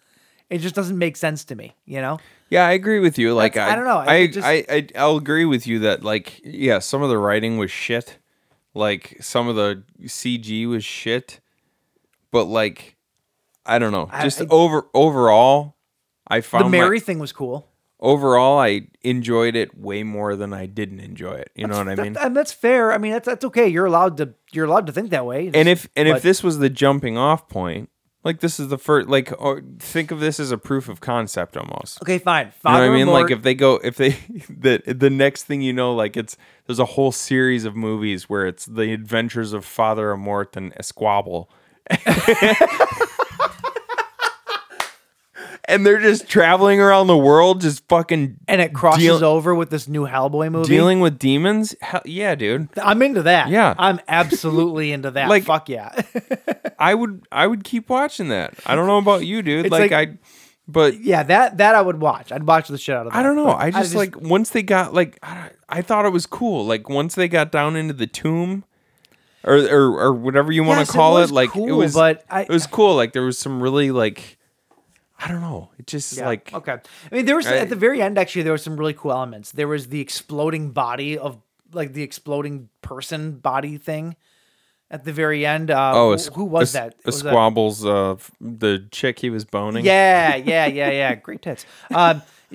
C: It just doesn't make sense to me, you know?
B: yeah, I agree with you. Like
C: That's- I don't know. I-
B: I I,
C: it just-
B: I I I'll agree with you that like yeah, some of the writing was shit. Like some of the CG was shit, but like I don't know. Just
C: I-
B: over overall, I found
C: the
B: my-
C: Mary thing was cool.
B: overall I enjoyed it way more than I didn't enjoy it. You know what I mean?
C: and that's fair. I mean, that's that's okay. You're allowed to you're allowed to think that way.
B: and if and
C: but-
B: if this was the jumping off point, like this is the first like or think of this as a proof of concept almost.
C: Okay, fine.
B: You know
C: Father
B: what I mean?
C: Amort-
B: Like if they go if they the the next thing you know, like it's there's a whole series of movies where it's the adventures of Father Amort and Esquabble. and they're just traveling around the world just fucking
C: and it crosses
B: deal-
C: over with this new Hellboy movie.
B: dealing with demons? Hell, yeah, dude.
C: I'm into that.
B: Yeah.
C: I'm absolutely into that.
B: Like-
C: fuck yeah.
B: I would I would keep watching that. I don't know about you, dude.
C: It's
B: Like,
C: like-
B: I but
C: yeah, that that I would watch. I'd watch the shit out of that.
B: I don't know.
C: but
B: I just, like once they got like I, don't- I thought it was cool. Like once they got down into the tomb or or, or whatever you want
C: Yes,
B: to
C: it
B: call it,
C: was
B: like it
C: cool,
B: was
C: but I-
B: it was cool. Like there was some really like I don't know. It just
C: Yeah,
B: like
C: okay. I mean, there was
B: I-
C: at the very end actually there were some really cool elements. There was the exploding body of like the exploding person body thing at the very end. Uh,
B: oh,
C: who,
B: a,
C: who was
B: a,
C: that?
B: A
C: Was that-
B: squabbles of the chick he was boning.
C: Yeah, yeah, yeah, yeah. Great tits. Um,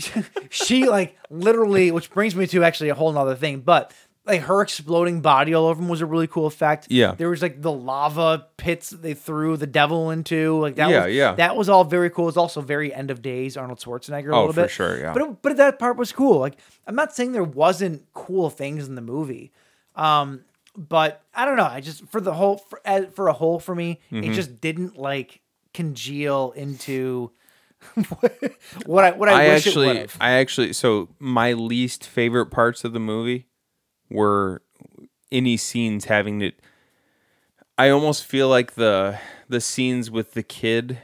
C: she like literally, which brings me to actually a whole nother thing, but like her exploding body all over him was a really cool effect.
B: Yeah.
C: There was like the lava pits that they threw the devil into. Like that
B: Yeah,
C: was,
B: yeah.
C: That was all very cool. It's also very end of days, Arnold Schwarzenegger a
B: Oh,
C: little
B: for
C: bit.
B: sure, yeah.
C: But it, but that part was cool. Like I'm not saying there wasn't cool things in the movie. Um but I don't know. I just for the whole for, as- for a whole for me,
B: Mm-hmm.
C: it just didn't like congeal into what I what I,
B: I,
C: wish it would
B: actually,
C: have.
B: I actually, so my least favorite parts of the movie were any scenes having to. I almost feel like the the scenes with the kid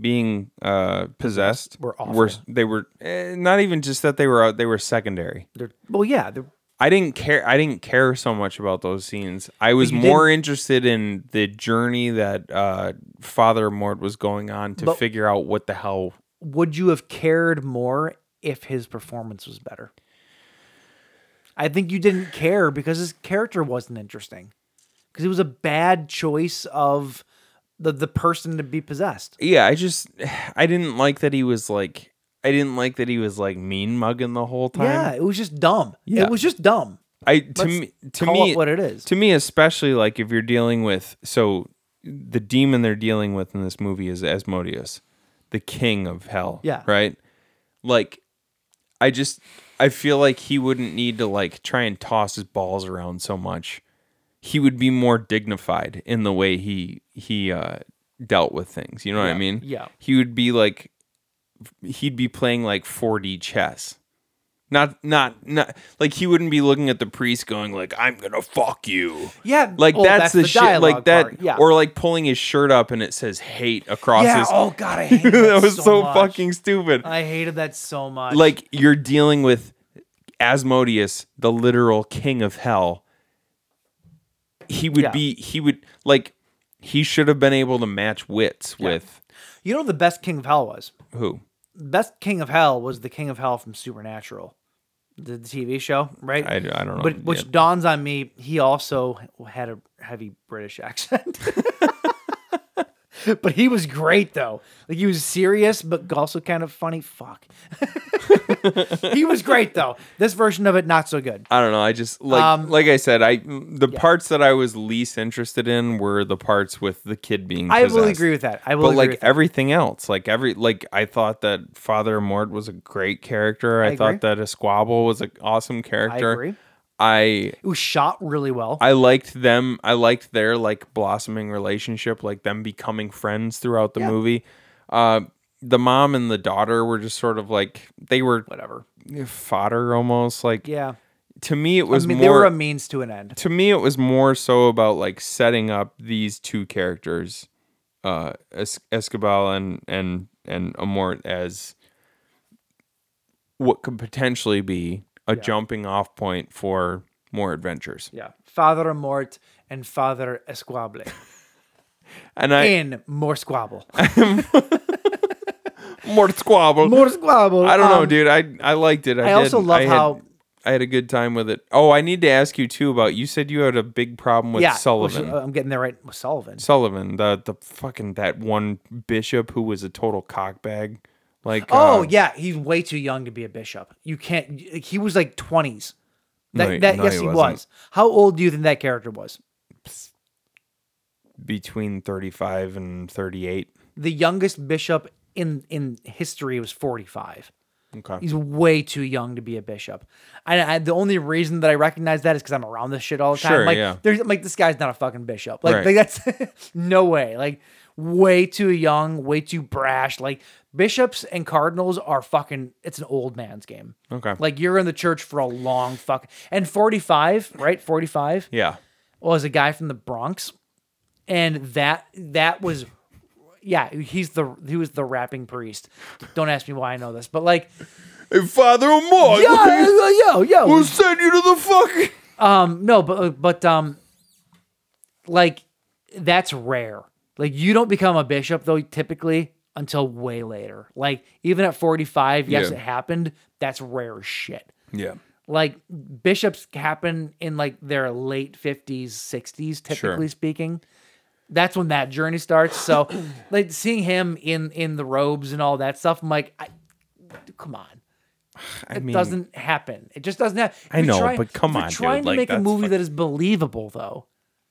B: being uh possessed
C: Were awful.
B: they were eh, not even just that they were out they were secondary.
C: They're- Well, yeah, they're-
B: I didn't care I didn't care so much about those scenes. I was
C: you
B: more interested in the journey that uh Father Mort was going on to
C: But-
B: figure out what the hell
C: would you have cared more if his performance was better? I think you didn't care because his character wasn't interesting. Because it was a bad choice of the, the person to be possessed.
B: yeah i just i didn't like that he was like i didn't like that he was like mean mugging the whole time
C: Yeah, it was just dumb.
B: Yeah.
C: It was just dumb.
B: i to
C: Let's
B: me to
C: call
B: me
C: it what it is.
B: to me especially like if you're dealing with so the demon they're dealing with in this movie is asmodeus the king of hell
C: Yeah.
B: right like i just i feel like he wouldn't need to like try and toss his balls around so much he would be more dignified in the way he he uh dealt with things you know what i mean
C: yeah.
B: he would be like he'd be playing like 4d chess not not not like he wouldn't be looking at the priest going like i'm gonna fuck you
C: Yeah,
B: like
C: oh,
B: that's, the, shit
C: dialogue
B: like that
C: part, Yeah.
B: or like pulling his shirt up and it says hate across
C: yeah.
B: his
C: Oh god, I hated that,
B: that was so,
C: much.
B: fucking stupid
C: I hated that so much.
B: like you're dealing with Asmodeus, the literal king of hell. He would
C: Yeah.
B: be he would like he should have been able to match wits with
C: you know, who the best King of Hell was
B: who?
C: the best King of Hell was the King of Hell from Supernatural, the, the TV show, right?
B: I- I don't know
C: But which
B: yet.
C: dawns on me, he also had a heavy British accent. but he was great though. Like he was serious, but also kind of funny. Fuck. he was great though. This version of it not so good.
B: I don't know. I just like
C: Um,
B: like I said, I the parts that I was least interested in were the parts with the kid being.
C: I will
B: possessed.
C: agree with that. I will
B: But
C: agree
B: like
C: with that.
B: everything else, like every like I thought that Father Mort was a great character. I,
C: agree.
B: thought that Esquabble was an awesome character.
C: agree.
B: I
C: It was shot really well.
B: I liked them. I liked their like blossoming relationship, like them becoming friends throughout the movie. Uh, the mom and the daughter were just sort of like they were whatever fodder almost. Like
C: yeah.
B: to me, it
C: I
B: was
C: mean, they
B: more
C: were a means to an end.
B: to me it was more so about like setting up these two characters uh es- escobar and and and amort as what could potentially be a jumping off point for more adventures
C: Yeah. Father Mort and Father Esquable
B: and i
C: in More Squabble.
B: more squabble
C: More Squabble.
B: i don't know
C: Um,
B: dude i i liked it i,
C: I also
B: did.
C: love
B: I had-
C: how-
B: i had a good time with it oh i need to ask you too about you said you had a big problem with
C: yeah, which,
B: sullivan
C: uh, I'm getting there right with Sullivan.
B: Sullivan, the the fucking that one bishop who was a total cockbag. Like
C: oh
B: uh,
C: yeah, he's way too young to be a bishop. You can't. y- He was like 20s. That,
B: No, he-
C: that
B: no,
C: yes,
B: he
C: he,
B: wasn't.
C: was. How old do you think that character was?
B: between thirty five and thirty eight.
C: The youngest bishop in in history was 45.
B: Okay.
C: He's way too young to be a bishop. And I, the only reason that I recognize that is because I'm around this shit all the time.
B: Sure,
C: like,
B: yeah.
C: there's, I'm like, this guy's not a fucking bishop. Like,
B: Right.
C: like that's no way. Like, way too young, way too brash. Like, bishops and cardinals are fucking, it's an old man's game.
B: Okay.
C: Like, you're in the church for a long fuck. And 45, right? 45
B: yeah.
C: was a guy from the Bronx, and that that was, yeah, he's the he was the rapping priest. Don't ask me why I know this, but like,
B: Hey, Father Amor,
C: yeah, yo, yo, yo,
B: we'll send you to the fucking.
C: um, no, but but um, like that's rare. Like you don't become a bishop though typically until way later. Like even at forty five, yes,
B: Yeah.
C: it happened. That's rare as shit.
B: Yeah.
C: like bishops happen in like their late 50s 60s typically speaking that's when that journey starts so like seeing him in in the robes and all that stuff i'm like I, come on
B: I
C: it
B: mean,
C: doesn't happen it just doesn't happen
B: I know, but come on, dude,
C: trying
B: like,
C: to make a
B: that's
C: movie
B: fuck-
C: that is believable though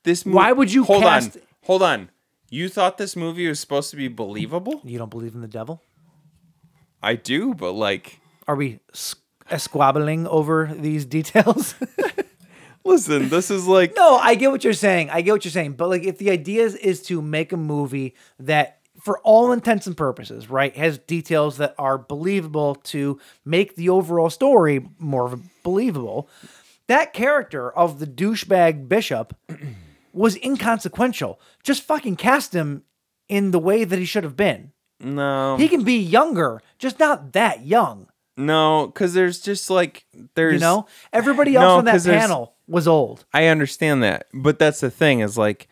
B: this. mo-
C: why would you
B: hold
C: cast-
B: on? Hold on. You thought this movie was supposed to be believable?
C: you don't believe in the devil
B: I do, but like,
C: are we s- squabbling over these details
B: listen, this is like
C: No, I get what you're saying. I get what you're saying. But like if the idea is, is to make a movie that for all intents and purposes, right, has details that are believable to make the overall story more believable. That character of the douchebag bishop was inconsequential. Just fucking cast him in the way that he should have been.
B: no,
C: He can be younger, just not that young.
B: no, because there's just like there's
C: You know, everybody else
B: No,
C: on that
B: 'cause there's-
C: panel was old.
B: I understand that, but that's the thing is like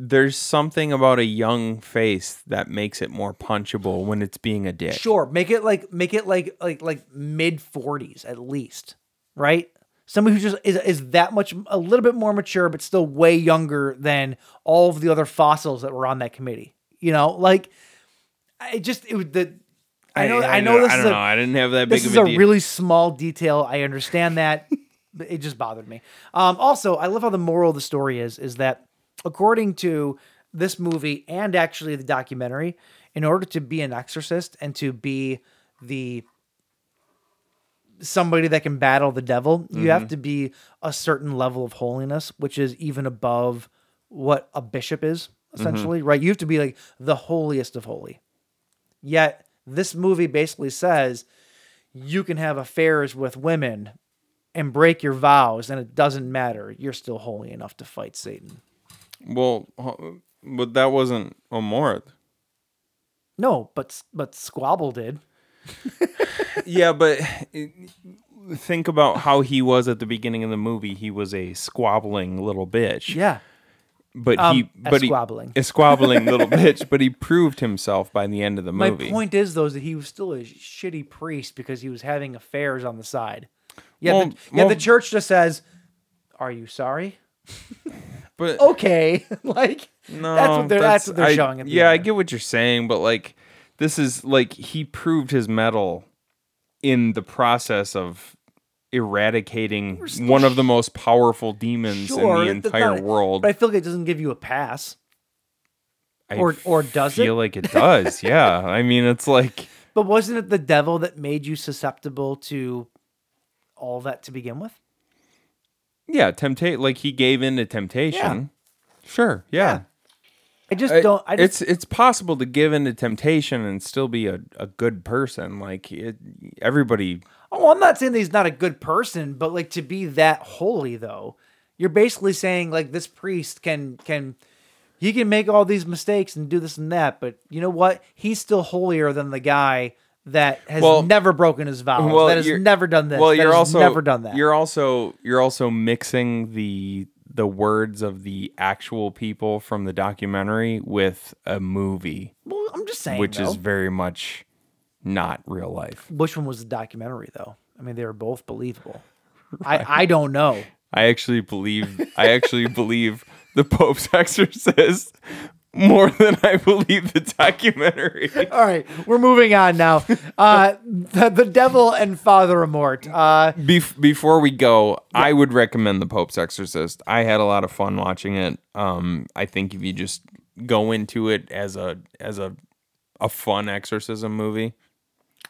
B: there's something about a young face that makes it more punchable when it's being a dick.
C: Sure, make it like make it like like like mid forties at least, right? Somebody who just is, is that much, a little bit more mature, but still way younger than all of the other fossils that were on that committee. You know, like I just it would the. I know. I, know.
B: don't-
C: This
B: I
C: is
B: don't
C: a-
B: know. I didn't have that big
C: this
B: of
C: is
B: a,
C: a
B: deal.
C: really small detail. I understand that. but it just bothered me. Um, also, I love how the moral of the story is is that according to this movie and actually the documentary, in order to be an exorcist and to be the somebody that can battle the devil,
B: Mm-hmm.
C: you have to be a certain level of holiness, which is even above what a bishop is,
B: Mm-hmm.
C: essentially, right? You have to be like the holiest of holy. Yet this movie basically says you can have affairs with women and break your vows, and it doesn't matter. You're still holy enough to fight Satan.
B: well, huh, but that wasn't Omorth.
C: No, but but Squabble did.
B: Yeah, but think about how he was at the beginning of the movie. He was a squabbling little bitch.
C: Yeah,
B: but
C: Um,
B: he
C: a
B: but he-
C: squabbling.
B: a squabbling little bitch. But he proved himself by the end of the
C: my
B: movie.
C: point is though is that he was still a shitty priest because he was having affairs on the side. Yeah,
B: Well,
C: the, yeah.
B: well-
C: The church just says, "Are you sorry?"
B: but
C: Okay, like
B: no,
C: that's what they're that's, what they're
B: I-
C: showing. At the
B: yeah, I
C: end.
B: get what you're saying, but like this is like he proved his metal in the process of eradicating one of the most powerful demons
C: Sure,
B: in the
C: that's not
B: entire
C: it,
B: world.
C: But I feel like it doesn't give you a pass.
B: I
C: or- or does
B: feel
C: it?
B: like it does? Yeah, I mean it's like.
C: But wasn't it the devil that made you susceptible to all that to begin with?
B: Yeah, temptate like he gave in to temptation. Sure, yeah.
C: I just
B: I-
C: don't. I just,
B: it's it's possible to give in to temptation and still be a, a good person. Like it, everybody,
C: Oh, I'm not saying that he's not a good person, but like to be that holy though, you're basically saying like this priest can can he can make all these mistakes and do this and that, but you know what? He's still holier than the guy that has
B: Well-
C: never broken his vows, that has
B: you're-
C: never done this,
B: Well,
C: that
B: you're
C: has
B: also
C: never done that.
B: You're also you're also mixing the the words of the actual people from the documentary with a movie,
C: well, I'm just saying,
B: which is
C: though.
B: very much not real life.
C: which one was the documentary though? I mean, they were both believable. I I don't know.
B: I actually believe I actually believe the Pope's exorcist more than I believe the documentary.
C: All right, we're moving on now. Uh, the, the devil and Father Amort. Uh,
B: Bef- before we go, I would recommend The Pope's Exorcist. I had a lot of fun watching it. Um, I think if you just go into it as a as a a fun exorcism movie,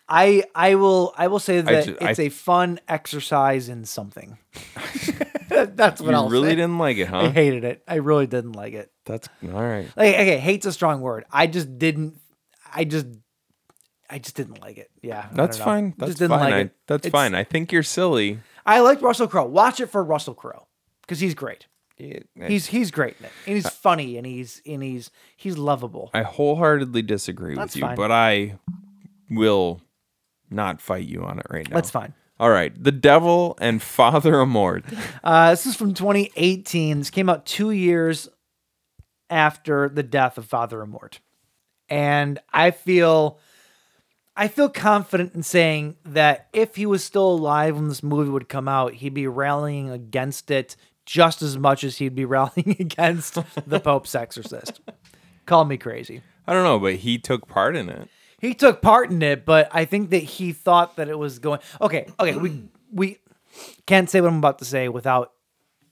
C: I I will I will say that
B: ju-
C: it's
B: I-
C: a fun exercise in something. That's what
B: you
C: I'll
B: really
C: say.
B: didn't like it, huh?
C: I hated it. I really didn't like it.
B: That's all right.
C: Like okay, hate's a strong word. I just didn't. I just. I just didn't like it. Yeah, I don't
B: That's
C: know.
B: fine. That's
C: just didn't
B: fine.
C: like
B: I,
C: it.
B: That's
C: It's-
B: fine. I think you're silly.
C: I liked Russell Crowe. Watch it for Russell Crowe because he's great. He's he's great in it, and he's funny, and he's and he's he's lovable.
B: I wholeheartedly disagree
C: That's
B: with you,
C: fine.
B: but I will not fight you on it right now.
C: That's fine.
B: All right, The Devil and Father Amort.
C: Uh, this is from 2018. This came out two years after the death of Father Amort, and I feel, I feel confident in saying that if he was still alive when this movie would come out, he'd be rallying against it just as much as he'd be rallying against the Pope's exorcist. Call me crazy.
B: I don't know, but he took part in it.
C: He took part in it, but I think that he thought that it was going. Okay, okay, we we can't say what I'm about to say without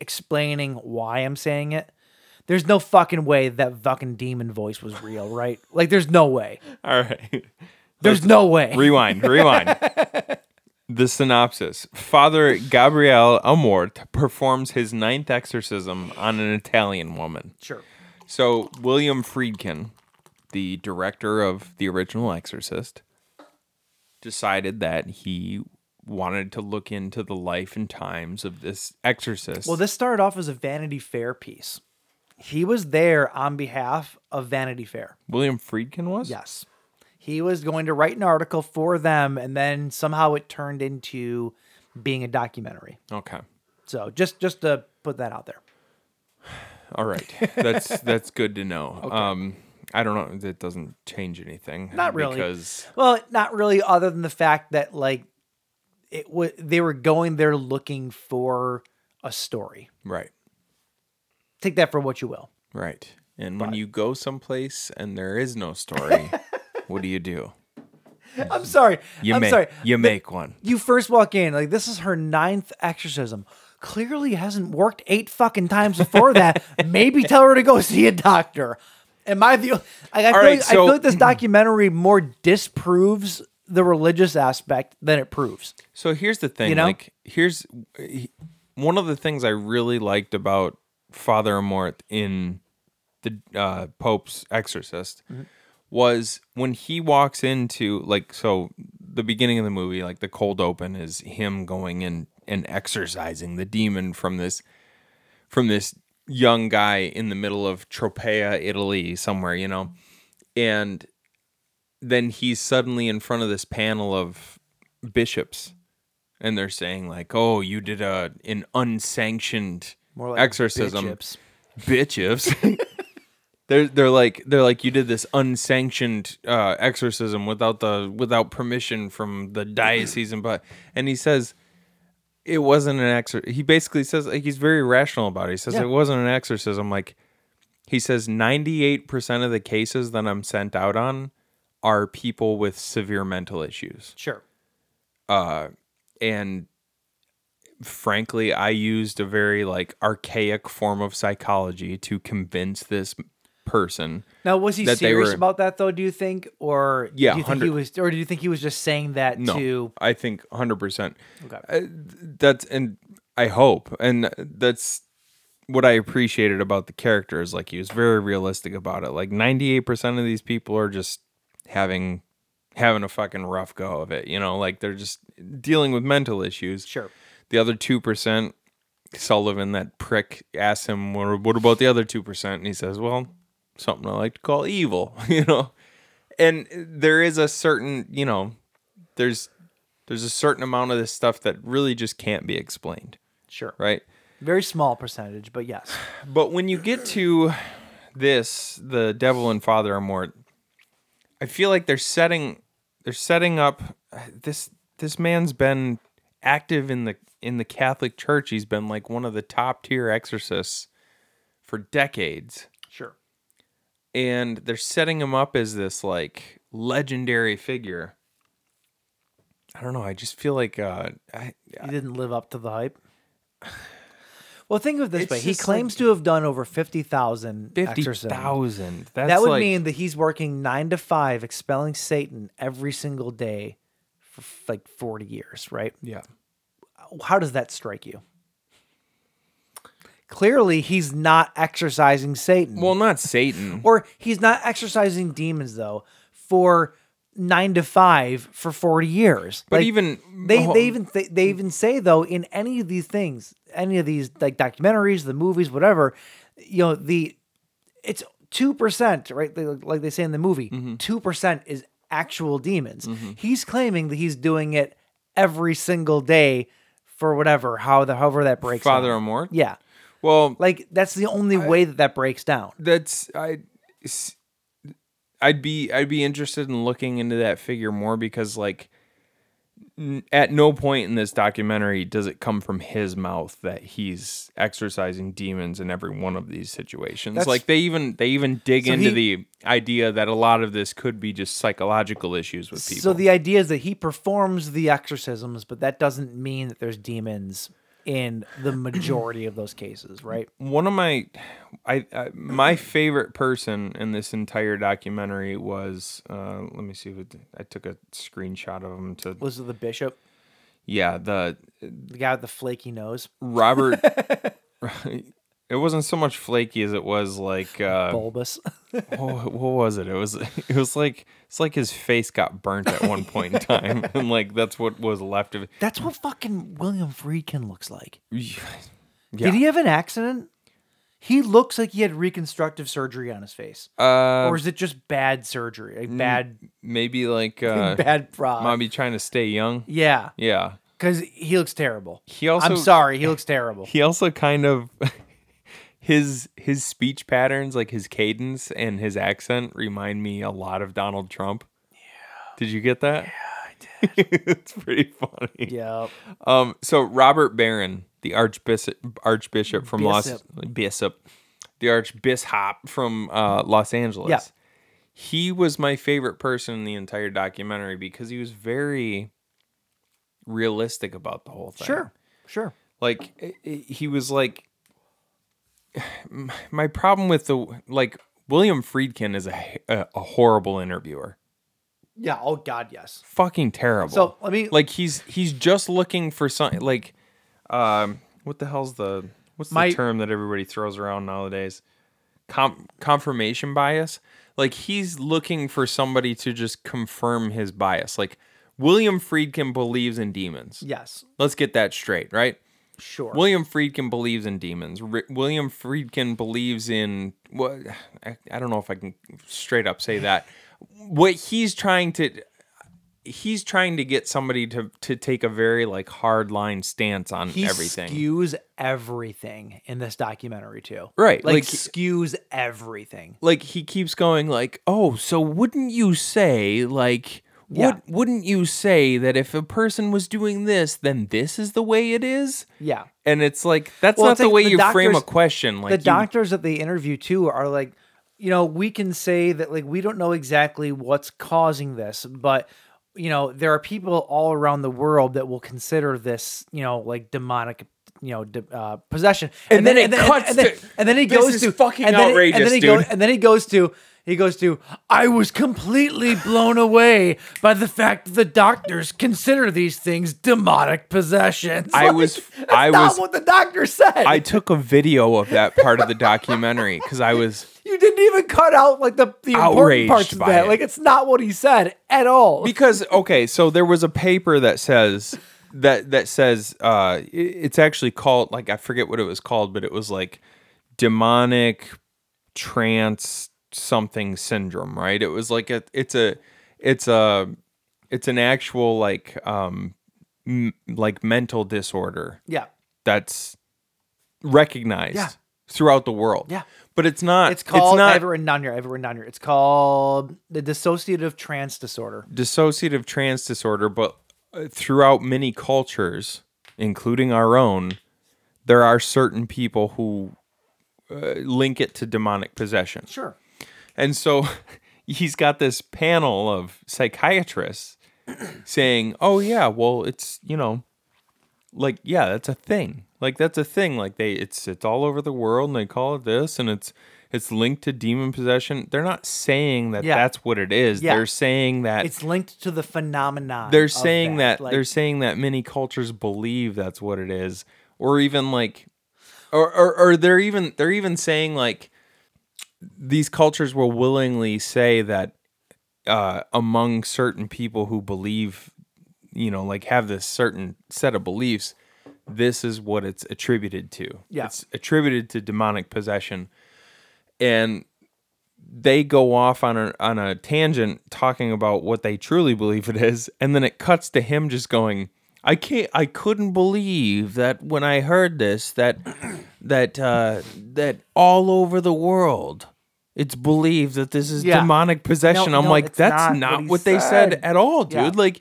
C: explaining why I'm saying it. There's no fucking way that fucking demon voice was real, right? Like, there's no way.
B: All right.
C: There's no way.
B: Rewind, rewind. the synopsis Father Gabriel Amort performs his ninth exorcism on an Italian woman.
C: Sure.
B: So, William Friedkin, the director of the original Exorcist, decided that he wanted to look into the life and times of this exorcist.
C: Well, this started off as a Vanity Fair piece. He was there on behalf of Vanity Fair.
B: William Friedkin was?
C: Yes. He was going to write an article for them, and then somehow it turned into being a documentary.
B: Okay.
C: So just just to put that out there.
B: All right. That's that's good to know. Um I don't know. That doesn't change anything.
C: Not really.
B: Because
C: Well, not really, other than the fact that like it was they were going there looking for a story.
B: Right.
C: Take that for what you will.
B: Right. And when you go someplace and there is no story, what do you do?
C: I'm sorry.
B: You
C: I'm
B: make
C: sorry.
B: you make one.
C: You first walk in like this is her ninth exorcism. Clearly hasn't worked eight fucking times before that. Maybe tell her to go see a doctor. Am I the? I,
B: right,
C: I, feel, like, I
B: so-
C: feel like this documentary more disproves the religious aspect than it proves.
B: So here's the thing,
C: You know?
B: like here's he- one of the things I really liked about Father Amort in the uh, Pope's Exorcist
C: Mm-hmm.
B: was when he walks into like so the beginning of the movie, like the cold open is him going in and exorcising the demon from this from this young guy in the middle of Tropea, Italy, somewhere, you know, and then he's suddenly in front of this panel of bishops and they're saying like oh you did a an unsanctioned
C: More like
B: exorcism
C: bishops.
B: bishops they're they're like they're like you did this unsanctioned uh exorcism without the without permission from the diocese and but and he says it wasn't an exorcism he basically says like he's very rational about it he says
C: Yeah.
B: it wasn't an exorcism like he says 98% of the cases that I'm sent out on are people with severe mental issues
C: Sure.
B: and frankly i used a very like archaic form of psychology to convince this person
C: Now, was he
B: that they
C: serious
B: were-
C: about that though? Do you think, or
B: Yeah,
C: do you think
B: 100.
C: he was, or do you think he was just saying that
B: no
C: to?
B: i think 100%
C: Okay.
B: that's and i hope and that's what i appreciated about the character is like he was very realistic about it like 98% of these people are just having having a fucking rough go of it you know like they're just dealing with mental issues
C: Sure.
B: The other two percent, Sullivan, that prick, asks him, "What, what about the other two percent?" And he says, "Well, something I like to call evil," you know. And there is a certain, you know, there's there's a certain amount of this stuff that really just can't be explained,
C: Sure.
B: right?
C: Very small percentage, but yes.
B: But when you get to this, the devil and Father are more. I feel like they're setting they're setting up this this man's been active in the in the Catholic Church. He's been like one of the top tier exorcists for decades.
C: Sure.
B: And they're setting him up as this like legendary figure. I don't know. I just feel like uh, I,
C: He didn't live up to the hype. Well, think of it this
B: It's
C: way: he
B: just
C: claims
B: like-
C: to have done over fifty thousand
B: fifty
C: exorcisms.
B: thousand.
C: That would mean that he's working nine to five, expelling Satan every single day for f- like forty years, right?
B: yeah.
C: How does that strike you? Clearly, he's not exercising Satan.
B: Well, not Satan.
C: or he's not exercising demons though for nine to five for 40 years
B: But
C: Like,
B: even- oh.
C: they,
B: ho-
C: they even they, they even say though in any of these things any of these like documentaries the movies whatever you know the it's two percent right They- like they say in the movie
B: Mm-hmm.
C: 2 percent is actual demons he's claiming that he's doing it every single day for whatever how the however that breaks
B: Father
C: down.
B: Amort.
C: yeah
B: Well,
C: like that's the only way that that breaks down
B: that's I. s- I'd be I'd be interested in looking into that figure more because like n- at no point in this documentary does it come from his mouth that he's exercising demons in every one of these situations.
C: That's-
B: like they even they even dig
C: So
B: into
C: he-
B: the idea that a lot of this could be just psychological issues with people.
C: So the idea is that he performs the exorcisms, but that doesn't mean that there's demons in the majority of those cases, right?
B: one of my I, I my favorite person in this entire documentary was uh let me see what I took a screenshot of him to
C: Was it the bishop,
B: yeah the
C: the guy with the flaky nose,
B: Um, Robert it wasn't so much flaky as it was like uh
C: bulbous?
B: oh, what was it it was it was like it's like his face got burnt at one point in time and like that's what was left of it
C: That's what fucking William Friedkin looks like.
B: Yeah.
C: Did he have an accident? He looks like he had reconstructive surgery on his face,
B: uh
C: or is it just bad surgery, like bad,
B: maybe like uh
C: bad prop?
B: mommy trying to stay young
C: Yeah,
B: yeah
C: because he looks terrible.
B: He also-
C: I'm sorry, he looks terrible.
B: he also kind of his his speech patterns like his cadence and his accent remind me a lot of donald trump yeah did you get that yeah i it's pretty funny.
C: Yeah.
B: Um, so Robert Barron, the Archbishop, Archbishop from Los
C: Bishop.
B: Bishop, the Archbishop from uh, Los Angeles.
C: Yeah.
B: He was my favorite person in the entire documentary because he was very realistic about the whole thing.
C: Sure. Sure.
B: Like i- i- he was like my problem with the like William Friedkin is a h- a, a horrible interviewer.
C: Yeah. Oh God. Yes.
B: Fucking terrible.
C: So, let me-
B: like he's he's just looking for something like um what the hell's the what's
C: My-
B: the term that everybody throws around nowadays? Com- confirmation bias. Like he's looking for somebody to just confirm his bias. Like William Friedkin believes in demons.
C: Yes.
B: Let's get that straight, right?
C: Sure.
B: William Friedkin believes in demons. R- William Friedkin believes in what? I, I don't know if I can straight up say that. What he's trying to he's trying to get somebody to to take a very like hard line stance on
C: he
B: everything.
C: skews everything in this documentary too.
B: Right,
C: Like,
B: like-
C: skews everything.
B: like he keeps going like, "Oh, so wouldn't you say like would, wouldn't you say that if a person was doing this, then this is the way it is?
C: Yeah.
B: And it's like that's
C: Well,
B: not
C: it's
B: the
C: like
B: way
C: the
B: you frame a
C: doctors-
B: question. Like
C: the
B: you-
C: doctors that they interview too are like, you know, we can say that like we don't know exactly what's causing this, but you know, there are people all around the world that will consider this, you know, like demonic, you know, de- uh, possession. And,
B: then it cuts
C: and, then,
B: to-
C: and then he
B: This
C: goes
B: is
C: to
B: fucking
C: and then he-
B: outrageous,
C: and then he go-
B: dude.
C: and then he goes to he goes to I was completely blown away by the fact that the doctors consider these things demonic possessions.
B: I was
C: that's
B: I
C: not
B: was
C: what the doctor said.
B: I took a video of that part of the documentary because I was
C: You didn't even cut out like the, the important
B: Outraged
C: parts of
B: by
C: that.
B: it.
C: Like it's not what he said at all.
B: because okay, so there was a paper that says that that says uh, i- it's actually called like I forget what it was called, but it was like demonic trance something syndrome, right? It was like a it's a it's a it's an actual like um m- like mental disorder
C: yeah.
B: that's recognized
C: Yeah.
B: throughout the world.
C: Yeah.
B: But Uh, it's not
C: It's called
B: not,
C: I've written down here. I've written down here. It's called the dissociative trance disorder.
B: dissociative trance disorder, but uh, throughout many cultures, including our own, there are certain people who uh, link it to demonic possession.
C: Sure.
B: And so he's got this panel of psychiatrists saying, "Oh yeah, well it's, you know, like yeah, that's a thing. Like that's a thing. Like they it's it's all over the world and they call it this and it's it's linked to demon possession. They're not saying that
C: Yeah.
B: that's what it is.
C: Yeah.
B: They're saying that
C: It's linked to the phenomenon.
B: they're
C: of
B: saying that,
C: Like,
B: they're saying that many cultures believe that's what it is or even like or, or or they're even they're even saying like these cultures will willingly say that uh among certain people who believe you know like have this certain set of beliefs this is what it's attributed to
C: Yeah.
B: it's attributed to demonic possession and they go off on a on a tangent talking about what they truly believe it is, and then it cuts to him just going, "I can't, I couldn't believe that when I heard this that that uh, that all over the world." It's believed that this is
C: Yeah.
B: demonic possession.
C: No,
B: I'm
C: no,
B: like,
C: it's
B: that's not,
C: not what he
B: what, they said.
C: said."
B: at all, dude.
C: Yeah.
B: Like,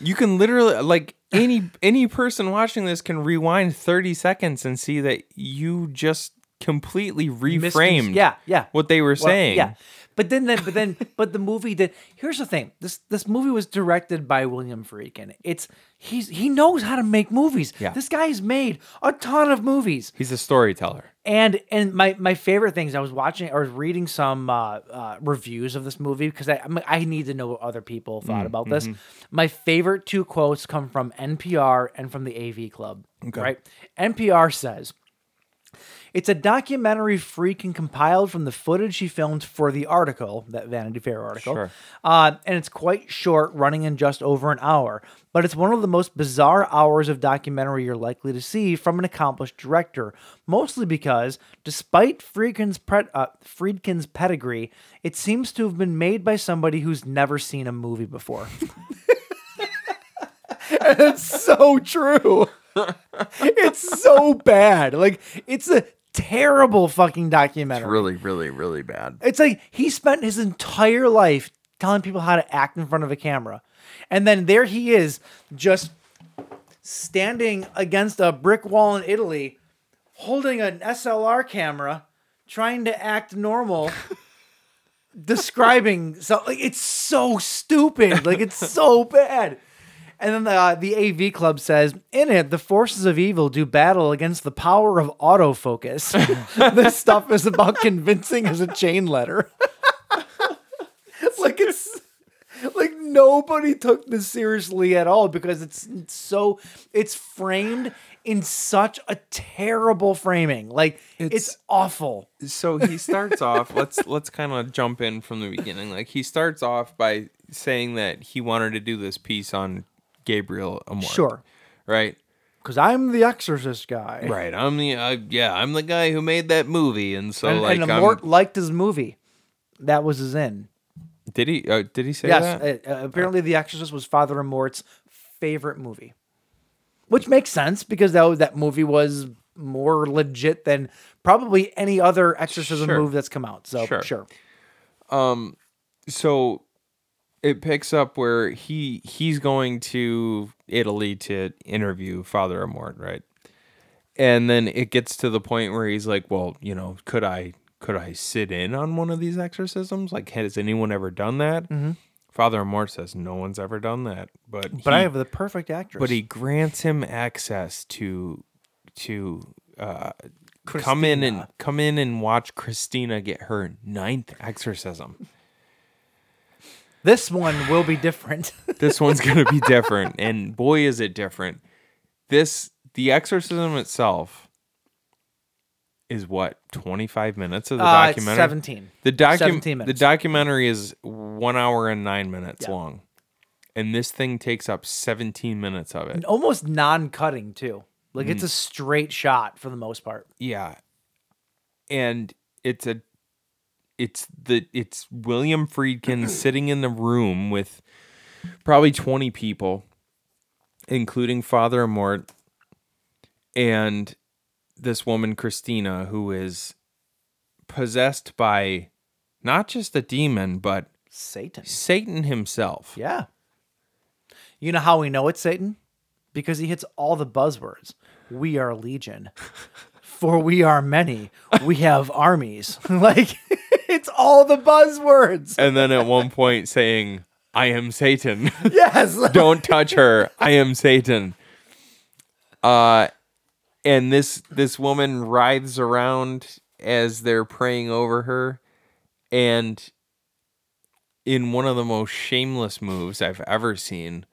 B: you can literally, like, any any person watching this can rewind 30 seconds and see that you just completely
C: miscon-
B: reframed.
C: Yeah, yeah.
B: What they were
C: Well,
B: saying.
C: Yeah. But then, then but then but the movie did here's the thing. This this movie was directed by William Friedkin. It's he's he knows how to make movies.
B: Yeah.
C: This guy's made a ton of movies.
B: He's a storyteller.
C: and and my my favorite things I was watching I was reading some uh, uh, reviews of this movie because I I'm- I need to know what other people thought about this. My favorite two quotes come from NPR and from the AV Club. Right, NPR says. It's a documentary Freakin compiled from the footage he filmed for the article, that Vanity Fair article.
B: Sure.
C: Uh, and it's quite short, running in just over an hour. But it's one of the most bizarre hours of documentary you're likely to see from an accomplished director, mostly because, despite Friedkin's, pred uh, Friedkin's pedigree, it seems to have been made by somebody who's never seen a movie before. It's so true. it's so bad. Like it's a terrible fucking documentary.
B: really, really, really bad.
C: It's like he spent his entire life telling people how to act in front of a camera. And then there he is, just standing against a brick wall in Italy, holding an SLR camera, trying to act normal, describing so like it's so stupid, like it's so bad. And then the, uh, the AV Club says, in it, the forces of evil do battle against the power of autofocus. this stuff is about convincing as a chain letter. like it's like nobody took this seriously at all because it's it's so it's framed in such a terrible framing. Like it's,
B: It's-
C: awful.
B: Uh, so he starts off let's let's kind of jump in from the beginning like he starts off by saying that he wanted to do this piece on gabriel Amort,
C: Sure.
B: right
C: Because I'm the Exorcist guy.
B: right i'm the uh, yeah i'm the guy who made that movie and so
C: And,
B: like
C: and
B: I'm-
C: Amort liked his movie. That was his in.
B: did he uh, did he say
C: Yes,
B: that
C: uh, uh, apparently The Exorcist was Father Amort's favorite movie, which makes sense because that was- that movie was more legit than probably any other exorcism
B: Sure.
C: movie that's come out. So sure,
B: Sure. so it picks up where he he's going to Italy to interview Father Amort, right? And then it gets to the point where he's like, "Well, you know, could I could I sit in on one of these exorcisms? Like, has anyone ever done that?" Father Amort says, "No one's ever done that, but
C: Mm-hmm. but I
B: he-
C: have the perfect actress.
B: but he grants him access to to uh, come in and come in and watch Christina get her ninth exorcism."
C: this one will be different. Uh,
B: this one's gonna be different and boy is it different this the exorcism itself is what 25 minutes of the
C: Uh, it's
B: documentary
C: 17.
B: the document
C: 17
B: the
C: minutes.
B: documentary is one hour and nine minutes
C: Yeah.
B: long and this thing takes up 17 minutes of it
C: Almost non-cutting too. Like
B: Hmm.
C: it's a straight shot for the most part.
B: yeah and it's a it's the it's william friedkin sitting in the room with probably 20 people including father mort and this woman christina who is possessed by not just a demon but
C: Satan.
B: satan himself
C: Yeah. You know how we know it's Satan? Because he hits all the buzzwords. We are legion. For we are many. We have armies. like it's all the buzzwords.
B: and then at one point saying i am satan
C: Yes.
B: don't touch her i am satan uh and this this woman writhes around as they're praying over her and in one of the most shameless moves i've ever seen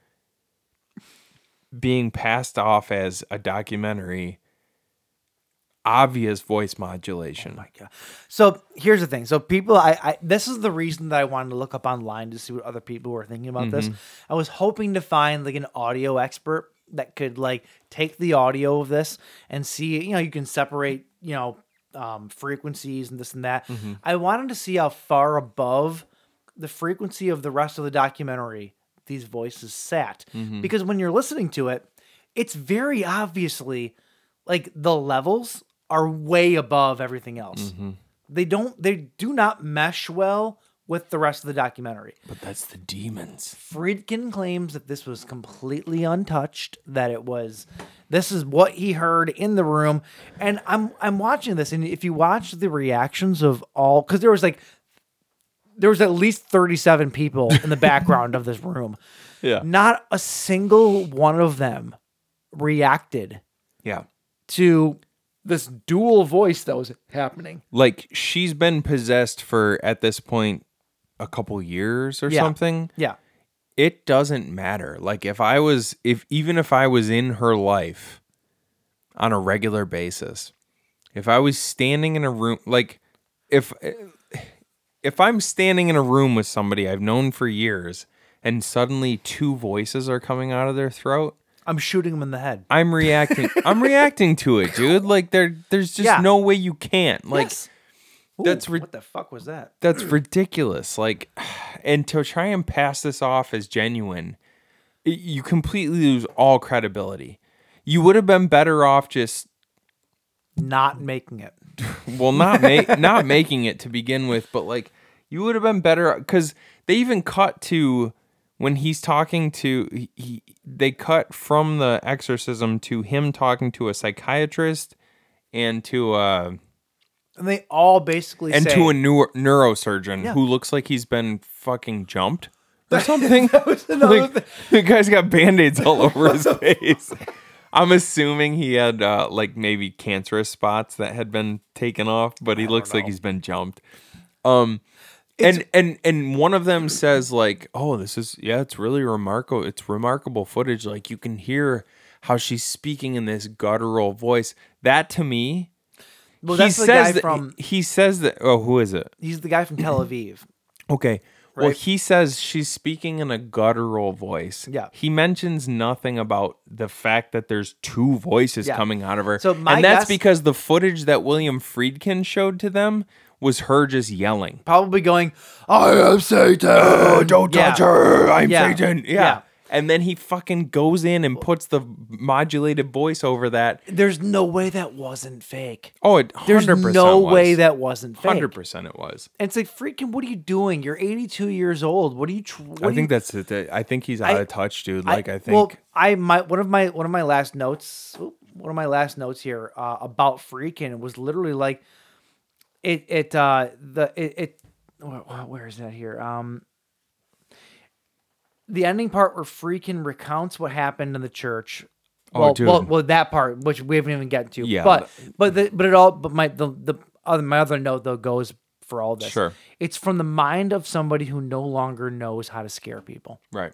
B: being passed off as a documentary obvious voice modulation
C: So here's the thing. So people, I, I this is the reason that I wanted to look up online to see what other people were thinking about this. I was hoping to find like an audio expert that could like take the audio of this and see. You know, you can separate. You know, um, frequencies and this and that. I wanted to see how far above the frequency of the rest of the documentary these voices sat because when you're listening to it, it's very obviously like the levels are way above everything else. They don't they do not mesh well with the rest of the documentary.
B: but that's the demons
C: Friedkin claims that this was completely untouched, that it was this is what he heard in the room. And I'm I'm watching this and if you watch the reactions of all cuz there was like there was at least 37 people in the background of this room.
B: Yeah.
C: Not a single one of them reacted
B: yeah
C: to this dual voice that was happening.
B: like she's been possessed for at this point a couple years or
C: Yeah.
B: something
C: Yeah.
B: it doesn't matter. Like if I was if even if I was in her life on a regular basis, if I was standing in a room like if if I'm standing in a room with somebody I've known for years and suddenly two voices are coming out of their throat,
C: I'm shooting him in the head.
B: I'm reacting I'm reacting to it, dude. Like there there's just
C: Yeah.
B: no way you can't. Like
C: Yes.
B: that's
C: Ooh,
B: ri-
C: what the fuck was that?
B: that's ridiculous. Like, and to try and pass this off as genuine, y- you completely lose all credibility. You would have been better off just
C: Not making it.
B: well not ma- not making it to begin with, but like You would have been better because they even cut to when he's talking to he, he. They cut from the exorcism to him talking to a psychiatrist and to uh, a
C: And they all basically
B: and
C: say,
B: to a neur- neurosurgeon
C: Yeah.
B: who looks like he's been fucking jumped or something. that
C: was another thing.
B: The guy's got band-aids all over his face. I'm assuming he had uh, like maybe cancerous spots that had been taken off, but he looks like he's been jumped. Um and and and one of them says like, "Oh, this is yeah, it's really remarkable. It's remarkable footage. Like you can hear how she's speaking in this guttural voice. That to me,
C: well,
B: he
C: that's the
B: says
C: guy
B: that,
C: from
B: he says that. Oh, who is it?
C: he's the guy from Tel Aviv.
B: Okay. Well,
C: Right?
B: he says she's speaking in a guttural voice.
C: Yeah.
B: He mentions nothing about the fact that there's two voices
C: Yeah.
B: coming out of her.
C: So my
B: and that's
C: guess-
B: because the footage that William Friedkin showed to them was her just yelling.
C: Probably going,
D: I am
B: Oh,
D: Satan. Don't
C: Yeah.
D: touch her. I'm
C: Yeah.
D: Satan.
B: Yeah. And then he fucking goes in and puts the modulated voice over that.
C: "There's no way that wasn't fake.
B: Oh, it 100%
C: There's no
B: was.
C: way that wasn't fake."
B: 100% it was.
C: And it's like, freaking, what are you doing? You're 82 years old. What are you? Tr- what
B: I
C: are
B: think
C: you-
B: that's it. I think he's out
C: I-
B: of touch, dude. Like I, think
C: Well, I my one of my one of my last notes, oop, one of my last notes here uh, about freaking was literally like, it it uh the it, it where, where is that here um. The ending part where freaking recounts what happened in the church.
B: Oh,
C: well,
B: dude.
C: well, well, that part which we haven't even gotten to.
B: Yeah,
C: but but the, but it all but my the the other my other note though goes for all this.
B: Sure.
C: it's from the mind of somebody who no longer knows how to scare people.
B: right.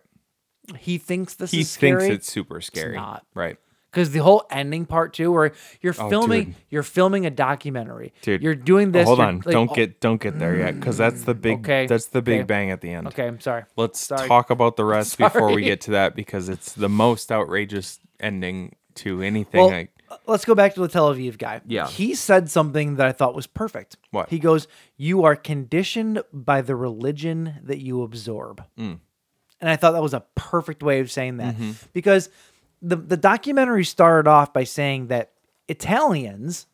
C: He thinks this
B: He
C: is
B: thinks
C: scary.
B: it's super scary.
C: not.
B: Right.
C: because the whole ending part too, where you're filming,
B: Oh, dude.
C: you're filming a documentary.
B: dude.
C: you're doing this.
B: hold
C: you're,
B: on,
C: like,
B: don't
C: oh,
B: get don't get there yet, because that's the big
C: Okay,
B: that's the big
C: okay.
B: bang at the end.
C: Okay, I'm sorry.
B: let's
C: Sorry.
B: talk about the rest before we
C: Sorry.
B: get to that because it's the most outrageous ending to anything.
C: Well,
B: like,
C: uh, let's go back to the Tel Aviv guy.
B: Yeah.
C: he said something that I thought was perfect.
B: What?
C: he goes, "You are conditioned by the religion that you absorb,"
B: Mm.
C: and I thought that was a perfect way of saying that
B: Mm-hmm.
C: because the the documentary started off by saying that Italians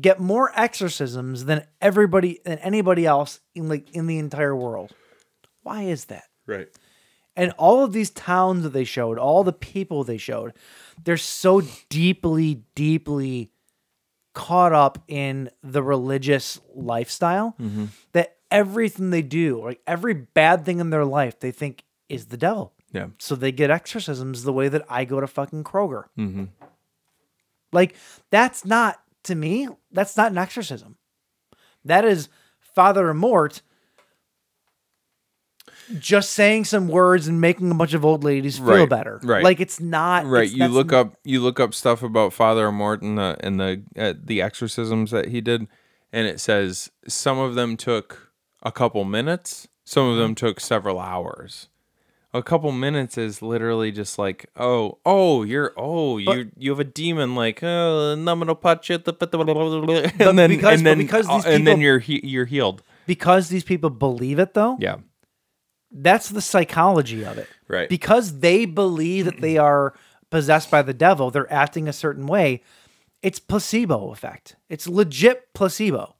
C: get more exorcisms than everybody than anybody else in like in the entire world. Why is that?
B: right?
C: and all of these towns that they showed, all the people they showed, they're so deeply, deeply caught up in the religious lifestyle that everything they do, like every bad thing in their life, they think is the devil.
B: Yeah.
C: So they get exorcisms the way that I go to fucking Kroger.
B: Mm-hmm.
C: Like that's not to me. That's not an exorcism. That is Father Mort just saying some words and making a bunch of old ladies feel
B: Right,
C: better.
B: right.
C: Like it's not
B: Right.
C: it's-
B: you
C: that's
B: look
C: n-
B: up you look up stuff about Father Morton uh, and the uh, the exorcisms that he did, and it says some of them took a couple minutes, some of
C: Mm-hmm.
B: them took several hours. A couple minutes is literally just like, oh, oh, you're, oh, you, you have a demon, like, oh, nominal patch, and then,
C: because-
B: and
C: but
B: then, uh,
C: because these
B: and then
C: people-
B: you're, he, you're healed.
C: because these people believe it though.
B: Yeah.
C: That's the psychology of it.
B: Right.
C: Because they believe that they are possessed by the devil, they're acting a certain way. It's placebo effect. It's legit placebo.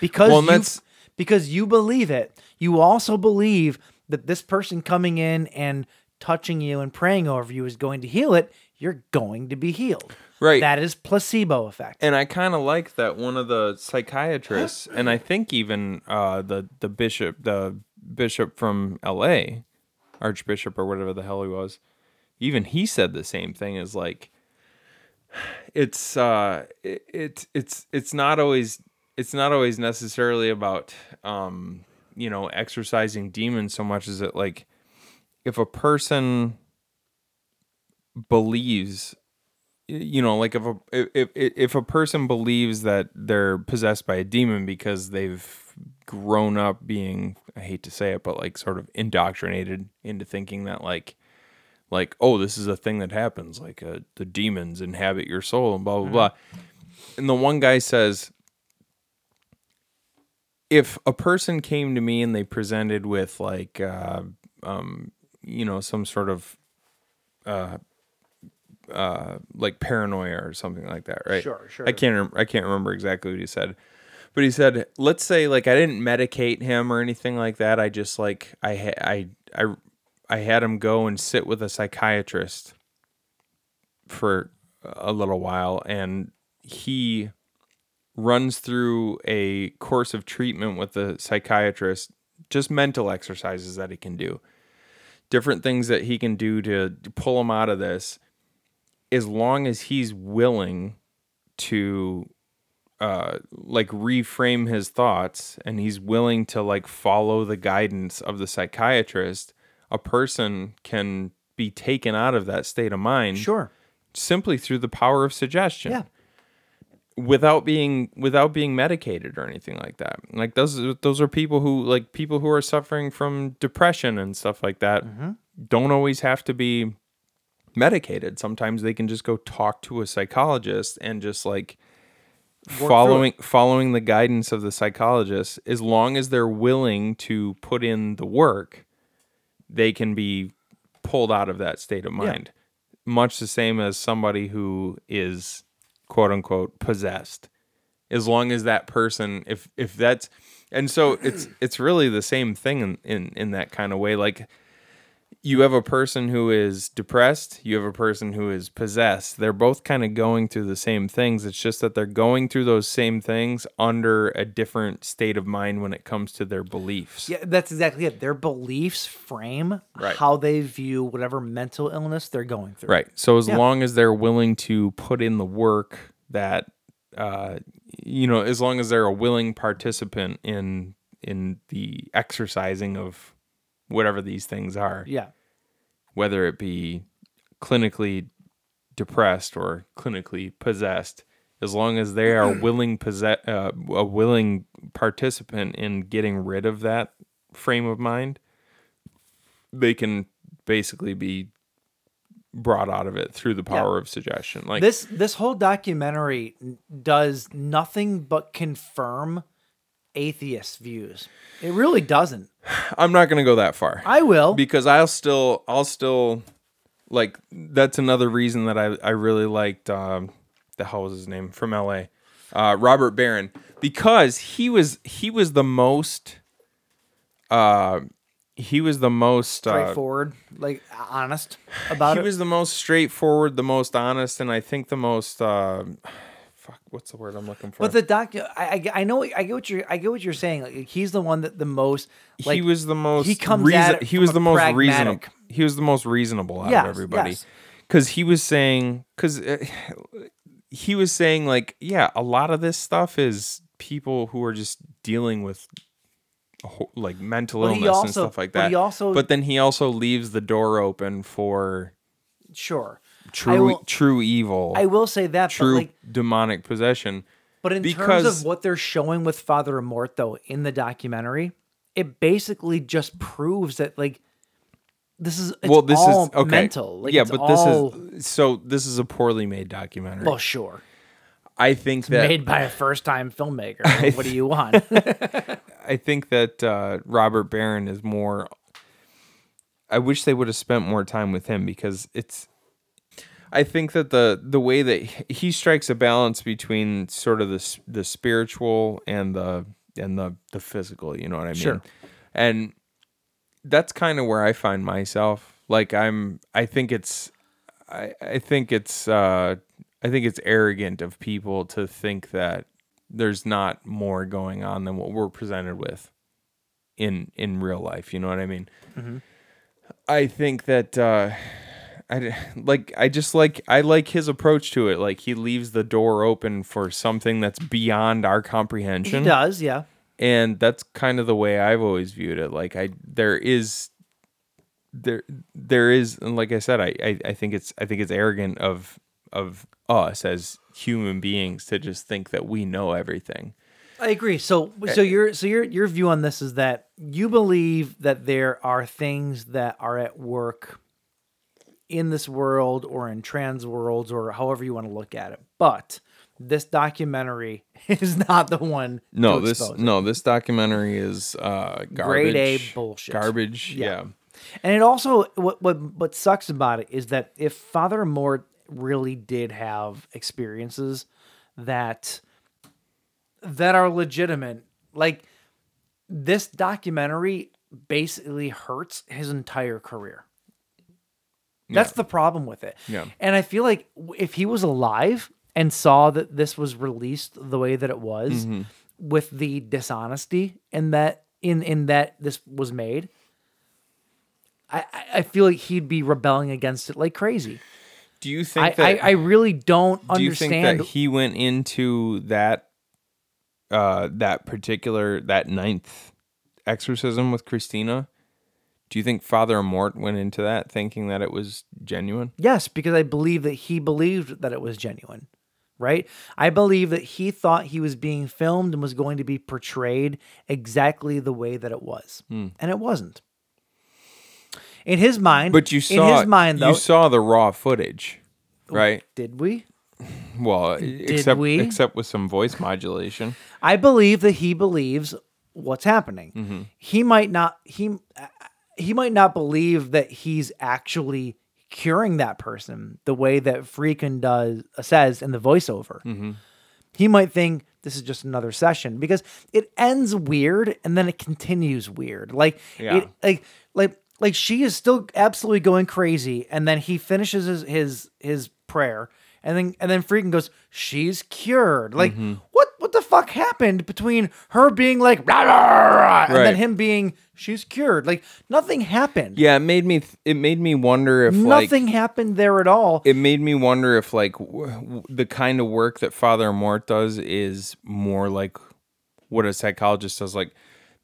C: Because
B: Well, and
C: you,
B: that's-
C: because you believe it, you also believe that this person coming in and touching you and praying over you is going to heal it, you're going to be healed.
B: Right.
C: That is placebo effect.
B: and I kind of like that one of the psychiatrists, and I think even uh, the the bishop, the bishop from L.A., archbishop or whatever the hell he was, even he said the same thing as like, it's uh, it, it's it's it's not always it's not always necessarily about um, you know exercising demons so much as it like if a person believes you know like if a if if if a person believes that they're possessed by a demon because they've grown up being I hate to say it but like sort of indoctrinated into thinking that like like oh this is a thing that happens like uh, the demons inhabit your soul and blah blah blah and the one guy says if a person came to me and they presented with like uh, um, you know some sort of uh, uh, like paranoia or something like that, right?
C: Sure, sure.
B: I can't. Rem- I can't remember exactly what he said, But he said, let's say like I didn't medicate him or anything like that. I just like I ha- I I I had him go and sit with a psychiatrist for a little while and he runs through a course of treatment with the psychiatrist, just mental exercises that he can do. Different things that he can do to pull him out of this as long as he's willing to uh, like reframe his thoughts and he's willing to like follow the guidance of the psychiatrist, a person can be taken out of that state of mind
C: Sure.
B: simply through the power of suggestion.
C: Yeah.
B: Without being without being medicated or anything like that. Like those are- those are people who like people who are suffering from depression and stuff like that don't always have to be medicated. Sometimes they can just go talk to a psychologist and just like following following the guidance of the psychologist as long as they're willing to put in the work they can be pulled out of that state of mind much the same as somebody who is quote unquote possessed as long as that person if if that's and so it's it's really the same thing in in, in that kind of way like you have a person who is depressed, you have a person who is possessed. They're both kind of going through the same things. It's just that they're going through those same things under a different state of mind when it comes to their beliefs.
C: Yeah, that's exactly it. Their beliefs frame
B: Right.
C: how they view whatever mental illness they're going through.
B: Right. So as
C: Yeah.
B: long as they're willing to put in the work that uh you know, as long as they're a willing participant in in the exercising of whatever these things are,
C: Yeah.
B: whether it be clinically depressed or clinically possessed, as long as they are willing possess uh, a willing participant in getting rid of that frame of mind, they can basically be brought out of it through the power of suggestion. Like
C: This this whole documentary n- does nothing but confirm atheist views. It really doesn't.
B: I'm not going to go that far.
C: I will.
B: because I'll still I'll still like that's another reason that I I really liked um the hell was his name from LA uh Robert Barron because he was he was the most uh he was the most uh,
C: straightforward, like honest about
B: he
C: it.
B: was the most straightforward, the most honest, and I think the most uh, fuck. What's the word I'm looking for?
C: but the doctor, I, I, I know, I get what you're, I get what you're saying. Like he's the one that the most, like,
B: he was the most
C: he comes
B: reason-
C: at it
B: he
C: from
B: was
C: a
B: the most
C: pragmatic-
B: reasonable he was the most reasonable out
C: Yes,
B: of everybody
C: yes.
B: because he was saying because he was saying like yeah a lot of this stuff is people who are just dealing with a whole- like mental
C: But he
B: illness and
C: also-
B: stuff like
C: but
B: that
C: he also-
B: but then he also leaves the door open for
C: sure. I
B: true
C: will,
B: true evil
C: I will say that,
B: true
C: but like,
B: demonic possession
C: But in terms
B: Because-
C: of what they're showing with Father Amort, though, in the documentary, it basically just proves that like this is it's
B: well this
C: all
B: is okay
C: mental. Like,
B: yeah
C: it's
B: but
C: all,
B: this is so this is a poorly made documentary
C: well, sure,
B: i think that
C: made by a first-time filmmaker. what do you want?
B: I think that uh, Robert Barron is more. I wish they would have spent more time with him because it's. I think that the the way that he- he strikes a balance between sort of the s- the spiritual and the and the the physical, you know what I mean?
C: Sure.
B: And that's kind of where I find myself. Like I'm I think it's I, I think it's uh I think it's arrogant of people to think that there's not more going on than what we're presented with in in real life. You know what I mean? I think that uh, I d- like I just like I like his approach to it. Like he leaves the door open for something that's beyond our
C: he
B: comprehension
C: does, yeah.
B: and that's kind of the way I've always viewed it. Like I, there is, there, there is, and like I said, I, I, I think it's, I think it's arrogant of, of us as human beings to just think that we know everything.
C: I agree. So,
B: Eh,
C: so your so your your view on this is that you believe that there are things that are at work in this world or in trans worlds or however you want to look at it, but this documentary is not the one.
B: No,
C: to
B: this,
C: expose it.
B: no, this documentary is uh, garbage,
C: Grade A bullshit.
B: garbage. Yeah.
C: and it also what what what sucks about it is that if Father Mort really did have experiences that that are legitimate. Like this documentary basically hurts his entire career. That's the problem with it.
B: Yeah.
C: And I feel like w- if he was alive and saw that this was released the way that it was
B: Mm-hmm.
C: with the dishonesty and that in in that this was made, I, I- I feel like he'd be rebelling against it like crazy.
B: Do you think
C: I, I,
B: that
C: I really don't
B: do you
C: understand.
B: think that he went into that uh that particular that ninth exorcism with Christina? Do you think Father Amort went into that thinking that it was genuine?
C: Yes, because I believe that he believed that it was genuine, right? I believe that he thought he was being filmed and was going to be portrayed exactly the way that it was,
B: Hmm.
C: and it wasn't. In his mind,
B: But you
C: in
B: saw
C: his mind though,
B: you saw the raw footage, right?
C: did we?
B: Well, except
C: we?
B: except with some voice modulation.
C: I believe that he believes what's happening.
B: Mm-hmm.
C: He might not he he might not believe that he's actually curing that person the way that Freakin does says in the voiceover.
B: Mm-hmm.
C: He might think this is just another session because it ends weird and then it continues weird. Like
B: Yeah.
C: it like like like she is still absolutely going crazy and then he finishes his his, his prayer and then and then freaking goes she's cured like
B: Mm-hmm.
C: what what the fuck happened between her being like rah, rah, rah, rah, and then
B: Right.
C: him being she's cured like nothing happened
B: Yeah, it made me th- it made me wonder if like
C: nothing happened there at all
B: it made me wonder if like w- w- the kind of work that father mort does is more like what a psychologist does like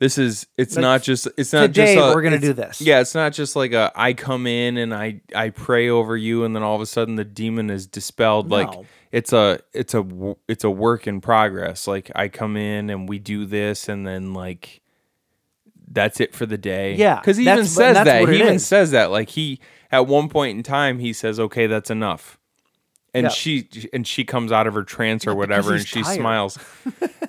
B: this is it's
C: Like,
B: not just it's not
C: today
B: just a-
C: we're gonna
B: it's-
C: do this.
B: yeah it's not just like a i come in and i i pray over you and then all of a sudden the demon is dispelled like
C: No.
B: it's a it's a w- it's a work in progress like i come in and we do this and then like that's it for the day
C: Yeah,
B: because he
C: that's
B: even
C: what-
B: says
C: that's
B: that
C: what
B: he
C: it
B: even
C: is.
B: says that like he at one point in time he says okay that's enough and
C: Yeah.
B: she and she comes out of her trance or whatever
C: he's
B: and she
C: tired.
B: smiles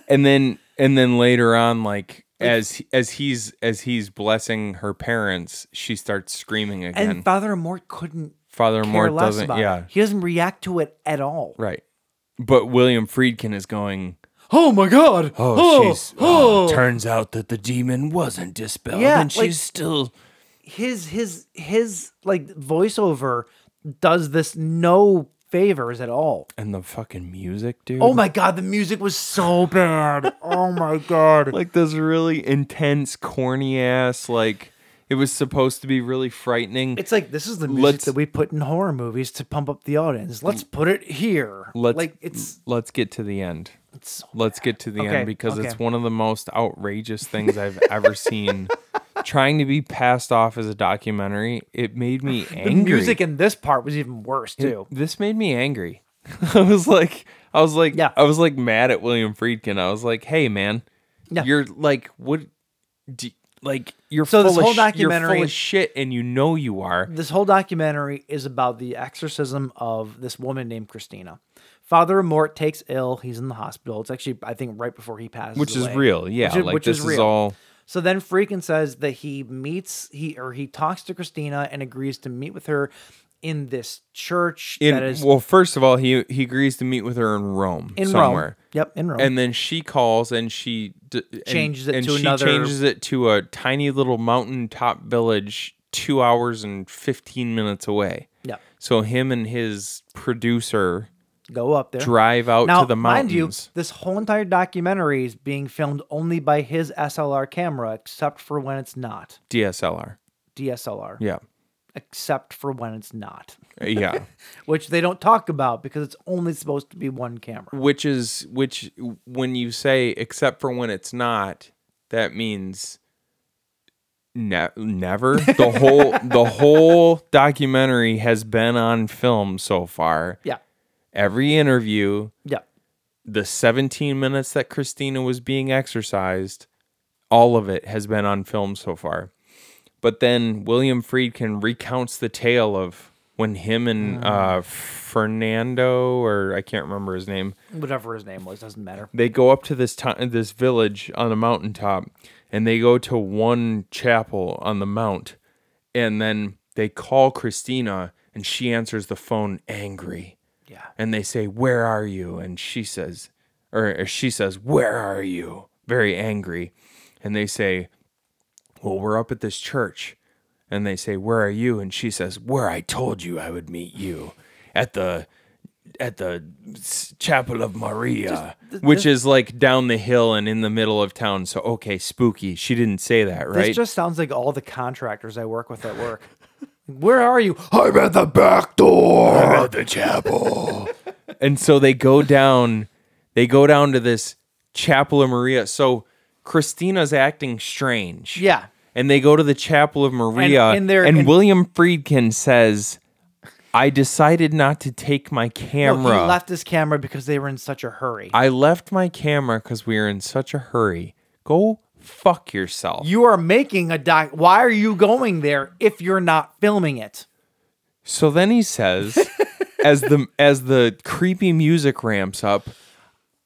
B: and then and then later on like as as he's as he's blessing her parents she starts screaming again
C: and father mort couldn't
B: father
C: care
B: mort
C: less
B: doesn't
C: about
B: yeah
C: it. he doesn't react to it at all
B: right but william friedkin is going
C: oh my god
B: oh, she's oh, turns out that the demon wasn't dispelled
C: Yeah,
B: and she's
C: like-
B: still
C: his his his like voiceover does this no favors at all
B: and the fucking music dude
C: Oh my god, the music was so bad. Oh my god.
B: like this really intense corny ass like it was supposed to be really frightening
C: It's like this is the music
B: Let's-
C: that we put in horror movies to pump up the audience. Let's put it here.
B: let's
C: like it's
B: let's get to the end.
C: it's so
B: Let's get to the
C: Okay,
B: end because it's
C: okay.
B: one of the most outrageous things I've ever seen. Trying to be passed off as a documentary, it made me angry.
C: the music in this part was even worse too.
B: this made me angry. I was like, I was like,
C: Yeah.
B: I was like mad at William Friedkin. I was like, hey man,
C: Yeah.
B: you're like, what? Do, like you're
C: So
B: full
C: this whole
B: of sh- you're full
C: documentary-
B: of shit, and you know you are.
C: This whole documentary is about the exorcism of this woman named Christina. Father Mort takes ill. He's in the hospital. It's actually, I think, right before he passes.
B: Which is
C: away.
B: real, yeah.
C: Which is-
B: like
C: which
B: this
C: is
B: is,
C: real.
B: all
C: So then Freakin says that he meets he or he talks to Christina and agrees to meet with her in this church
B: in.
C: that is
B: well, first of all, he he agrees to meet with her in Rome,
C: in
B: somewhere.
C: Rome. Yep, in Rome.
B: and then she calls and she d- and-
C: Changes it
B: and
C: to
B: she
C: another-
B: changes it to a tiny little mountaintop village two hours and 15 minutes away
C: yep,
B: so him and his producer
C: go up there.
B: drive out
C: now,
B: to the
C: mind
B: mountains
C: you, this whole entire documentary is being filmed only by his SLR camera, except for when it's not
B: dslr
C: DSLR.
B: yeah
C: Except for when it's not,
B: yeah
C: which they don't talk about because it's only supposed to be one camera.
B: which is which when you say except for when it's not that means ne- never the whole the whole documentary has been on film so far
C: Yeah,
B: every interview
C: yeah.
B: the 17 minutes that Christina was being exercised, all of it has been on film so far. But then William Friedkin recounts the tale of when him and uh, Fernando, or I can't remember his name,
C: Whatever his name was doesn't matter.
B: they go up to this to- this village on the mountaintop and they go to one chapel on the mount and then they call Christina and she answers the phone angry.
C: Yeah.
B: And they say, "Where are you?" and she says, or, or she says, Where are you? Very angry. And they say, Well, we're up at this church. And they say, Where are you? And she says, Where I told you I would meet you at the at the s- Chapel of Maria, which is like down the hill and in the middle of town. So okay, spooky. She didn't say that, right?
C: This just sounds like all the contractors I work with at work. Where are you?
D: I'm at the back door. I'm at the chapel.
B: and so they go down they go down to this chapel of maria so christina's acting strange
C: Yeah.
B: and they go to the chapel of maria
C: And-
B: and,
C: and they're- and-
B: william friedkin says i decided not to take my
C: No,
B: camera
C: he left his camera because they were in such a hurry.
B: i left my camera because we were in such a hurry go fuck yourself
C: you are making a doc. Why are you going there if you're not filming it?
B: so then he says as the as the creepy music ramps up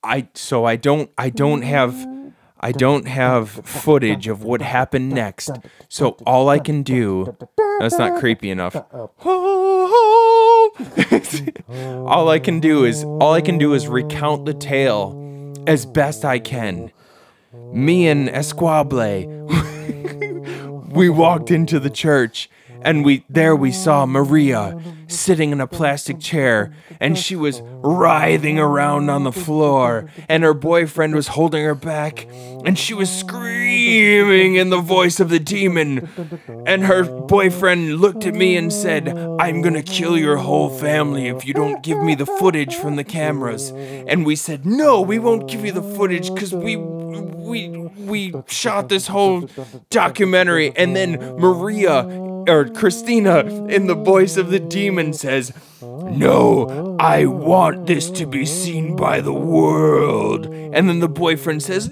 B: I so I don't I don't have I don't have footage of what happened next. So all I can do that's not creepy enough. all I can do is all I can do is recount the tale as best I can. Me and Esquable we walked into the church and we there we saw Maria sitting in a plastic chair and she was writhing around on the floor and her boyfriend was holding her back and she was screaming in the voice of the demon and her boyfriend looked at me and said I'm going to kill your whole family if you don't give me the footage from the cameras and we said no we won't give you the footage cuz we we we shot this whole documentary and then Maria or Christina in the voice of the demon says, "No, I want this to be seen by the world." And then the boyfriend says,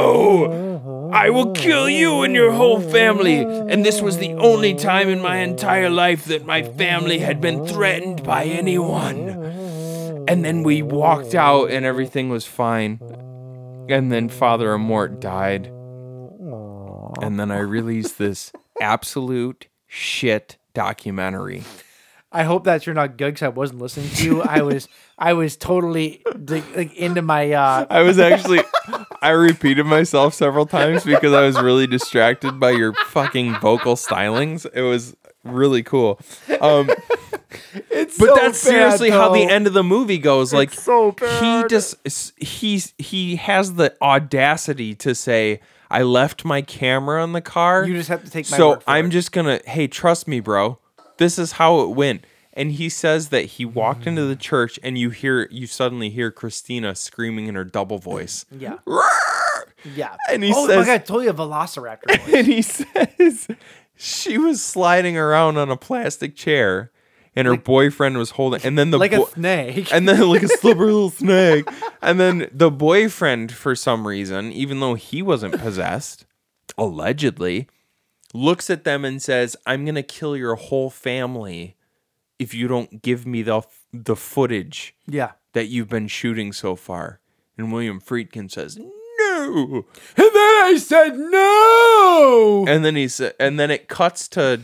B: "No! I will kill you and your whole family." And this was the only time in my entire life that my family had been threatened by anyone. And then we walked out and everything was fine. And then Father Amort died. And then I released this absolute shit documentary.
C: I hope that you're not good because I wasn't listening to you. I was, I was totally like, like into my. uh
B: I was actually, I repeated myself several times because I was really distracted by your fucking vocal stylings. It was really cool. Um,
C: It's
B: but that's seriously how the end of the movie goes. Like he just he he has the audacity to say, "I left my camera in the car."
C: You just have to take my
B: So
C: word for
B: I'm
C: it.
B: just gonna. Hey, trust me, bro. This is how it went. And he says that he walked into
C: Mm-hmm.
B: the church, and you hear you suddenly hear Christina screaming in her double voice.
C: Yeah.
B: "Roar!"
C: Yeah.
B: And he
C: oh,
B: says-
C: like I told you, a velociraptor. voice.
B: and he says she was sliding around on a plastic chair and her boyfriend was holding and then the
C: like a
B: boy-
C: snake.
B: and then like a slippery little snake and then the boyfriend for some reason even though he wasn't possessed allegedly looks at them and says i'm going to kill your whole family if you don't give me the the footage
C: yeah.
B: that you've been shooting so far. And William Friedkin says, No. And then I said no. And then he said and then it cuts to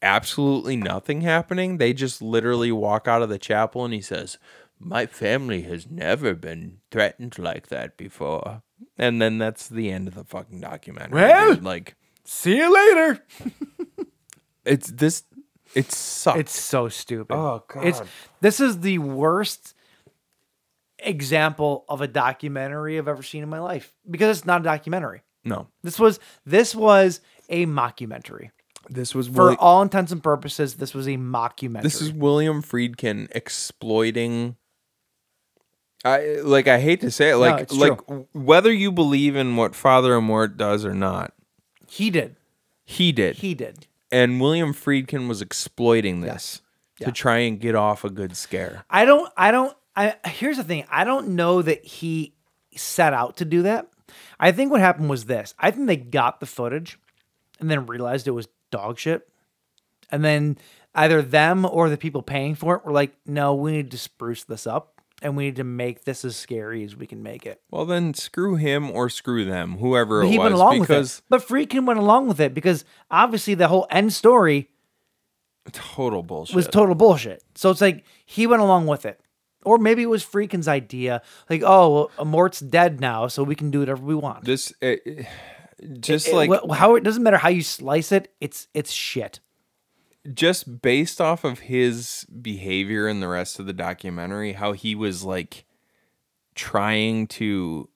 B: absolutely nothing happening. They just literally walk out of the chapel and he says, My family has never been threatened like that before. And then that's the end of the fucking documentary.
C: Well-
B: dude. like
C: See you later.
B: it's this it sucks.
C: It's so stupid. Oh god. It's this is the worst example of a documentary I've ever seen in my life because it's not a documentary.
B: no.
C: This was this was a mockumentary.
B: This was
C: For
B: Willi-
C: all intents and purposes, this was a mockumentary.
B: This is William Friedkin exploiting. I like. I hate to say it. Like,
C: it's
B: like w- whether you believe in what Father Amort does or not,
C: he did.
B: he did.
C: He did.
B: and William Friedkin was exploiting this to try and get off a good scare.
C: I don't I don't I here's the thing. I don't know that he set out to do that. I think what happened was this. I think they got the footage and then realized it was dog shit. And then either them or the people paying for it were like, "No, we need to spruce this up and we need to make this as scary as we can make it."
B: Well, then screw him or screw them, whoever
C: But
B: it
C: he
B: was,
C: went along
B: because
C: with it. But Friedkin went along with it because obviously the whole end story
B: total bullshit.
C: was total bullshit. So it's like he went along with it. or maybe it was Freakin's idea. Like, oh, well, Mort's dead now, so we can do whatever we want.
B: This eh, eh, just
C: It-
B: like
C: wh- how it doesn't matter how you slice it, it's it's shit.
B: just based off of his behavior in the rest of the documentary, how he was like trying to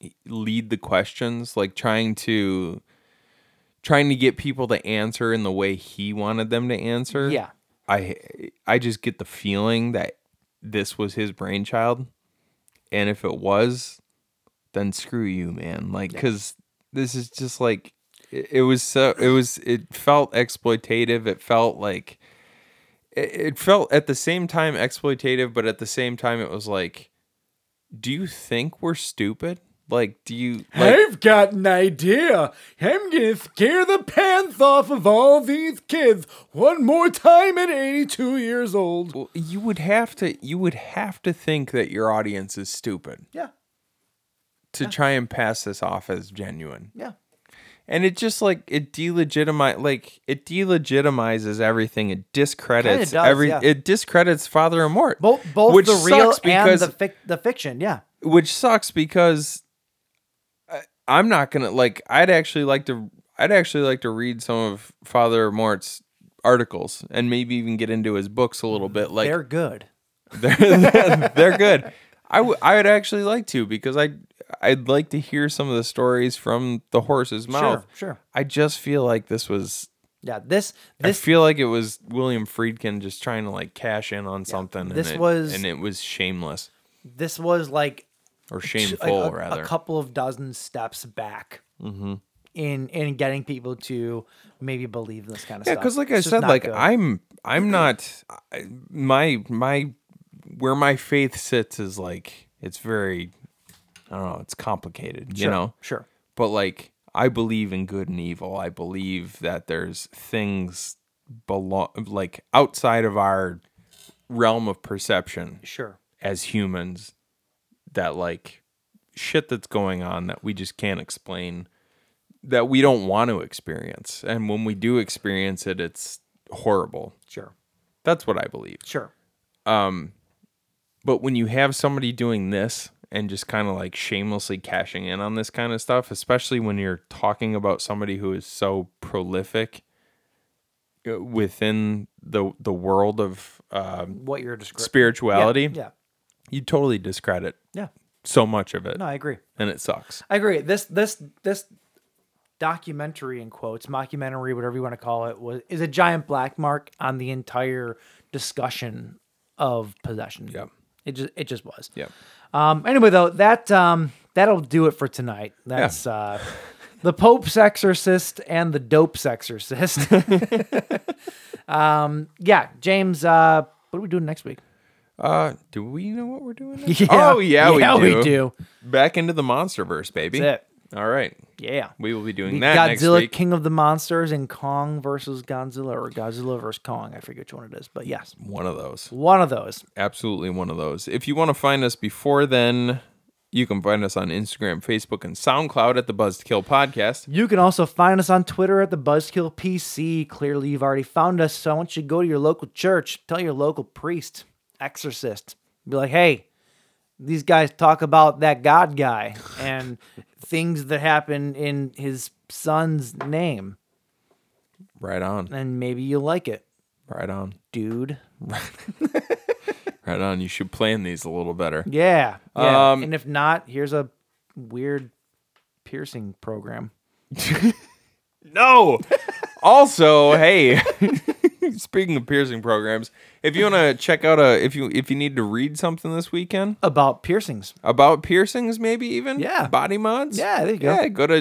B: e, lead the questions, like trying to trying to get people to answer in the way he wanted them to answer.
C: Yeah.
B: I I just get the feeling that this was his brainchild. And if it was, then screw you, man. Like cuz this is just like it it was so it was it felt exploitative. It felt like it, it felt at the same time exploitative, but at the same time it was like do you think we're stupid? Like do you like
C: got an idea. I'm gonna scare the pants off of all these kids one more time at 82 years old.
B: Well, you would have to you would have to think that your audience is stupid
C: Yeah,
B: to try and pass this off as genuine.
C: yeah.
B: And it just like it delegitimize like it delegitimizes everything. It discredits
C: does,
B: every
C: yeah.
B: it discredits Father and Mort.
C: Both both
B: which
C: the real
B: sucks
C: and
B: because
C: the fic- the fiction. Yeah,
B: which sucks because I, I'm not gonna like. I'd actually like to. I'd actually like to read some of Father Mort's articles and maybe even get into his books a little bit. Like
C: they're good.
B: they're, they're good. I, w- I would actually like to because I I'd like to hear some of the stories from the horse's mouth.
C: sure.
B: I just feel like this was.
C: Yeah, this
B: I
C: this
B: feel like it was William Friedkin just trying to like cash in on something.
C: this
B: and it,
C: was-
B: and it was shameless
C: this was like
B: or
C: t-
B: shameful
C: like a,
B: rather. Mm-hmm.
C: a couple of dozen steps back in in getting people to maybe believe this kind of
B: Yeah,
C: stuff.
B: because like
C: It's
B: I
C: just
B: said,
C: not
B: like
C: good. Mm-hmm.
B: I'm, I'm not I, my my where my faith sits is like it's very, I don't know, it's complicated, you
C: Sure,
B: know.
C: sure.
B: But like I believe in good and evil. I believe that there's things belong like outside of our realm of perception
C: Sure.
B: as humans that like shit that's going on that we just can't explain that we don't want to experience and when we do experience it it's horrible
C: Sure.
B: that's what i believe
C: Sure.
B: but when you have somebody doing this and just kind of like shamelessly cashing in on this kind of stuff especially when you're talking about somebody who is so prolific uh, within the the world of um,
C: What you're describing.
B: spirituality
C: Yeah.
B: you totally discredit
C: Yeah.
B: so much of it
C: No, I agree.
B: and it sucks
C: I agree. This this this documentary in quotes, mockumentary, whatever you want to call it, was is a giant black mark on the entire discussion of possession.
B: Yep.
C: It just it just was.
B: Yep.
C: Um anyway though, that um that'll do it for tonight. That's uh The Pope's Exorcist and the Dope's Exorcist. um, yeah, James, uh, what are we doing next week?
B: Uh, do we know what we're doing? next?
C: Yeah.
B: Oh yeah, we
C: Yeah,
B: do.
C: we do.
B: Back into the MonsterVerse, baby.
C: That's
B: All right,
C: Yeah.
B: we will be doing
C: The
B: that
C: Godzilla,
B: next week.
C: King of the Monsters, and Kong versus Godzilla, or Godzilla versus Kong. I forget which one it is, but yes,
B: one of those,
C: one of those.
B: absolutely one of those. If you want to find us before then, you can find us on Instagram, Facebook, and SoundCloud at the Buzz to Kill Podcast.
C: You can also find us on Twitter at the Buzzkill PC. Clearly, you've already found us, so I want you to go to your local church, tell your local priest, exorcist, be like, hey, these guys talk about that God guy and things that happen in his son's name,
B: Right on,
C: and maybe you like it,
B: right on,
C: dude.
B: right on. You should plan these a little better.
C: Yeah. yeah.
B: Um,
C: and if not, here's a weird piercing program.
B: No. also, hey, speaking of piercing programs, if you want to check out a if you if you need to read something this weekend,
C: About piercings.
B: about piercings, maybe even.
C: Yeah.
B: Body mods.
C: Yeah, there you go.
B: Yeah, go to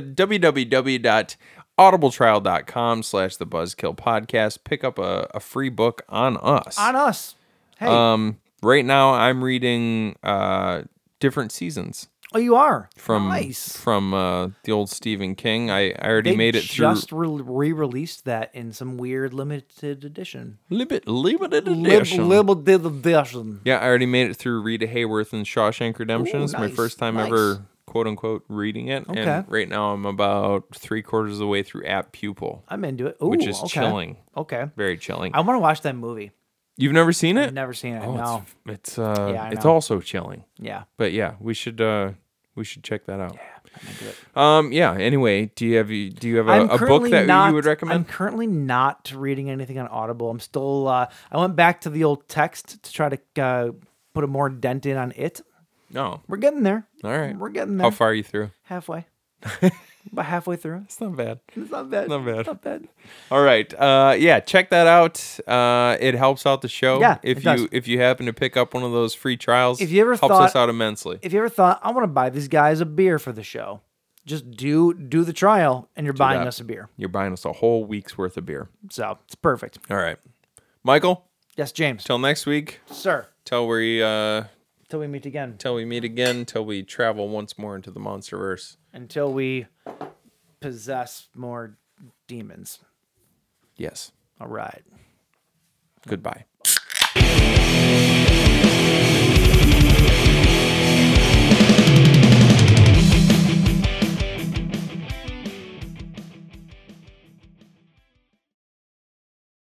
B: www.audibletrial.com slash the buzzkill podcast. Pick up a, a free book on us.
C: On us. Hey.
B: um, right now I'm reading uh different seasons
C: oh, you are.
B: from
C: nice.
B: from uh the old Stephen King. I, I already
C: They
B: made it
C: just
B: through
C: re released that in some weird limited edition.
B: Limit, limited
C: Lib-
B: edition.
C: Limited edition.
B: yeah, I already made it through Rita Hayworth and Shawshank Redemption.
C: Ooh,
B: it's my
C: nice,
B: first time
C: nice.
B: ever quote unquote reading it.
C: Okay.
B: And right now I'm about three quarters of the way through App Pupil.
C: I'm into it. Ooh,
B: Which is
C: okay.
B: chilling.
C: Okay.
B: Very chilling.
C: I want to watch that movie.
B: You've never seen it?
C: I've never seen it.
B: Oh,
C: no.
B: it's it's, uh,
C: Yeah, I
B: it's
C: know.
B: also chilling.
C: Yeah.
B: But yeah, we should uh, we should check that out.
C: I'm into it.
B: Um, yeah. Anyway, do you have do you have
C: I'm
B: a, a book
C: currently
B: that
C: not-
B: you would
C: I'm
B: recommend?
C: currently not reading anything on Audible. I'm still. Uh, I went back to the old text to try to uh, put a more dent in on it.
B: No.
C: We're getting there.
B: All right.
C: We're getting there.
B: How far are you through?
C: Halfway. About halfway through.
B: It's not bad.
C: It's not bad.
B: Not bad.
C: Not bad.
B: All right. Uh, yeah, check that out. Uh, it helps out the show.
C: Yeah,
B: If
C: it
B: you
C: does.
B: if you happen to pick up one of those free trials,
C: If you ever
B: helps us
C: thought-
B: out immensely.
C: If you ever thought I want to buy these guys a beer for the show, just do do the trial, and you're buying
B: that.
C: us a beer.
B: You're buying us a whole week's worth of beer.
C: So it's perfect.
B: All right. Michael,
C: Yes, James.
B: till next week.
C: Sir,
B: Till we uh
C: till we meet again.
B: till we meet again, till we travel once more into the monsterverse.
C: Until we possess more demons.
B: Yes.
C: All right.
B: Goodbye.